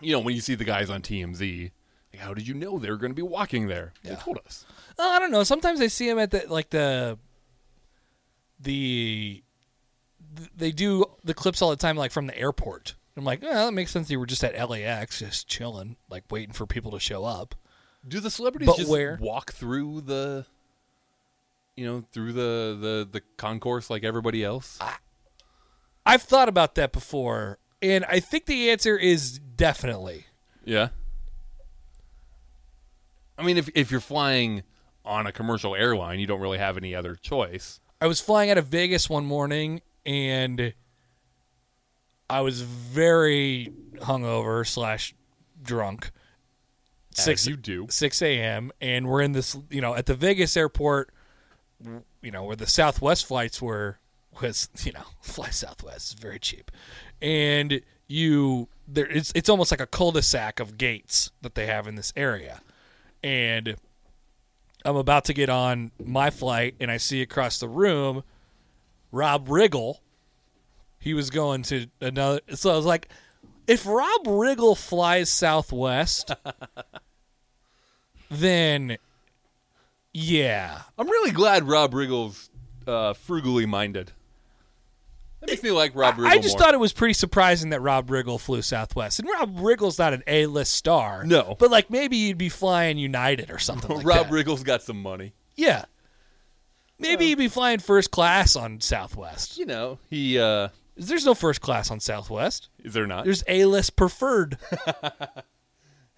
S3: you know, when you see the guys on TMZ, like, how did you know they were going to be walking there?
S2: Yeah.
S3: They told us.
S2: Oh, I don't know. Sometimes I see him at the like the the th- they do the clips all the time, like from the airport. I'm like, oh, that makes sense. You were just at LAX, just chilling, like waiting for people to show up.
S3: Do the celebrities
S2: But
S3: just
S2: where?
S3: walk through the, you know, through the the the concourse like everybody else?
S2: I've thought about that before, and I think the answer is definitely.
S3: Yeah. I mean, if if you're flying on a commercial airline, you don't really have any other choice.
S2: I was flying out of Vegas one morning and I was very hungover slash drunk.
S3: As you do.
S2: six a.m. and we're in this you know at the Vegas airport, you know where the Southwest flights were was you know fly Southwest is very cheap, and you there it's it's almost like a cul-de-sac of gates that they have in this area, and I'm about to get on my flight and I see across the room Rob Riggle. He was going to another. So I was like, if Rob Riggle flies Southwest, then yeah.
S3: I'm really glad Rob Riggle's uh, frugally minded. That makes me like Rob Riggle.
S2: I just
S3: more.
S2: thought it was pretty surprising that Rob Riggle flew Southwest. And Rob Riggle's not an A list star.
S3: No.
S2: But like maybe you'd be flying United or something like
S3: Rob
S2: that.
S3: Riggle's got some money.
S2: yeah. Maybe you'd be flying first class on Southwest.
S3: You know, he uh,
S2: There's no first class on Southwest.
S3: is there not?
S2: There's A list preferred.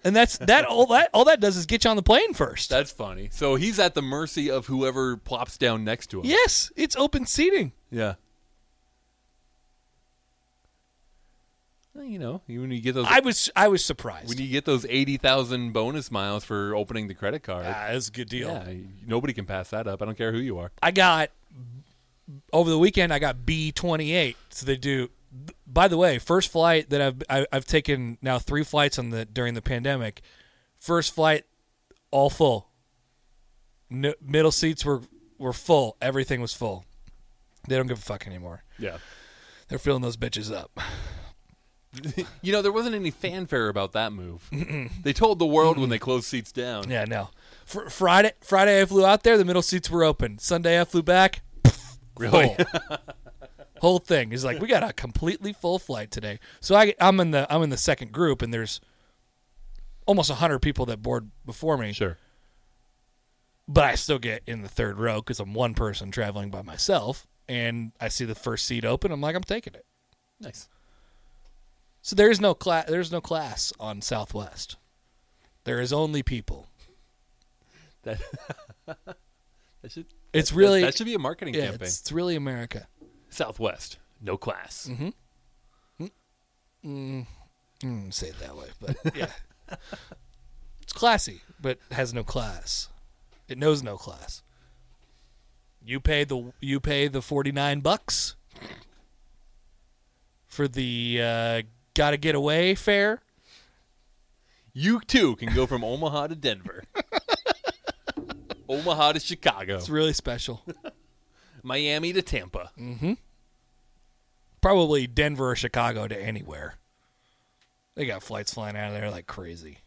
S2: and that's that all that all that does is get you on the plane first.
S3: That's funny. So he's at the mercy of whoever plops down next to him.
S2: yes, it's open seating.
S3: Yeah. Well, you know, you- when you get those,
S2: I was I was surprised.
S3: when you get those eighty thousand bonus miles for opening the credit card,
S2: Ah, that's a good deal.
S3: yeah, nobody can pass that up. I don't care who you are.
S2: I got over the weekend. I got B twenty eight. So they do. By the way, first flight that I've I, I've taken now three flights on the during the pandemic. First flight, all full. No, middle seats were were full. Everything was full. They don't give a fuck anymore.
S3: Yeah.
S2: They're filling those bitches up.
S3: You know, there wasn't any fanfare about that move. They told the world when they closed seats down.
S2: Yeah, no. Fr- Friday, Friday, I flew out there. The middle seats were open. Sunday, I flew back.
S3: Really?
S2: Full. Whole thing is like we got a completely full flight today. So I, I'm in the I'm in the second group, and there's almost hundred people that board before me.
S3: Sure.
S2: But I still get in the third row because I'm one person traveling by myself, and I see the first seat open. I'm like, I'm taking it.
S3: Nice.
S2: So there is no class. There's no class on Southwest. There is only people.
S3: That, that should
S2: It's really
S3: that, should be a marketing
S2: yeah.
S3: campaign.
S2: It's, it's really America.
S3: Southwest, no class.
S2: Mm-hmm. Mm, say it that way, but yeah, it's classy, but has no class. It knows no class. You pay the you pay the forty nine bucks for the uh, gotta get away fare.
S3: You too can go from Omaha to Denver, Omaha to Chicago,
S2: It's really special.
S3: Miami to Tampa.
S2: Mm. Probably Denver or Chicago to anywhere. They got flights flying out of there like crazy.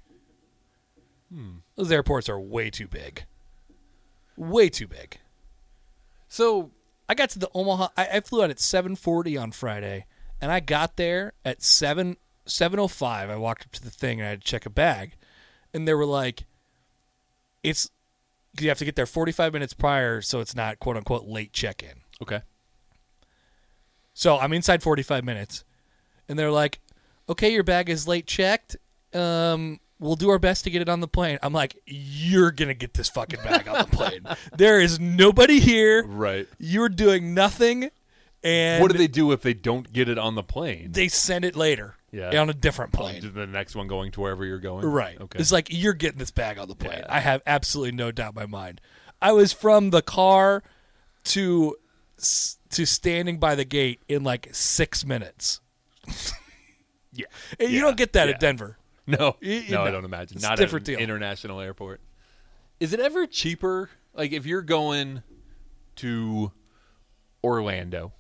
S2: Those airports are way too big. Way too big.
S3: So
S2: I got to the Omaha. I, I flew out at seven forty on Friday, and I got there at seven seven o five. I walked up to the thing and I had to check a bag, and they were like, "It's you have to get there forty five minutes prior, so it's not quote unquote late check in."
S3: okay,
S2: So I'm inside 45 minutes, and they're like, "Okay, your bag is late checked. Um, we'll do our best to get it on the plane." I'm like, "You're gonna get this fucking bag on the plane. There is nobody here.
S3: right.
S2: You're doing nothing." And
S3: what do they do if they don't get it on the plane?
S2: They send it later.
S3: Yeah.
S2: on a different
S3: Oh, to
S2: plane.
S3: the next one going to wherever you're going.
S2: Right.
S3: Okay.
S2: It's like you're getting this bag on the plane.
S3: Yeah.
S2: I have absolutely no doubt in my mind. I was from the car to s- to standing by the gate in like six minutes.
S3: yeah.
S2: And You
S3: Yeah.
S2: don't get that
S3: Yeah.
S2: at Denver.
S3: No,
S2: Y- y-
S3: no, I
S2: no.
S3: don't imagine.
S2: It's a
S3: Not
S2: different
S3: at an
S2: deal.
S3: international airport. Is it ever cheaper? Like if you're going to Orlando,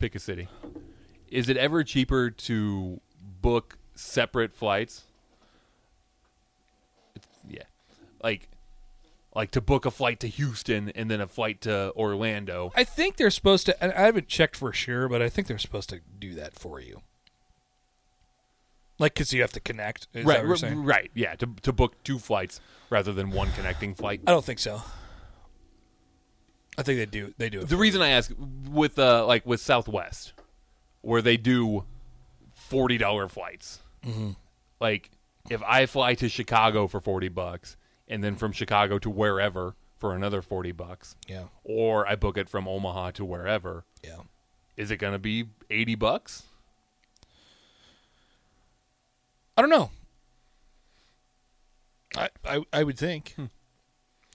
S3: pick a city. Is it ever cheaper to book separate flights? It's, yeah, like like to book a flight to Houston and then a flight to Orlando.
S2: I think they're supposed to. and I haven't checked for sure, but I think they're supposed to do that for you. Like, because you have to connect. Is
S3: right,
S2: that what you're
S3: r-
S2: saying?
S3: right, yeah. To to book two flights rather than one connecting flight.
S2: I don't think so. I think they do. They do it.
S3: The reason I ask with uh like with Southwest, where they do forty dollar flights, like if I fly to Chicago for forty bucks and then from Chicago to wherever for another 40 bucks.
S2: Yeah.
S3: Or I book it from Omaha to wherever.
S2: Yeah.
S3: Is it going to be 80 bucks?
S2: I don't know. I I, I would think.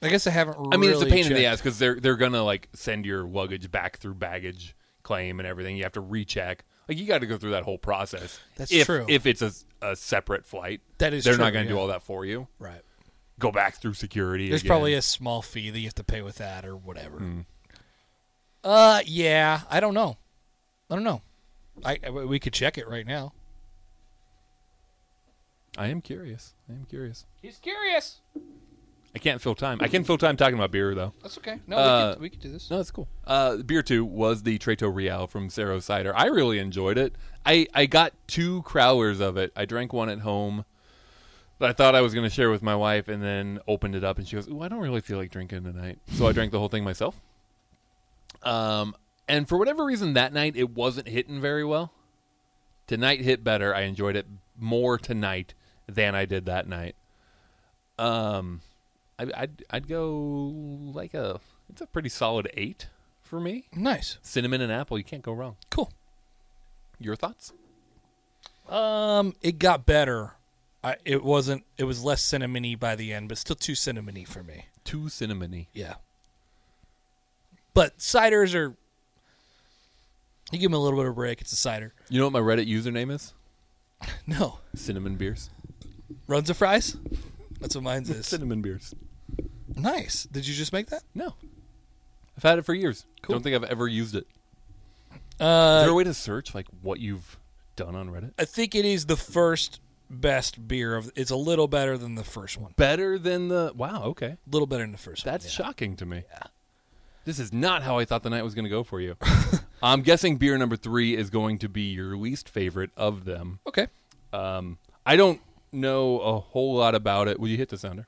S2: I guess I haven't.
S3: Hmm. I mean, it's a
S2: really
S3: pain in the
S2: checked.
S3: ass because they're they're gonna like send your luggage back through baggage claim and everything. You have to recheck. Like you got to go through that whole process.
S2: That's
S3: if,
S2: true.
S3: If it's a, a separate flight,
S2: That is
S3: they're
S2: true,
S3: not gonna do
S2: yeah.
S3: all that for you.
S2: Right.
S3: Go back through security.
S2: There's
S3: again.
S2: probably a small fee that you have to pay with that or whatever.
S3: Hmm.
S2: Uh, yeah, I don't know. I don't know. I, I- we could check it right now.
S3: I am curious. I am curious.
S2: He's curious.
S3: I can't fill time. I can fill time talking about beer though.
S2: That's okay. No,
S3: Uh,
S2: we, could, we could do this.
S3: No, that's cool. Uh, beer two was the Treto Real from Cerro Cider. I really enjoyed it. I, I got two crowlers of it. I drank one at home that I thought I was going to share with my wife, and then opened it up, and she goes, "Ooh, I don't really feel like drinking tonight," so I drank the whole thing myself. Um, and for whatever reason, that night it wasn't hitting very well. Tonight hit better. I enjoyed it more tonight than I did that night. Um, I, I'd I'd go like a it's a pretty solid eight for me.
S2: Nice.
S3: Cinnamon and apple, you can't go wrong.
S2: Cool.
S3: Your thoughts?
S2: Um, it got better. I, it wasn't. It was less cinnamony by the end, but still too cinnamony for me.
S3: Too cinnamony.
S2: Yeah. But ciders are. You give them a little bit of a break. It's a cider.
S3: You know what my Reddit username is?
S2: No,
S3: Cinnamon beers.
S2: runs of fries. That's what mine's is.
S3: Cinnamon beers.
S2: nice. Did you just make that?
S3: No, I've had it for years.
S2: Cool.
S3: Don't think I've ever used it. Is there
S2: Uh,
S3: a way to search like what you've done on Reddit?
S2: I think it is the first best beer of. It's a little better than the first one.
S3: Better than the wow. Okay,
S2: A little better than the first
S3: that's
S2: one.
S3: shocking to me. This is not how I thought the night was going to go for you. I'm guessing beer number three is going to be your least favorite of them.
S2: Yeah. Okay.
S3: Um, I don't know a whole lot about it. Will you hit the sounder?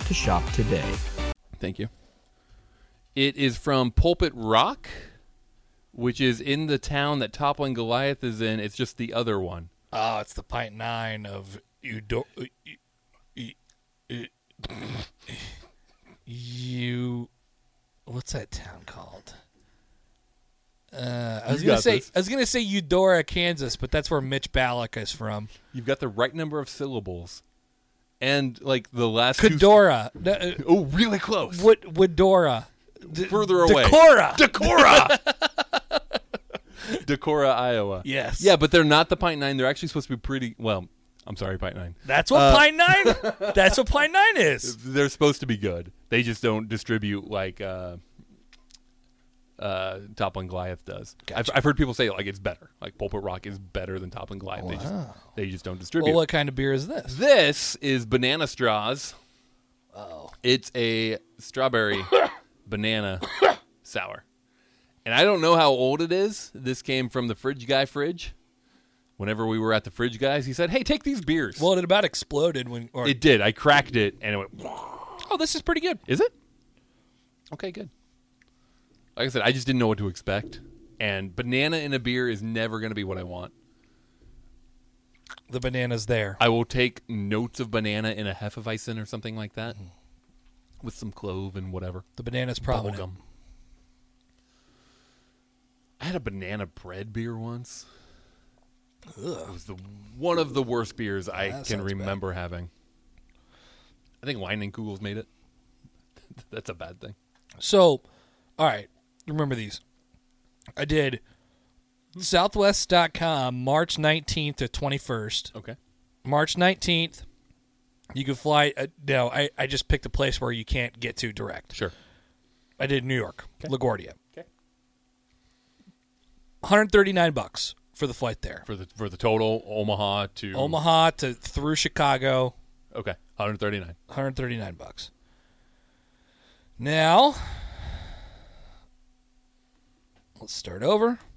S4: to shop today.
S3: Thank you. It is from Pulpit Rock, which is in the town that Toppling Goliath is in. It's just the other one.
S2: Oh, it's the pint nine of Udo- uh, y- y- uh, you. What's that town called? Uh, I was
S3: You
S2: gonna
S3: got
S2: say
S3: this.
S2: I was gonna say Eudora, Kansas, but that's where Mitch Ballack is from.
S3: You've got the right number of syllables, and like the last. two-
S2: Kedora, No, uh,
S3: oh, really close.
S2: Wed- Wedora, D-
S3: Further away.
S2: Decorah.
S3: Decorah. Decorah, Iowa.
S2: Yes.
S3: Yeah, but they're not the Pint Nine. They're actually supposed to be pretty. Well, I'm sorry, Pint Nine.
S2: that's what
S3: Uh,
S2: pint nine. that's what pint nine is.
S3: they're supposed to be good. They just don't distribute like uh, uh, Toppling Goliath does. I've, I've heard people say like it's better. Like Pulpit Rock is better than Toppling Goliath. They just they just don't distribute.
S2: Well, what kind of beer is this?
S3: This is banana straws. Oh, it's a strawberry banana sour, and I don't know how old it is. This came from the fridge guy fridge. Whenever we were at the fridge guys, he said, "Hey, take these beers."
S2: Well, it about exploded when. Or,
S3: it did. I cracked it, and it went.
S2: oh, this is pretty good.
S3: Is it? Okay, good. Like I said, I just didn't know what to expect. And banana in a beer is never going to be what I want.
S2: The banana's there.
S3: I will take notes of banana in a Hefeweizen or something like that
S2: Mm-hmm.
S3: with some clove and whatever.
S2: The banana's
S3: Bubble
S2: probably
S3: gum. I had a banana bread beer once. It was the one of the worst beers I
S2: that
S3: can
S2: sounds bad.
S3: remember having. I think Wine and Kugels made it. That's a bad thing.
S2: So, all right, remember these. I did southwest.com March 19th to 21st.
S3: Okay.
S2: March 19th, you can fly. Uh, no, I, I just picked a place where you can't get to direct.
S3: Sure.
S2: I did New York, LaGuardia.
S3: Okay.
S2: 139 bucks for the flight there.
S3: for the for the total Omaha to
S2: Omaha to through Chicago
S3: Okay, 139.
S2: 139 bucks. Now, let's start over.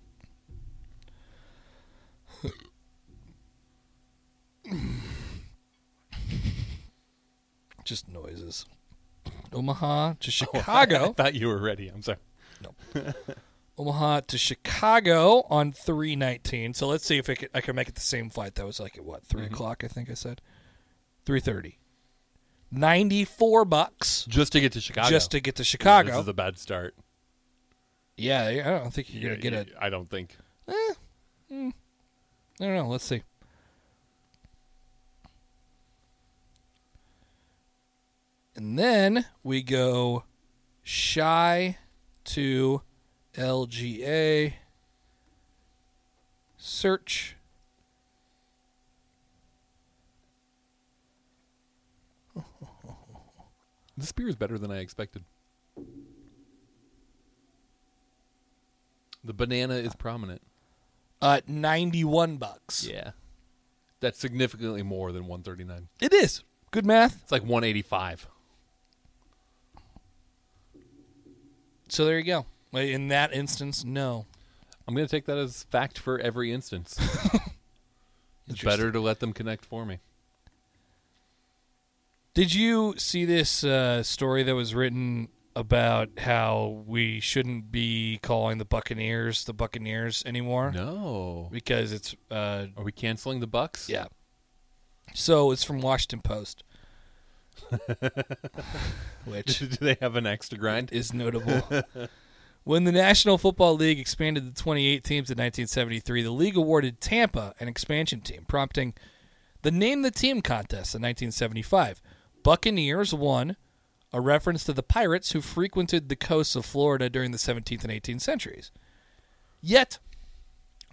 S2: just noises. Omaha to Chicago.
S3: Thought you were ready. I'm sorry.
S2: Omaha to Chicago on 319. So let's see if it can, I can make it the same flight. That was like at what, 3 o'clock, I think I said? 3.30. 94 bucks
S3: Just to get to Chicago.
S2: just to get to
S3: This
S2: Chicago.
S3: is a bad start.
S2: yeah, I don't think you're going to get it.
S3: I don't think.
S2: I don't know. Let's see. And then we go shy to LGA search.
S3: This beer is better than I expected. The banana is prominent.
S2: Uh, ninety-one bucks.
S3: Yeah. That's significantly more than 139.
S2: It is good math.
S3: It's like 185.
S2: So there you go. Wait, In that instance, no.
S3: I'm going to take that as fact for every instance. it's better to let them connect for me.
S2: Did you see this uh, story that was written about how we shouldn't be calling the Buccaneers the Buccaneers anymore?
S3: No.
S2: Because it's uh,
S3: Are we canceling the Bucks?
S2: yeah. So it's from Washington Post, which
S3: Do they have an axe to grind?
S2: is notable. when the National Football League expanded to 28 teams in 1973, the league awarded Tampa an expansion team, prompting the Name the Team contest in 1975. Buccaneers won, a reference to the pirates who frequented the coasts of Florida during the 17th and 18th centuries. Yet,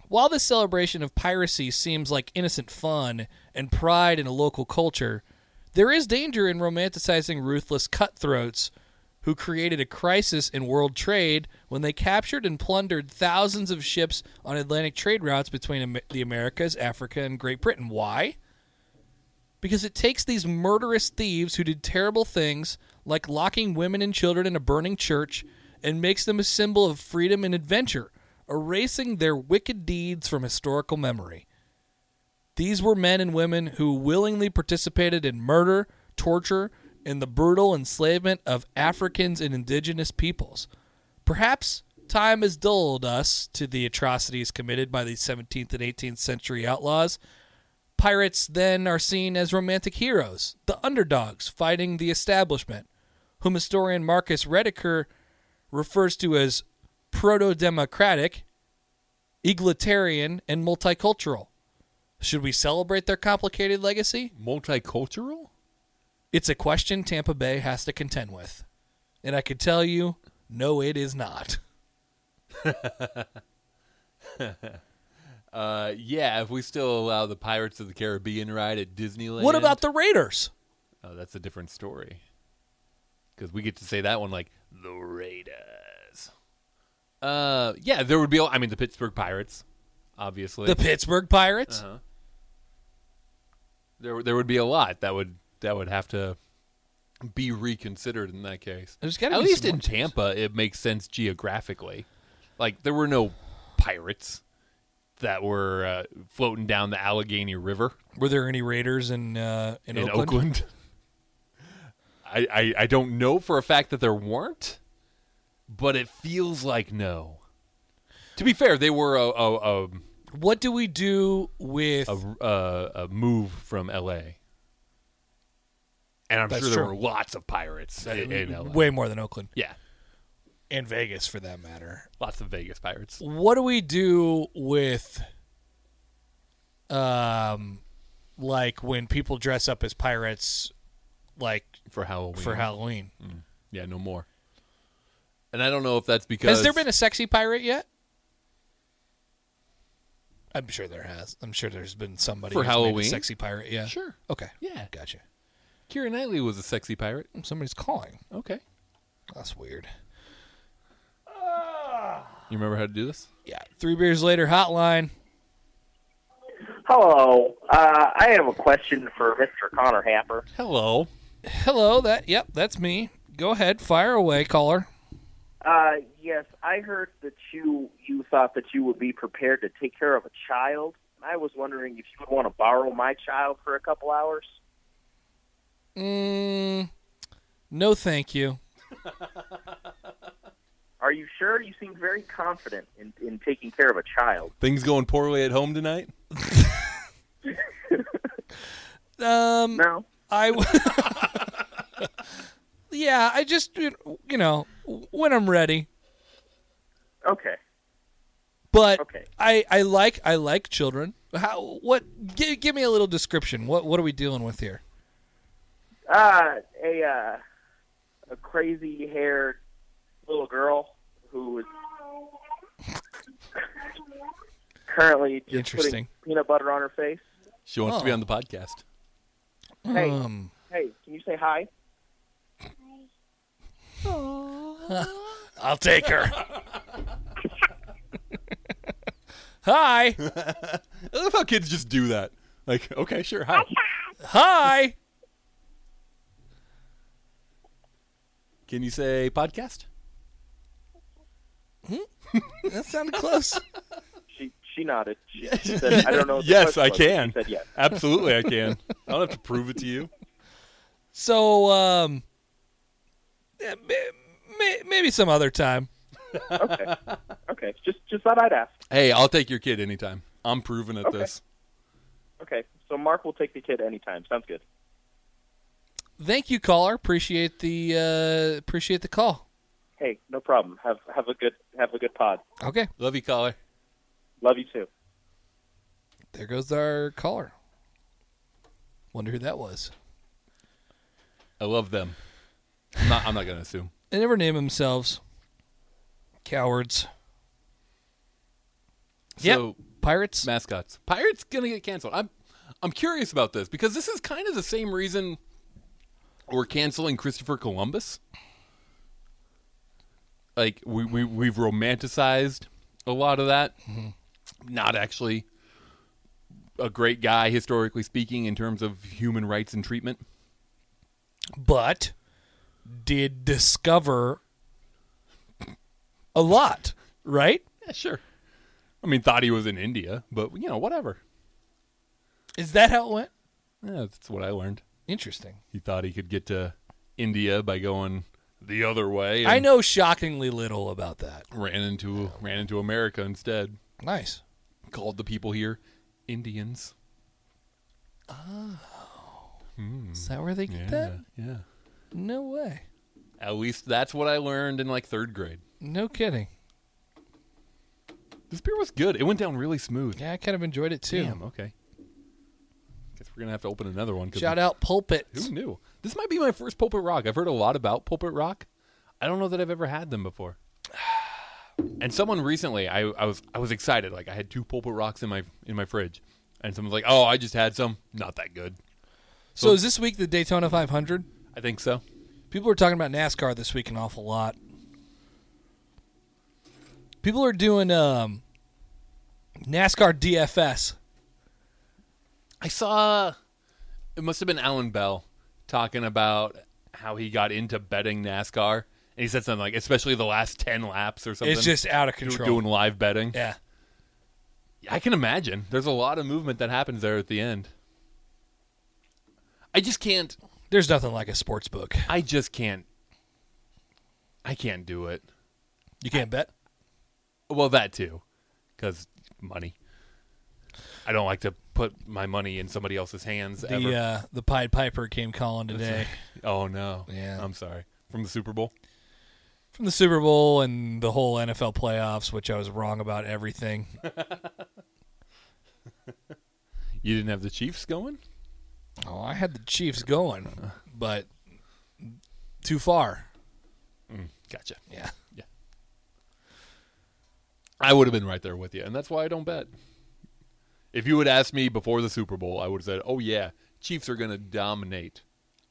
S2: while this celebration of piracy seems like innocent fun and pride in a local culture, there is danger in romanticizing ruthless cutthroats who created a crisis in world trade when they captured and plundered thousands of ships on Atlantic trade routes between Am- the Americas, Africa, and Great Britain. Why? Because it takes these murderous thieves who did terrible things, like locking women and children in a burning church, and makes them a symbol of freedom and adventure, erasing their wicked deeds from historical memory. These were men and women who willingly participated in murder, torture, and the brutal enslavement of Africans and indigenous peoples. Perhaps time has dulled us to the atrocities committed by these 17th and 18th century outlaws, Pirates then are seen as romantic heroes, the underdogs fighting the establishment, whom historian Marcus Rediker refers to as proto democratic, egalitarian, and multicultural. Should we celebrate their complicated legacy?
S3: Multicultural?
S2: It's a question Tampa Bay has to contend with. And I could tell you, no, it is not.
S3: Uh, yeah, if we still allow the Pirates of the Caribbean ride at Disneyland.
S2: What about the Raiders?
S3: Oh, that's a different story. Because we get to say that one like the Raiders. Uh, yeah, there would be. I mean, the Pittsburgh Pirates, obviously.
S2: The Pittsburgh Pirates?
S3: Uh-huh. there, there would be a lot that would that would have to be reconsidered in that case.
S2: There's gotta
S3: At
S2: be
S3: least
S2: some
S3: in
S2: more teams.
S3: Tampa, it makes sense geographically. Like there were no pirates that were uh, floating down the Allegheny River
S2: Were there any Raiders in, uh, in,
S3: in
S2: Oakland?
S3: Oakland. I, I I don't know for a fact that there weren't, but it feels like no. To be fair, they were a a, a,
S2: What do we do with
S3: a, a, a move from L.A. And I'm
S2: That's
S3: sure there
S2: true.
S3: were lots of pirates in, in L.A.
S2: way more than Oakland
S3: yeah,
S2: and Vegas for that matter.
S3: lots of Vegas pirates.
S2: What do we do with um like when people dress up as pirates like
S3: for Halloween.
S2: for Halloween?
S3: yeah, no more. And I don't know if that's because
S2: Has there been a sexy pirate yet? I'm sure there has. I'm sure there's been somebody
S3: For
S2: who's made a
S3: Halloween?
S2: sexy pirate. Yeah.
S3: sure?
S2: Okay.
S3: Yeah,
S2: Gotcha.
S3: Kira Knightley was a sexy pirate.
S2: Somebody's calling.
S3: Okay,
S2: That's weird.
S3: you remember how to do this?
S2: Yeah. Three beers later hotline.
S5: Hello. Uh, I have a question for Mr. Connor Happer.
S3: Hello.
S2: Hello, that yep, that's me. Go ahead, fire away, caller.
S5: Uh, yes, I heard that you you thought that you would be prepared to take care of a child. I was wondering if you would want to borrow my child for a couple hours.
S2: Mm, no, thank you.
S5: Are you sure? You seem very confident in, in taking care of a child.
S3: Things going poorly at home tonight?
S2: Um,
S5: No.
S2: I. w- yeah, I just you know when I'm ready,
S5: Okay.
S2: but
S5: Okay.
S2: I I like I like children. How what? Give, give me a little description. What what are we dealing with here?
S5: Uh, a uh, a crazy haired little girl who is currently just
S2: Interesting.
S5: putting peanut butter on her face.
S3: She wants to
S2: Oh.
S3: be on the podcast.
S5: Hey,
S2: Um,
S5: hey, can you say hi?
S2: I'll take her. hi,
S3: I love how kids just do that. Like, okay, sure. Hi.
S2: hi.
S3: Can you say podcast? Hmm?
S2: That sounded close.
S5: She she nodded. She, she said, "I don't know." What the
S3: Yes,
S5: question
S3: I
S5: was."
S3: can.
S5: She said yes.
S3: Absolutely, I can. I don't have to prove it to you.
S2: So, um, yeah, may- may- maybe some other time.
S5: Okay, okay. Just just thought I'd ask.
S3: Hey, I'll take your kid anytime. I'm proven at
S5: Okay.
S3: this.
S5: Okay, so Mark will take the kid anytime. Sounds good.
S2: Thank you, caller. Appreciate the uh, appreciate the call.
S5: Hey, no problem. Have have a good have a good pod.
S2: Okay,
S3: Love you, caller.
S5: Love you too.
S2: there goes our caller. Wonder who that was.
S3: I love them. I'm not, I'm not going to assume.
S2: They never name themselves. Cowards. Yep.
S3: So,
S2: Pirates.
S3: mascots. Pirates going to get canceled. I'm I'm curious about this because this is kind of the same reason we're canceling Christopher Columbus. Like we, we we've romanticized a lot of that. Not actually a great guy historically speaking in terms of human rights and treatment.
S2: but did discover a lot, right?
S3: Yeah, sure. I mean, thought he was in India, but you know, whatever.
S2: Is that how it went?
S3: Yeah, that's what I learned.
S2: Interesting.
S3: He thought he could get to India by going the other way.
S2: I
S3: and-
S2: know shockingly little about that.
S3: ran into ran into America instead.
S2: Nice.
S3: Called the people here Indians.
S2: Is that where they get that?
S3: yeah.
S2: No way.
S3: At least that's what I learned in like third grade.
S2: No kidding.
S3: This beer was good. It went down really smooth.
S2: Yeah, I kind of enjoyed it too.
S3: Damn. Okay. Guess we're gonna have to open another one. 'cause
S2: Shout out Pulpit.
S3: Who knew? This might be my first pulpit rock. I've heard a lot about pulpit rock. I don't know that I've ever had them before. And someone recently, I, I was I was excited. Like I had two pulpit rocks in my in my fridge, and someone's like, "Oh, I just had some. Not that good."
S2: So is this week the Daytona 500?
S3: I think so.
S2: People are talking about NASCAR this week an awful lot. People are doing um, NASCAR DFS.
S3: I saw it must have been Alan Bell talking about how he got into betting NASCAR, and he said something like, especially the last ten laps or something.
S2: It's just out of
S3: do-
S2: control.
S3: doing live betting.
S2: yeah.
S3: I can imagine. There's a lot of movement that happens there at the end. I just can't.
S2: There's nothing like a sports book.
S3: I just can't. I can't do it.
S2: You can't bet.
S3: Well, that too, because money. I don't like to put my money in somebody else's hands ever.
S2: The uh, the Pied Piper came calling today
S3: Oh no.
S2: Yeah.
S3: I'm sorry. From the Super Bowl.
S2: from the Super Bowl and the whole NFL playoffs, which I was wrong about everything.
S3: You didn't have the Chiefs going?
S2: Oh, I had the Chiefs going, but too far.
S3: Gotcha.
S2: Yeah,
S3: I would have been right there with you, and that's why I don't bet. If you would ask me before the Super Bowl, I would have said, "Oh yeah, Chiefs are going to dominate."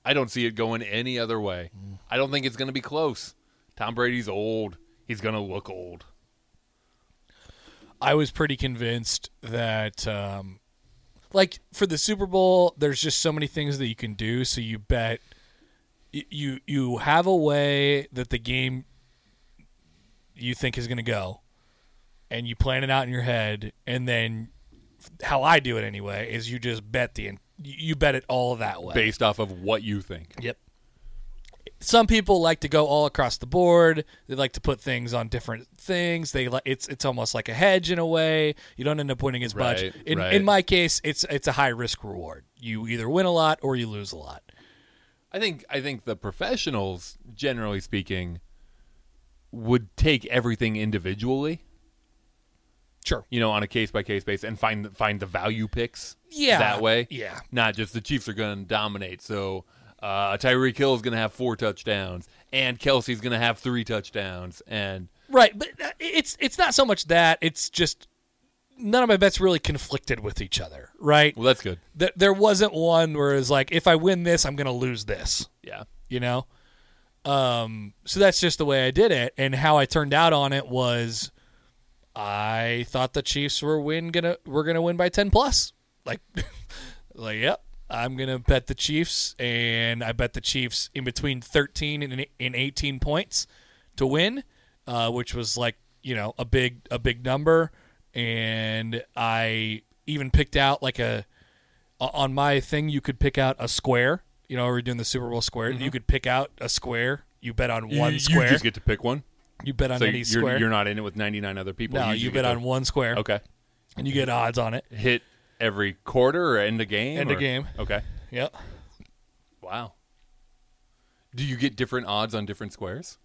S3: I don't see it going any other way. I don't think it's going to be close. Tom Brady's old. He's going to look old.
S2: I was pretty convinced that um, like for the Super Bowl, there's just so many things that you can do. So you bet y- you you have a way that the game you think is going to go, and you plan it out in your head, and then how I do it anyway is you just bet the you bet it all that way.
S3: based off of what you think.
S2: Yep. Some people like to go all across the board. They like to put things on different things. They like it's it's almost like a hedge in a way. You don't end up winning as
S3: Right,
S2: much. In,
S3: right.
S2: in my case, it's it's a high risk reward. You either win a lot or you lose a lot.
S3: I think I think the professionals, generally speaking, would take everything individually,
S2: Sure.
S3: you know, on a case by case basis, and find find the value picks.
S2: Yeah.
S3: that way.
S2: Yeah.
S3: not just the Chiefs are going to dominate. So uh, Tyreek Hill is going to have four touchdowns, and Kelsey's going to have three touchdowns, and
S2: Right, but uh, it's it's not so much that it's just none of my bets really conflicted with each other. Right.
S3: well, that's good.
S2: There, there wasn't one where it's like if I win this, I'm going to lose this.
S3: Yeah,
S2: you know um so that's just the way i did it and how i turned out on it was i thought the chiefs were win gonna were gonna win by 10 plus like like yep i'm gonna bet the chiefs and i bet the chiefs in between 13 and, and 18 points to win uh, which was like you know a big a big number and i even picked out like a o- on my thing you could pick out a square you know we're doing the super bowl square you could pick out a square you bet on one
S3: Mm-hmm. you,
S2: square
S3: You just get to pick one.
S2: you bet on
S3: so
S2: any
S3: you're,
S2: square
S3: you're not in it with 99 other people.
S2: no
S3: just
S2: you
S3: get
S2: bet
S3: to-
S2: on one square
S3: Okay,
S2: and you get odds on it
S3: hit every quarter or end the game.
S2: End of
S3: or-
S2: game.
S3: Okay.
S2: yep
S3: Wow. Do you get different odds on different squares?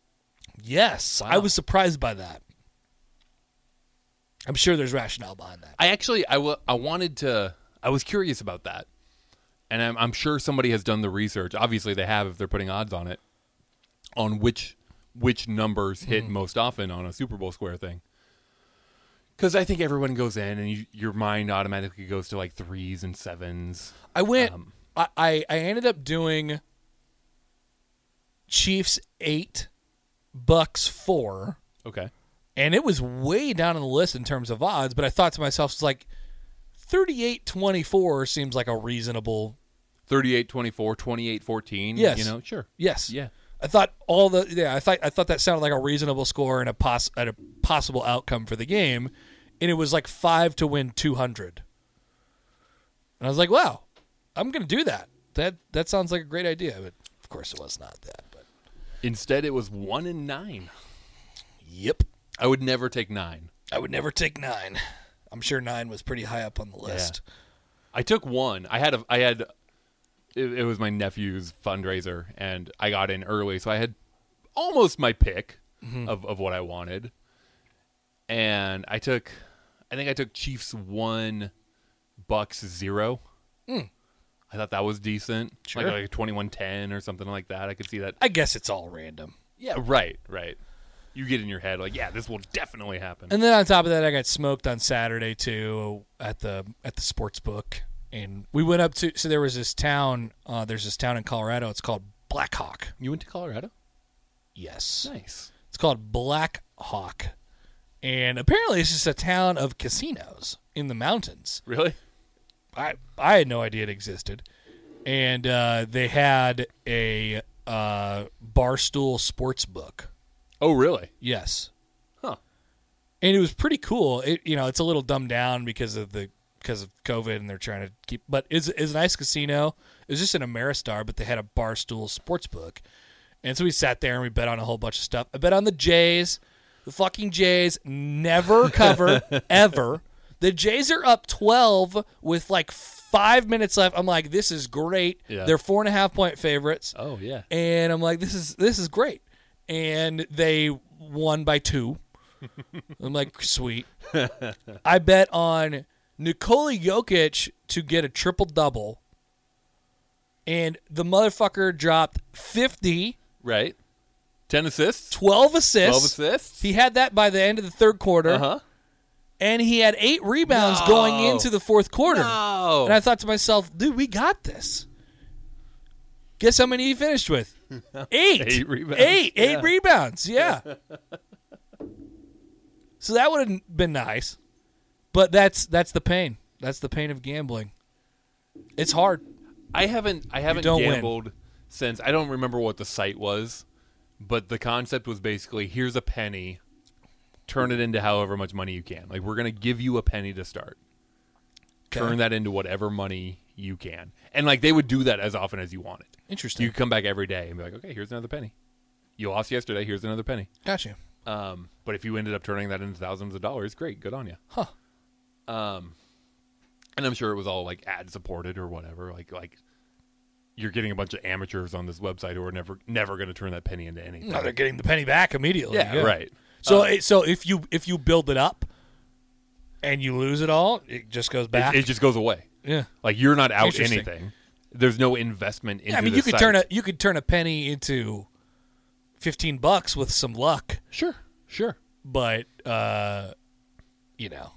S2: yes i was surprised by that i'm sure there's rationale behind that
S3: I actually, I wa- I wanted to, I was curious about that. And I'm, I'm sure somebody has done the research. Obviously, they have if they're putting odds on it, on which which numbers hit
S2: Mm-hmm.
S3: most often on a Super Bowl square thing. Because I think everyone goes in and you, your mind automatically goes to like threes and sevens.
S2: I went. I, I I ended up doing Chiefs eight, Bucks four,
S3: Okay.
S2: and it was way down on the list in terms of odds. But I thought to myself, it's like 38-24 seems like a reasonable.
S3: 38 24, 28 14.
S2: Yes.
S3: You know, sure.
S2: Yes.
S3: Yeah.
S2: I thought all the yeah. I thought I thought that sounded like a reasonable score and a poss and a possible outcome for the game, and it was like five to win two hundred. And I was like, wow, I'm gonna do that. That that sounds like a great idea, but of course it was not that. But
S3: Instead, it was one and nine.
S2: Yep.
S3: I would never take nine.
S2: I would never take nine. I'm sure nine was pretty high up on the list.
S3: I took one. I had a I had it, it was my nephew's fundraiser and I got in early, so I had almost my pick of, of what I wanted. And I took I think I took Chiefs one Bucks zero. I thought that was decent.
S2: Sure.
S3: Like like twenty one ten or something like that. I could see that.
S2: I guess it's all random.
S3: Yeah, right, right. You get in your head like, yeah, this will definitely happen.
S2: And then on top of that, I got smoked on Saturday too at the at the sports book, and we went up to. So there was this town. Uh, there's this town in Colorado. It's called Blackhawk.
S3: you went to Colorado?
S2: Yes,
S3: Nice.
S2: it's called Blackhawk, and apparently it's just a town of casinos in the mountains.
S3: Really?
S2: I I had no idea it existed, and uh, they had a uh, barstool sports book.
S3: Oh really?
S2: Yes.
S3: Huh.
S2: And it was pretty cool. It you know, it's a little dumbed down because of the because of COVID and they're trying to keep but it's it's a nice casino. It was just an Ameristar, but they had a barstool sports book. And so we sat there and we bet on a whole bunch of stuff. I bet on the Jays. The fucking Jays never cover ever. The Jays are up twelve with like five minutes left. I'm like, this is great.
S3: Yeah.
S2: They're four and a half point favorites
S3: Oh yeah.
S2: and I'm like, this is this is great. And they won by two. I'm like, sweet. I bet on Nikola Jokic to get a triple double, and the motherfucker dropped 50,
S3: Right. Ten assists.
S2: 12 assists.
S3: 12 assists.
S2: He had that by the end of the third quarter,
S3: Uh-huh.
S2: and he had eight rebounds
S3: No.
S2: going into the fourth quarter.
S3: No.
S2: And I thought to myself, dude, we got this. Guess how many he finished with? Eight.
S3: Eight rebounds.
S2: Eight. Eight
S3: Yeah.
S2: rebounds. Yeah. so that would have been nice. But that's that's the pain. That's the pain of gambling. It's hard.
S3: I haven't I haven't
S2: don't win.
S3: gambled since I don't remember what the site was, but the concept was basically here's a penny, turn it into however much money you can. Like we're gonna give you a penny to start. Turn that into whatever money you can. And like they would do that as often as you wanted.
S2: Interesting.
S3: You come back every day and be like, Okay, here's another penny. You lost yesterday, here's another penny.
S2: Got you.
S3: Um, but if you ended up turning that into thousands of dollars, great, good on you.
S2: Huh.
S3: And I'm sure it was all like ad supported or whatever. Like like you're getting a bunch of amateurs on this website who are never never going to turn that penny into anything.
S2: No, they're getting the penny back immediately.
S3: yeah, right.
S2: So it- so if you if you build it up and you lose it all, it just goes back.
S3: It, it just goes away.
S2: yeah.
S3: Like you're not out
S2: Interesting.
S3: anything. There's no investment into.
S2: Yeah, I mean
S3: the
S2: you could
S3: site.
S2: turn a you could turn a penny into 15 bucks with some luck,
S3: sure, sure.
S2: but uh you know,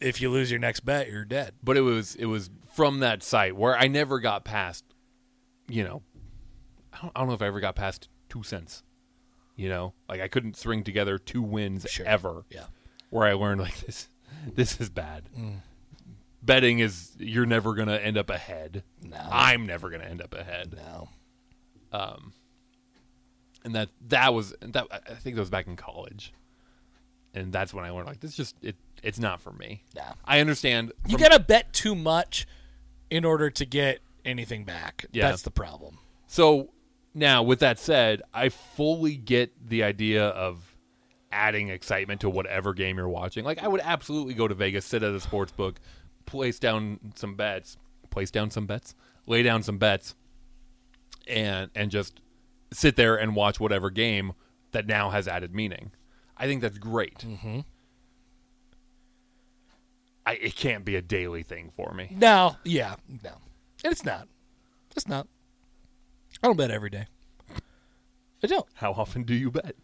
S2: if you lose your next bet, you're dead.
S3: But it was it was from that site where I never got past. You know, I don't, I don't know if I ever got past two cents. You know, like I couldn't string together two wins ever.
S2: Yeah. Mm.
S3: where I learned like this this is bad. Betting is you're never gonna end up ahead.
S2: No.
S3: I'm never gonna end up ahead. Um,
S2: No.
S3: And that that was that I think that was back in college. And that's when I learned like this just it it's not for me.
S2: No.
S3: I understand
S2: You
S3: from-
S2: got to bet too much in order to get anything back.
S3: Yeah.
S2: That's the problem.
S3: So now, with that said, I fully get the idea of adding excitement to whatever game you're watching. Like, I would absolutely go to Vegas, sit at a sports book, place down some bets, place down some bets, lay down some bets, and and just sit there and watch whatever game that now has added meaning. I think that's great. Mm-hmm. I, it can't be a daily thing for me.
S2: No, yeah, no, and it's not. It's not. I don't bet every day. I don't.
S3: How often do you bet?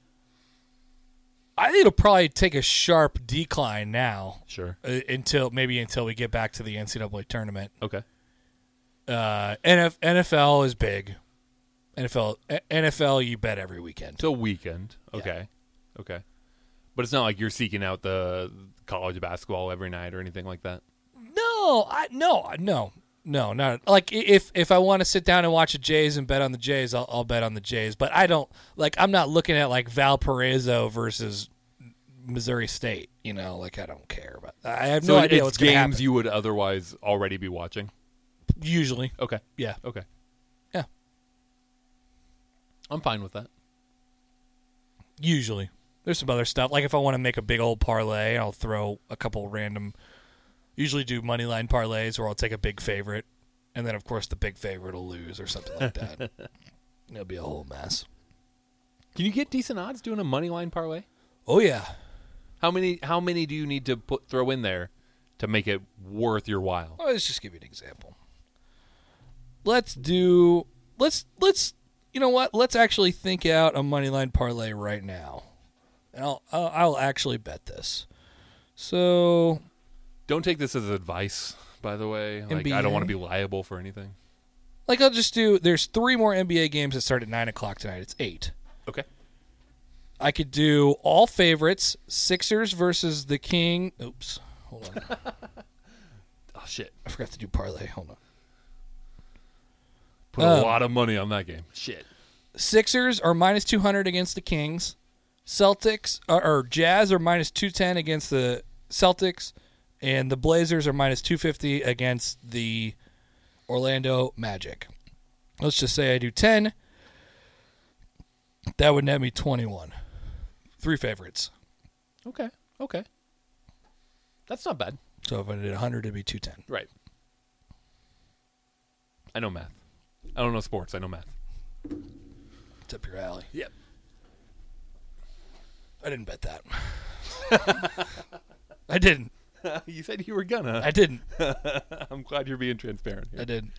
S2: I think it'll probably take a sharp decline now.
S3: Sure.
S2: Uh, until maybe until we get back to the NCAA tournament.
S3: Okay.
S2: Uh, NF, NFL is big. NFL uh, NFL you bet every weekend.
S3: Till weekend. Okay. Okay. But it's not like you're seeking out the college basketball every night or anything like that.
S2: No, I no no no not like i- if if I want to sit down and watch the Jays and bet on the Jays, I'll, I'll bet on the Jays. But I don't like I'm not looking at like Valparaiso versus Missouri State. You know, like I don't care about. I have no
S3: it-
S2: idea
S3: it's
S2: what's going to
S3: games
S2: happen.
S3: you would otherwise already be watching.
S2: Usually,
S3: Okay.
S2: yeah,
S3: Okay.
S2: Yeah.
S3: I'm fine with that.
S2: usually. There's some other stuff like if I want to make a big old parlay, I'll throw a couple random. Usually do money line parlays, or I'll take a big favorite, and then of course the big favorite will lose or something like that. It'll be a whole mess.
S3: Can you get decent odds doing a money line parlay?
S2: Oh yeah.
S3: How many how many do you need to put throw in there to make it worth your while?
S2: Well, Oh, let's just give you an example. Let's do let's let's you know what? Let's actually think out a money line parlay right now. And I'll I'll, I'll actually bet this. So
S3: Don't take this as advice, by the way. Like I don't want to be
S2: NBA?
S3: liable for anything.
S2: like I'll just do. There's three more NBA games that start at nine o'clock tonight. It's eight.
S3: Okay.
S2: I could do all favorites: Sixers versus the King. Oops, hold on.
S3: Oh shit.
S2: I forgot to do parlay. Hold on.
S3: Put a
S2: Um,
S3: lot of money on that game. Shit.
S2: Sixers are minus 200 against the Kings. Celtics or, or Jazz are minus 210 against the Celtics. And the Blazers are minus 250 against the Orlando Magic. Let's just say I do 10. That would net me 21. Three favorites.
S3: Okay. Okay. That's not bad.
S2: So if I did 100, it'd be 210.
S3: Right. I know math. I don't know sports. I know math.
S2: It's up your alley.
S3: Yep.
S2: I didn't bet that. I didn't.
S3: you said you were gonna.
S2: I didn't.
S3: I'm glad you're being transparent.
S2: I
S3: Here.
S2: didn't.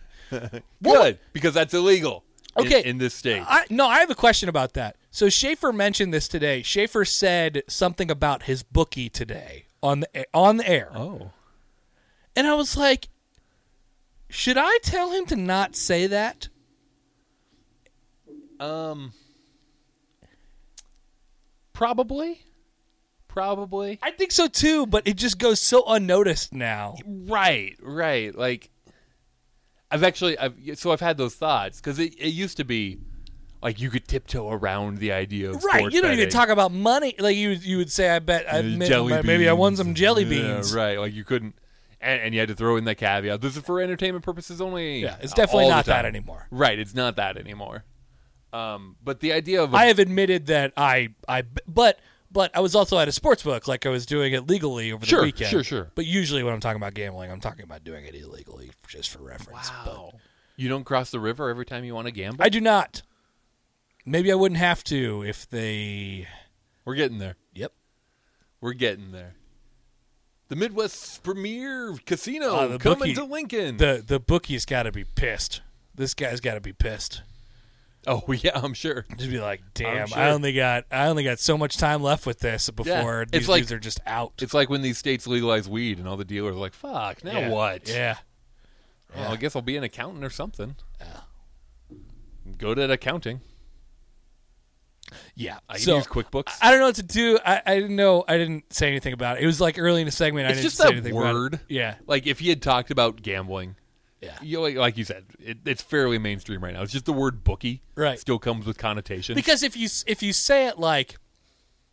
S3: Good, because that's illegal. in-
S2: Okay.
S3: In, this state.
S2: I, no, I have a question about that. So Schaefer mentioned this today. Schaefer said something about his bookie today on the on the air,
S3: oh.
S2: and I was like, should I tell him to not say that?
S3: Um. Probably. Probably.
S2: I think so too, but it just goes so unnoticed now.
S3: Right. Right. Like. I've actually, I've so I've had those thoughts because it, it used to be like you could tiptoe around the idea of
S2: Right,
S3: sports
S2: you don't even
S3: betting.
S2: talk about money. Like you, you would say, "I bet, I
S3: Uh,
S2: made-
S3: jelly
S2: maybe I won
S3: beans.
S2: some jelly
S3: Yeah,
S2: beans."
S3: right, like you couldn't, and, and you had to throw in the caveat. This is for entertainment purposes only.
S2: Yeah, it's
S3: uh,
S2: definitely
S3: all the
S2: not that
S3: time.
S2: anymore.
S3: Right, it's not that anymore. Um, but the idea of a-
S2: I have admitted that I, I, but, but I was also at a sports book, like I was doing it legally over
S3: Sure,
S2: the weekend.
S3: sure, sure.
S2: But usually when I'm talking about gambling, I'm talking about doing it illegally, just for reference.
S3: Wow. You don't cross the river every time you want to gamble.
S2: But I do not. Maybe I wouldn't have to if they.
S3: We're getting there.
S2: Yep.
S3: We're getting there. The Midwest's premier casino
S2: Uh, the
S3: Oh, coming
S2: bookie-
S3: to Lincoln.
S2: The the bookie's got to be pissed. This guy's got to be pissed.
S3: oh yeah, I'm sure.
S2: Just be like, damn,
S3: sure.
S2: I only got I only got so much time left with this before
S3: It's
S2: these
S3: like-
S2: dudes are just out.
S3: It's like when these states legalize weed, and all the dealers are like, "Fuck, now
S2: Yeah.
S3: what?
S2: Yeah.
S3: Well, I guess I'll be an accountant or something." Go to accounting.
S2: Yeah.
S3: I can
S2: so,
S3: use QuickBooks.
S2: I don't know what to do. I, I didn't know. I didn't say anything about it. It was like early in the segment. I
S3: It's
S2: didn't
S3: just
S2: say
S3: that
S2: anything
S3: word.
S2: About it. Yeah.
S3: like if he had talked about gambling,
S2: Yeah.
S3: you know, like, like you said, it, it's fairly mainstream right now. It's just the word "bookie"
S2: Right.
S3: still comes with connotation.
S2: Because if you s- if you say it like,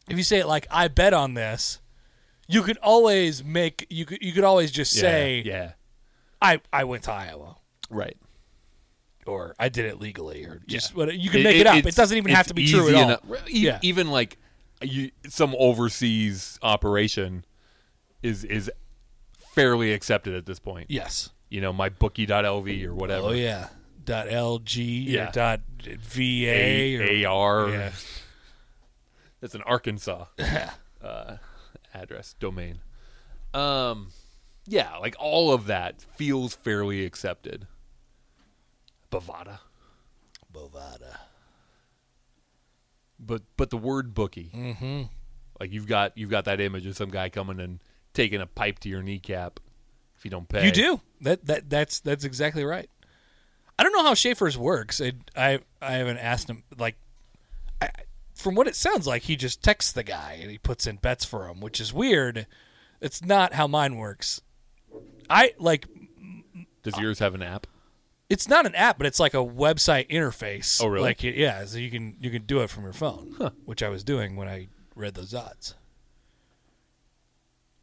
S2: if you say it like, I bet on this, you could always make you could you could always just
S3: Yeah,
S2: say,
S3: yeah,
S2: I I went to Iowa.
S3: right.
S2: Or I did it legally, or just
S3: Yeah.
S2: what you can make it, up. It
S3: it's-
S2: doesn't even have
S3: it's
S2: to be true at
S3: easy
S2: all.
S3: enough- Well, e-
S2: Yeah.
S3: Even like you, some overseas operation is is fairly accepted at this point.
S2: Yes.
S3: You know, my bookie.lv or whatever.
S2: Oh yeah. Dot LG
S3: Yeah.
S2: or dot VA or
S3: A- AR.
S2: Yeah.
S3: That's an Arkansas uh, address domain. Um, yeah, like all of that feels fairly accepted. Bovada,
S2: Bovada.
S3: but but the word bookie, mm-hmm. like you've got you've got that image of some guy coming and taking a pipe to your kneecap if you don't pay.
S2: You do that. That that's that's exactly right. I don't know how Schaefer's works. I I, I haven't asked him. Like, I, from what it sounds like, he just texts the guy and he puts in bets for him, which is weird. It's not how mine works. I like.
S3: Does yours have an app?
S2: It's not an app, but it's like a website interface.
S3: Oh, really?
S2: Like, it- yeah. So you can you can do it from your phone, which I was doing when I read those odds,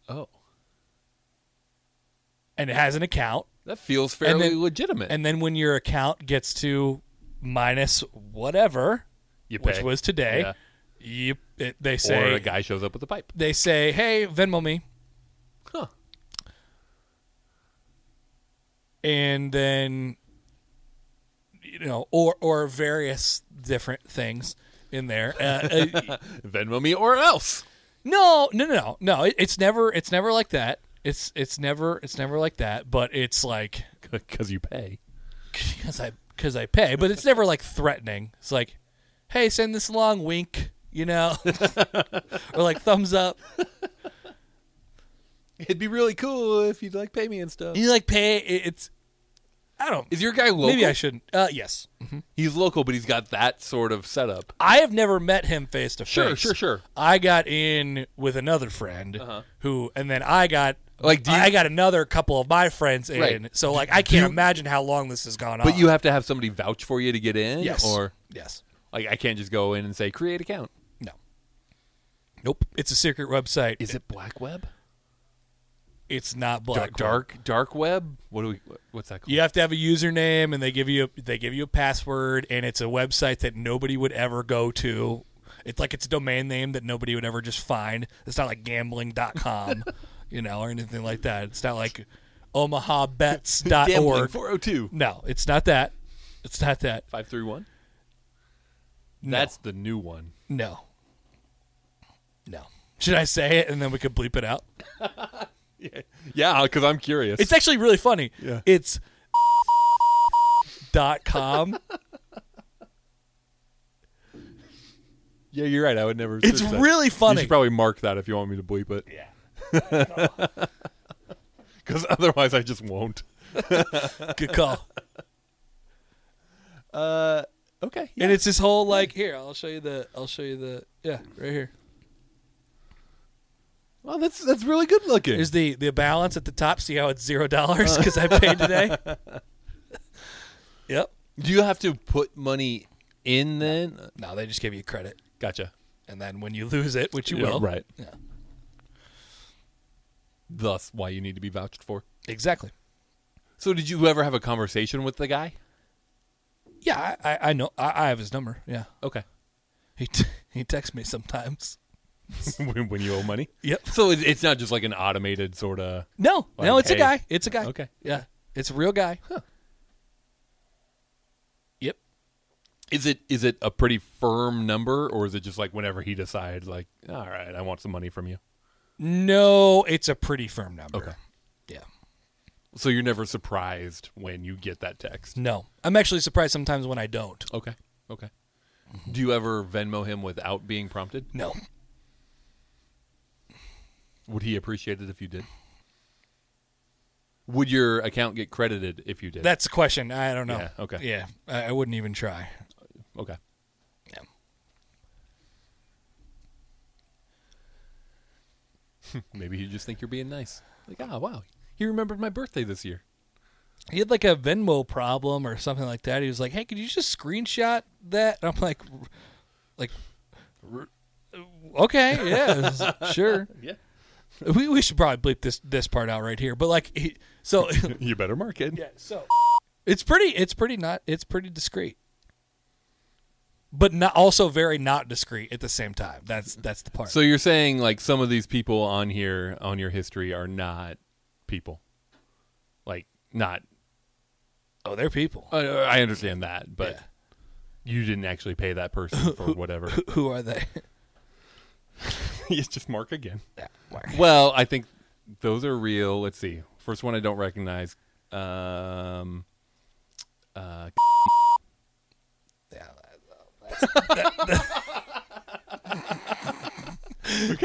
S3: Oh,
S2: and it has an account.
S3: that feels fairly
S2: then-
S3: legitimate.
S2: And then when your account gets to minus whatever,
S3: you pay.
S2: which was today,
S3: Yeah.
S2: you it, they
S3: or
S2: say
S3: a guy shows up with a pipe.
S2: they say, "Hey, Venmo me,"
S3: Huh.
S2: and then you know, or or various different things in there. Uh, uh,
S3: Venmo me or else.
S2: no, no, no, no, no. It, it's never it's never like that. It's it's never it's never like that. But it's like
S3: Because you pay.
S2: because I because I pay, but it's never like threatening. It's like, hey, send this along, wink, you know, or like thumbs up.
S3: It'd be really cool if you'd like pay me and stuff.
S2: You like pay. It, it's I don't.
S3: Is your guy local?
S2: Maybe I shouldn't. Uh, yes.
S3: He's local, but he's got that sort of setup.
S2: I have never met him face to face.
S3: Sure, sure, sure. Uh-huh.
S2: I got in with another friend who, and then I got
S3: Like, do you-
S2: I got another couple of my friends in.
S3: Right.
S2: So like, I can't
S3: you-
S2: imagine how long this has gone on.
S3: But you have to have somebody vouch for you to get in,
S2: yes,
S3: or
S2: yes,
S3: like I can't just go in and say create account.
S2: no, nope. It's a secret website.
S3: Is it black web?
S2: It's not black.
S3: Dark, dark, dark web. What do we? What's that called?
S2: You have to have a username, and they give you a, they give you a password, and it's a website that nobody would ever go to. It's like it's a domain name that nobody would ever just find. It's not like gambling.com, you know, or anything like that. It's not like
S3: Gambling
S2: omahabets.org.
S3: four zero two
S2: No, it's not that. It's not that.
S3: five three one. That's the new one.
S2: No. No. Should I say it and then we could bleep it out?
S3: Yeah, because I'm curious.
S2: It's actually really funny.
S3: Yeah.
S2: It's dot com.
S3: yeah, you're right. I would never.
S2: It's
S3: search that.
S2: really
S3: You
S2: funny.
S3: should probably mark that if you want me to bleep it. Yeah. Because otherwise, I just won't.
S2: Good call. Uh,
S3: Okay.
S2: And it's this whole like here, I'll show you the I'll show you the yeah, right here.
S3: Well, that's that's really good looking.
S2: Uh. There's the the balance at the top. See how it's zero dollars because I paid today. Yep.
S3: Do you have to put money in then? Uh,
S2: No, they just give you credit,
S3: Gotcha.
S2: and then when you lose it, which you
S3: Yeah,
S2: will,
S3: right.
S2: Yeah.
S3: Thus, why you need to be vouched for.
S2: Exactly.
S3: So, did you ever have a conversation with the guy?
S2: Yeah, I, I, I know. I, I have his number. Yeah,
S3: Okay.
S2: he t- he texts me sometimes.
S3: when, when you owe money.
S2: Yep.
S3: So it, it's not just like an automated sort of.
S2: No,
S3: Like,
S2: no, it's a
S3: hey.
S2: guy. It's a guy.
S3: Okay.
S2: Yeah, it's a real guy. Yep.
S3: Is it is it a pretty firm number, or is it just like whenever he decides, like, all right, I want some money from you?
S2: No, it's a pretty firm number.
S3: Okay.
S2: Yeah.
S3: So you're never surprised when you get that text.
S2: No, I'm actually surprised sometimes when I don't.
S3: Okay. Okay. Do you ever Venmo him without being prompted?
S2: No.
S3: Would he appreciate it if you did? Would your account get credited if you did?
S2: That's a question. I don't know.
S3: Yeah, okay.
S2: Yeah, I, I wouldn't even try.
S3: okay.
S2: Yeah.
S3: Maybe you just think you're being nice. Like, ah, wow, he remembered my birthday this year.
S2: He had like a Venmo problem or something like that. He was like, "Hey, could you just screenshot that?" And I'm like, "R- "Like, r- okay, yeah, sure."
S3: Yeah.
S2: We we should probably bleep this this part out right here. But like, he, so
S3: You better mark it.
S2: yeah, so it's pretty it's pretty not it's pretty discreet, but not also very not discreet at the same time. That's that's the part.
S3: So you're saying like some of these people on here on your history are not people, like not.
S2: oh, they're people.
S3: I- I understand that, but
S2: Yeah.
S3: you didn't actually pay that person for whatever.
S2: Who are they?
S3: you just mark again.
S2: Yeah,
S3: Well, I think those are real. Let's see. First one I don't recognize. Um, uh,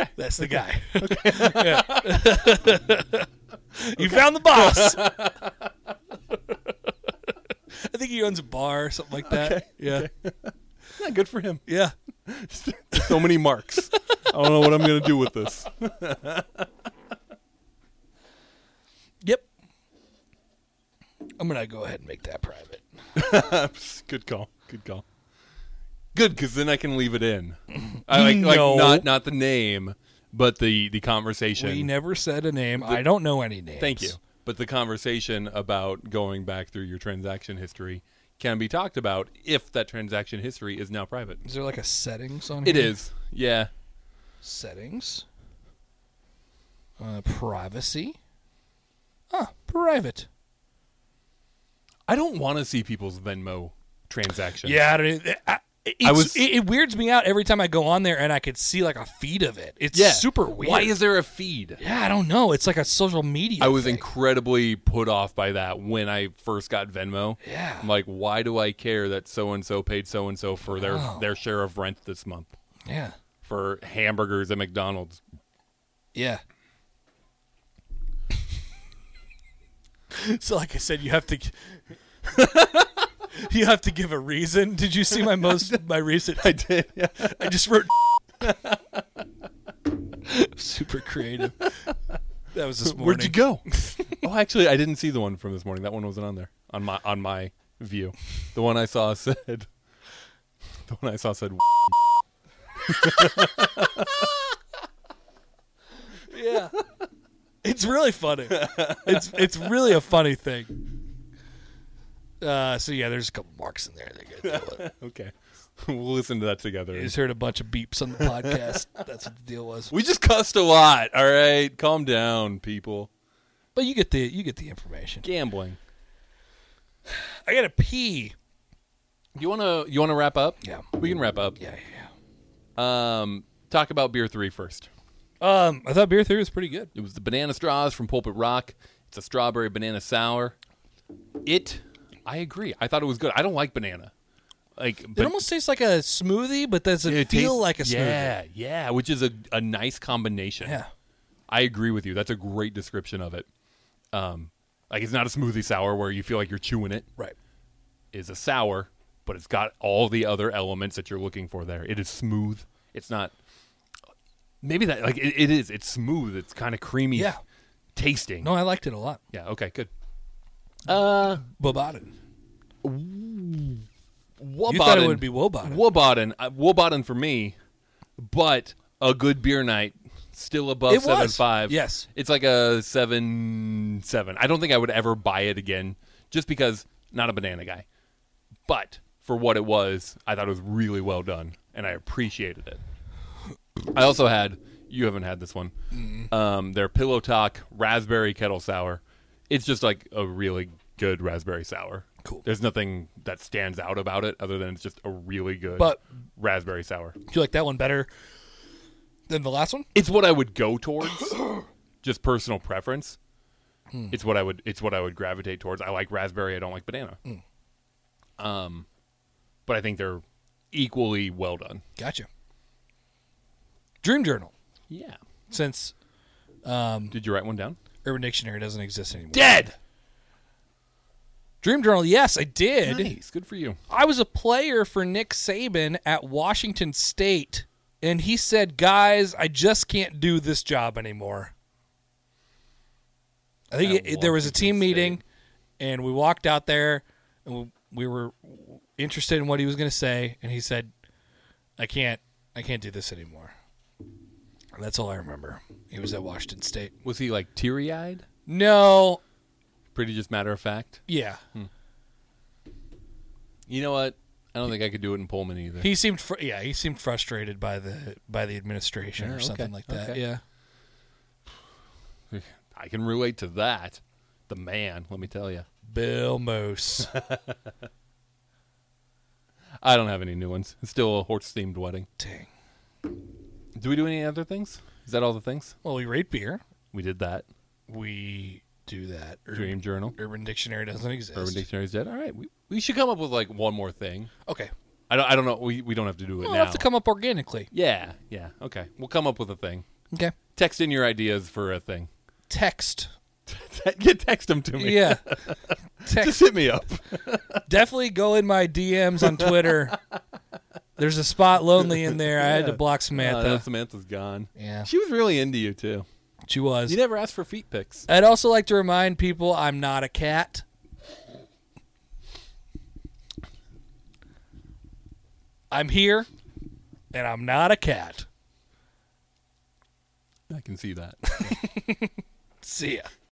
S2: That's the guy. Yeah. you found the boss. I think he owns a bar or something like that. Yeah.
S3: not good for him.
S2: Yeah.
S3: so many marks. I don't know what I'm gonna do with this.
S2: Yep. I'm going to go ahead and make that private.
S3: Good call. Good call. Good, because then I can leave it in. I like, like
S2: No.
S3: not not the name, but the the conversation.
S2: We never said a name. I don't know any names.
S3: Thank you. But the conversation about going back through your transaction history can be talked about if that transaction history is now private.
S2: Is there like a settings on
S3: It
S2: here?
S3: is. Yeah.
S2: Settings. Uh, privacy. Huh. Private.
S3: I don't want to see people's Venmo transactions.
S2: Yeah, I, don't, e, I, it's-
S3: was-
S2: It, it weirds me out every time I go on there and I could see like a feed of it. It's
S3: Yeah.
S2: super weird.
S3: Why is there a feed?
S2: Yeah, I don't know. It's like a social media.
S3: I was
S2: thing.
S3: incredibly put off by that when I first got Venmo.
S2: Yeah.
S3: I'm like, why do I care that so and so paid so and so for their their share of rent this month
S2: yeah,
S3: for hamburgers at McDonald's?
S2: yeah. so, like I said, you have to. You have to give a reason. Did you see my most my recent? I did. Yeah. I just wrote. Super creative. That was this morning.
S3: Where'd you go? oh, actually, I didn't see the one from this morning. That one wasn't on there on my on my view. The one I saw said. The one I saw said.
S2: Yeah. It's really funny. It's it's really a funny thing. Uh, so yeah, there's a couple marks in there. That gotta deal with.
S3: Okay, we'll listen to that together.
S2: You just heard a bunch of beeps on the podcast. That's what the deal was.
S3: We just cussed a lot. All right, calm down, people.
S2: But you get the you get the information.
S3: Gambling.
S2: I gotta pee.
S3: You wanna you wanna wrap up?
S2: Yeah.
S3: we can wrap up.
S2: Yeah, yeah.
S3: Um, talk about beer three first.
S2: yeah. Um, I thought beer theory was pretty good.
S3: It was the banana straws from Pulpit Rock. It's a strawberry banana sour. It, I agree. I thought it was good. I don't like banana. Like
S2: It almost tastes like a smoothie, but doesn't
S3: it
S2: feel
S3: tastes-
S2: like a smoothie.
S3: Yeah, yeah, which is a, a nice combination.
S2: Yeah.
S3: I agree with you. That's a great description of it. Um, like it's not a smoothie sour where you feel like you're chewing it.
S2: Right.
S3: is a sour, but it's got all the other elements that you're looking for there. It is smooth. It's not maybe that like it, it is. It's smooth. It's kind of creamy.
S2: Yeah.
S3: Tasting.
S2: No, I liked it a lot.
S3: Yeah. Okay. Good.
S2: Bobotin.
S3: Woboden,
S2: You thought it would be Woboden.
S3: Woboden, uh, Woboden for me, but a good beer night still above
S2: It was.
S3: seven five.
S2: Yes.
S3: it's like a seven seven. I don't think I would ever buy it again, just because not a banana guy. But for what it was, I thought it was really well done, and I appreciated it. I also had you haven't had this one. Um, their Pillow Talk Raspberry Kettle Sour. It's just like a really good raspberry sour.
S2: Cool.
S3: There's nothing that stands out about it other than it's just a really good
S2: But-
S3: raspberry sour.
S2: Do you like that one better than the last one?
S3: It's what I would go towards. just personal preference.
S2: Hmm.
S3: It's what I would it's what I would gravitate towards. I like raspberry, I don't like banana.
S2: Hmm.
S3: Um but I think they're equally well done.
S2: Gotcha. Dream Journal.
S3: Yeah.
S2: Since Um,
S3: Did you write one down?
S2: Urban Dictionary doesn't exist anymore.
S3: Dead.
S2: Dream Journal. Yes, I did.
S3: Nice. Good for you.
S2: I was a player for Nick Saban at Washington State, and he said, "Guys, I just can't do this job anymore." I think
S3: At
S2: it, there was a
S3: Washington
S2: team
S3: State.
S2: meeting, and we walked out there, and we, we were interested in what he was going to say, and he said, "I can't, I can't do this anymore." And that's all I remember. He was at Washington State.
S3: Was he like teary eyed?
S2: No,
S3: Pretty just matter of fact.
S2: yeah,
S3: Hmm. You know what? I don't think I could do it in Pullman either.
S2: he seemed, fr- yeah, he seemed frustrated by the by the administration
S3: Yeah,
S2: or
S3: okay,
S2: something like that.
S3: okay.
S2: Yeah.
S3: I can relate to that. The man, let me tell you.
S2: Bill Moose.
S3: I don't have any new ones. It's still a horse themed wedding.
S2: Dang.
S3: Do we do any other things? Is that all the things?
S2: Well, we rate beer.
S3: We did that.
S2: We do that. Ur-
S3: Dream Journal.
S2: Urban Dictionary doesn't exist.
S3: Urban Dictionary's dead. All right. We, we should come up with like one more thing.
S2: Okay.
S3: I don't, I don't know. We, we don't have to do it
S2: Well,
S3: now.
S2: it'll have to come up organically.
S3: yeah. Yeah. Okay. We'll come up with a thing.
S2: Okay.
S3: Text in your ideas for a thing.
S2: Text.
S3: yeah, text them to me.
S2: Yeah.
S3: Just
S2: Text.
S3: hit me up.
S2: Definitely go in my DMs on Twitter. There's a spot lonely in there. I had to block
S3: Uh, now
S2: Samantha.
S3: Samantha's gone.
S2: Yeah.
S3: She was really into you too.
S2: she was.
S3: You never asked for feet pics.
S2: I'd also like to remind people I'm not a cat. I'm here, and I'm not a cat.
S3: I can see that.
S2: See ya.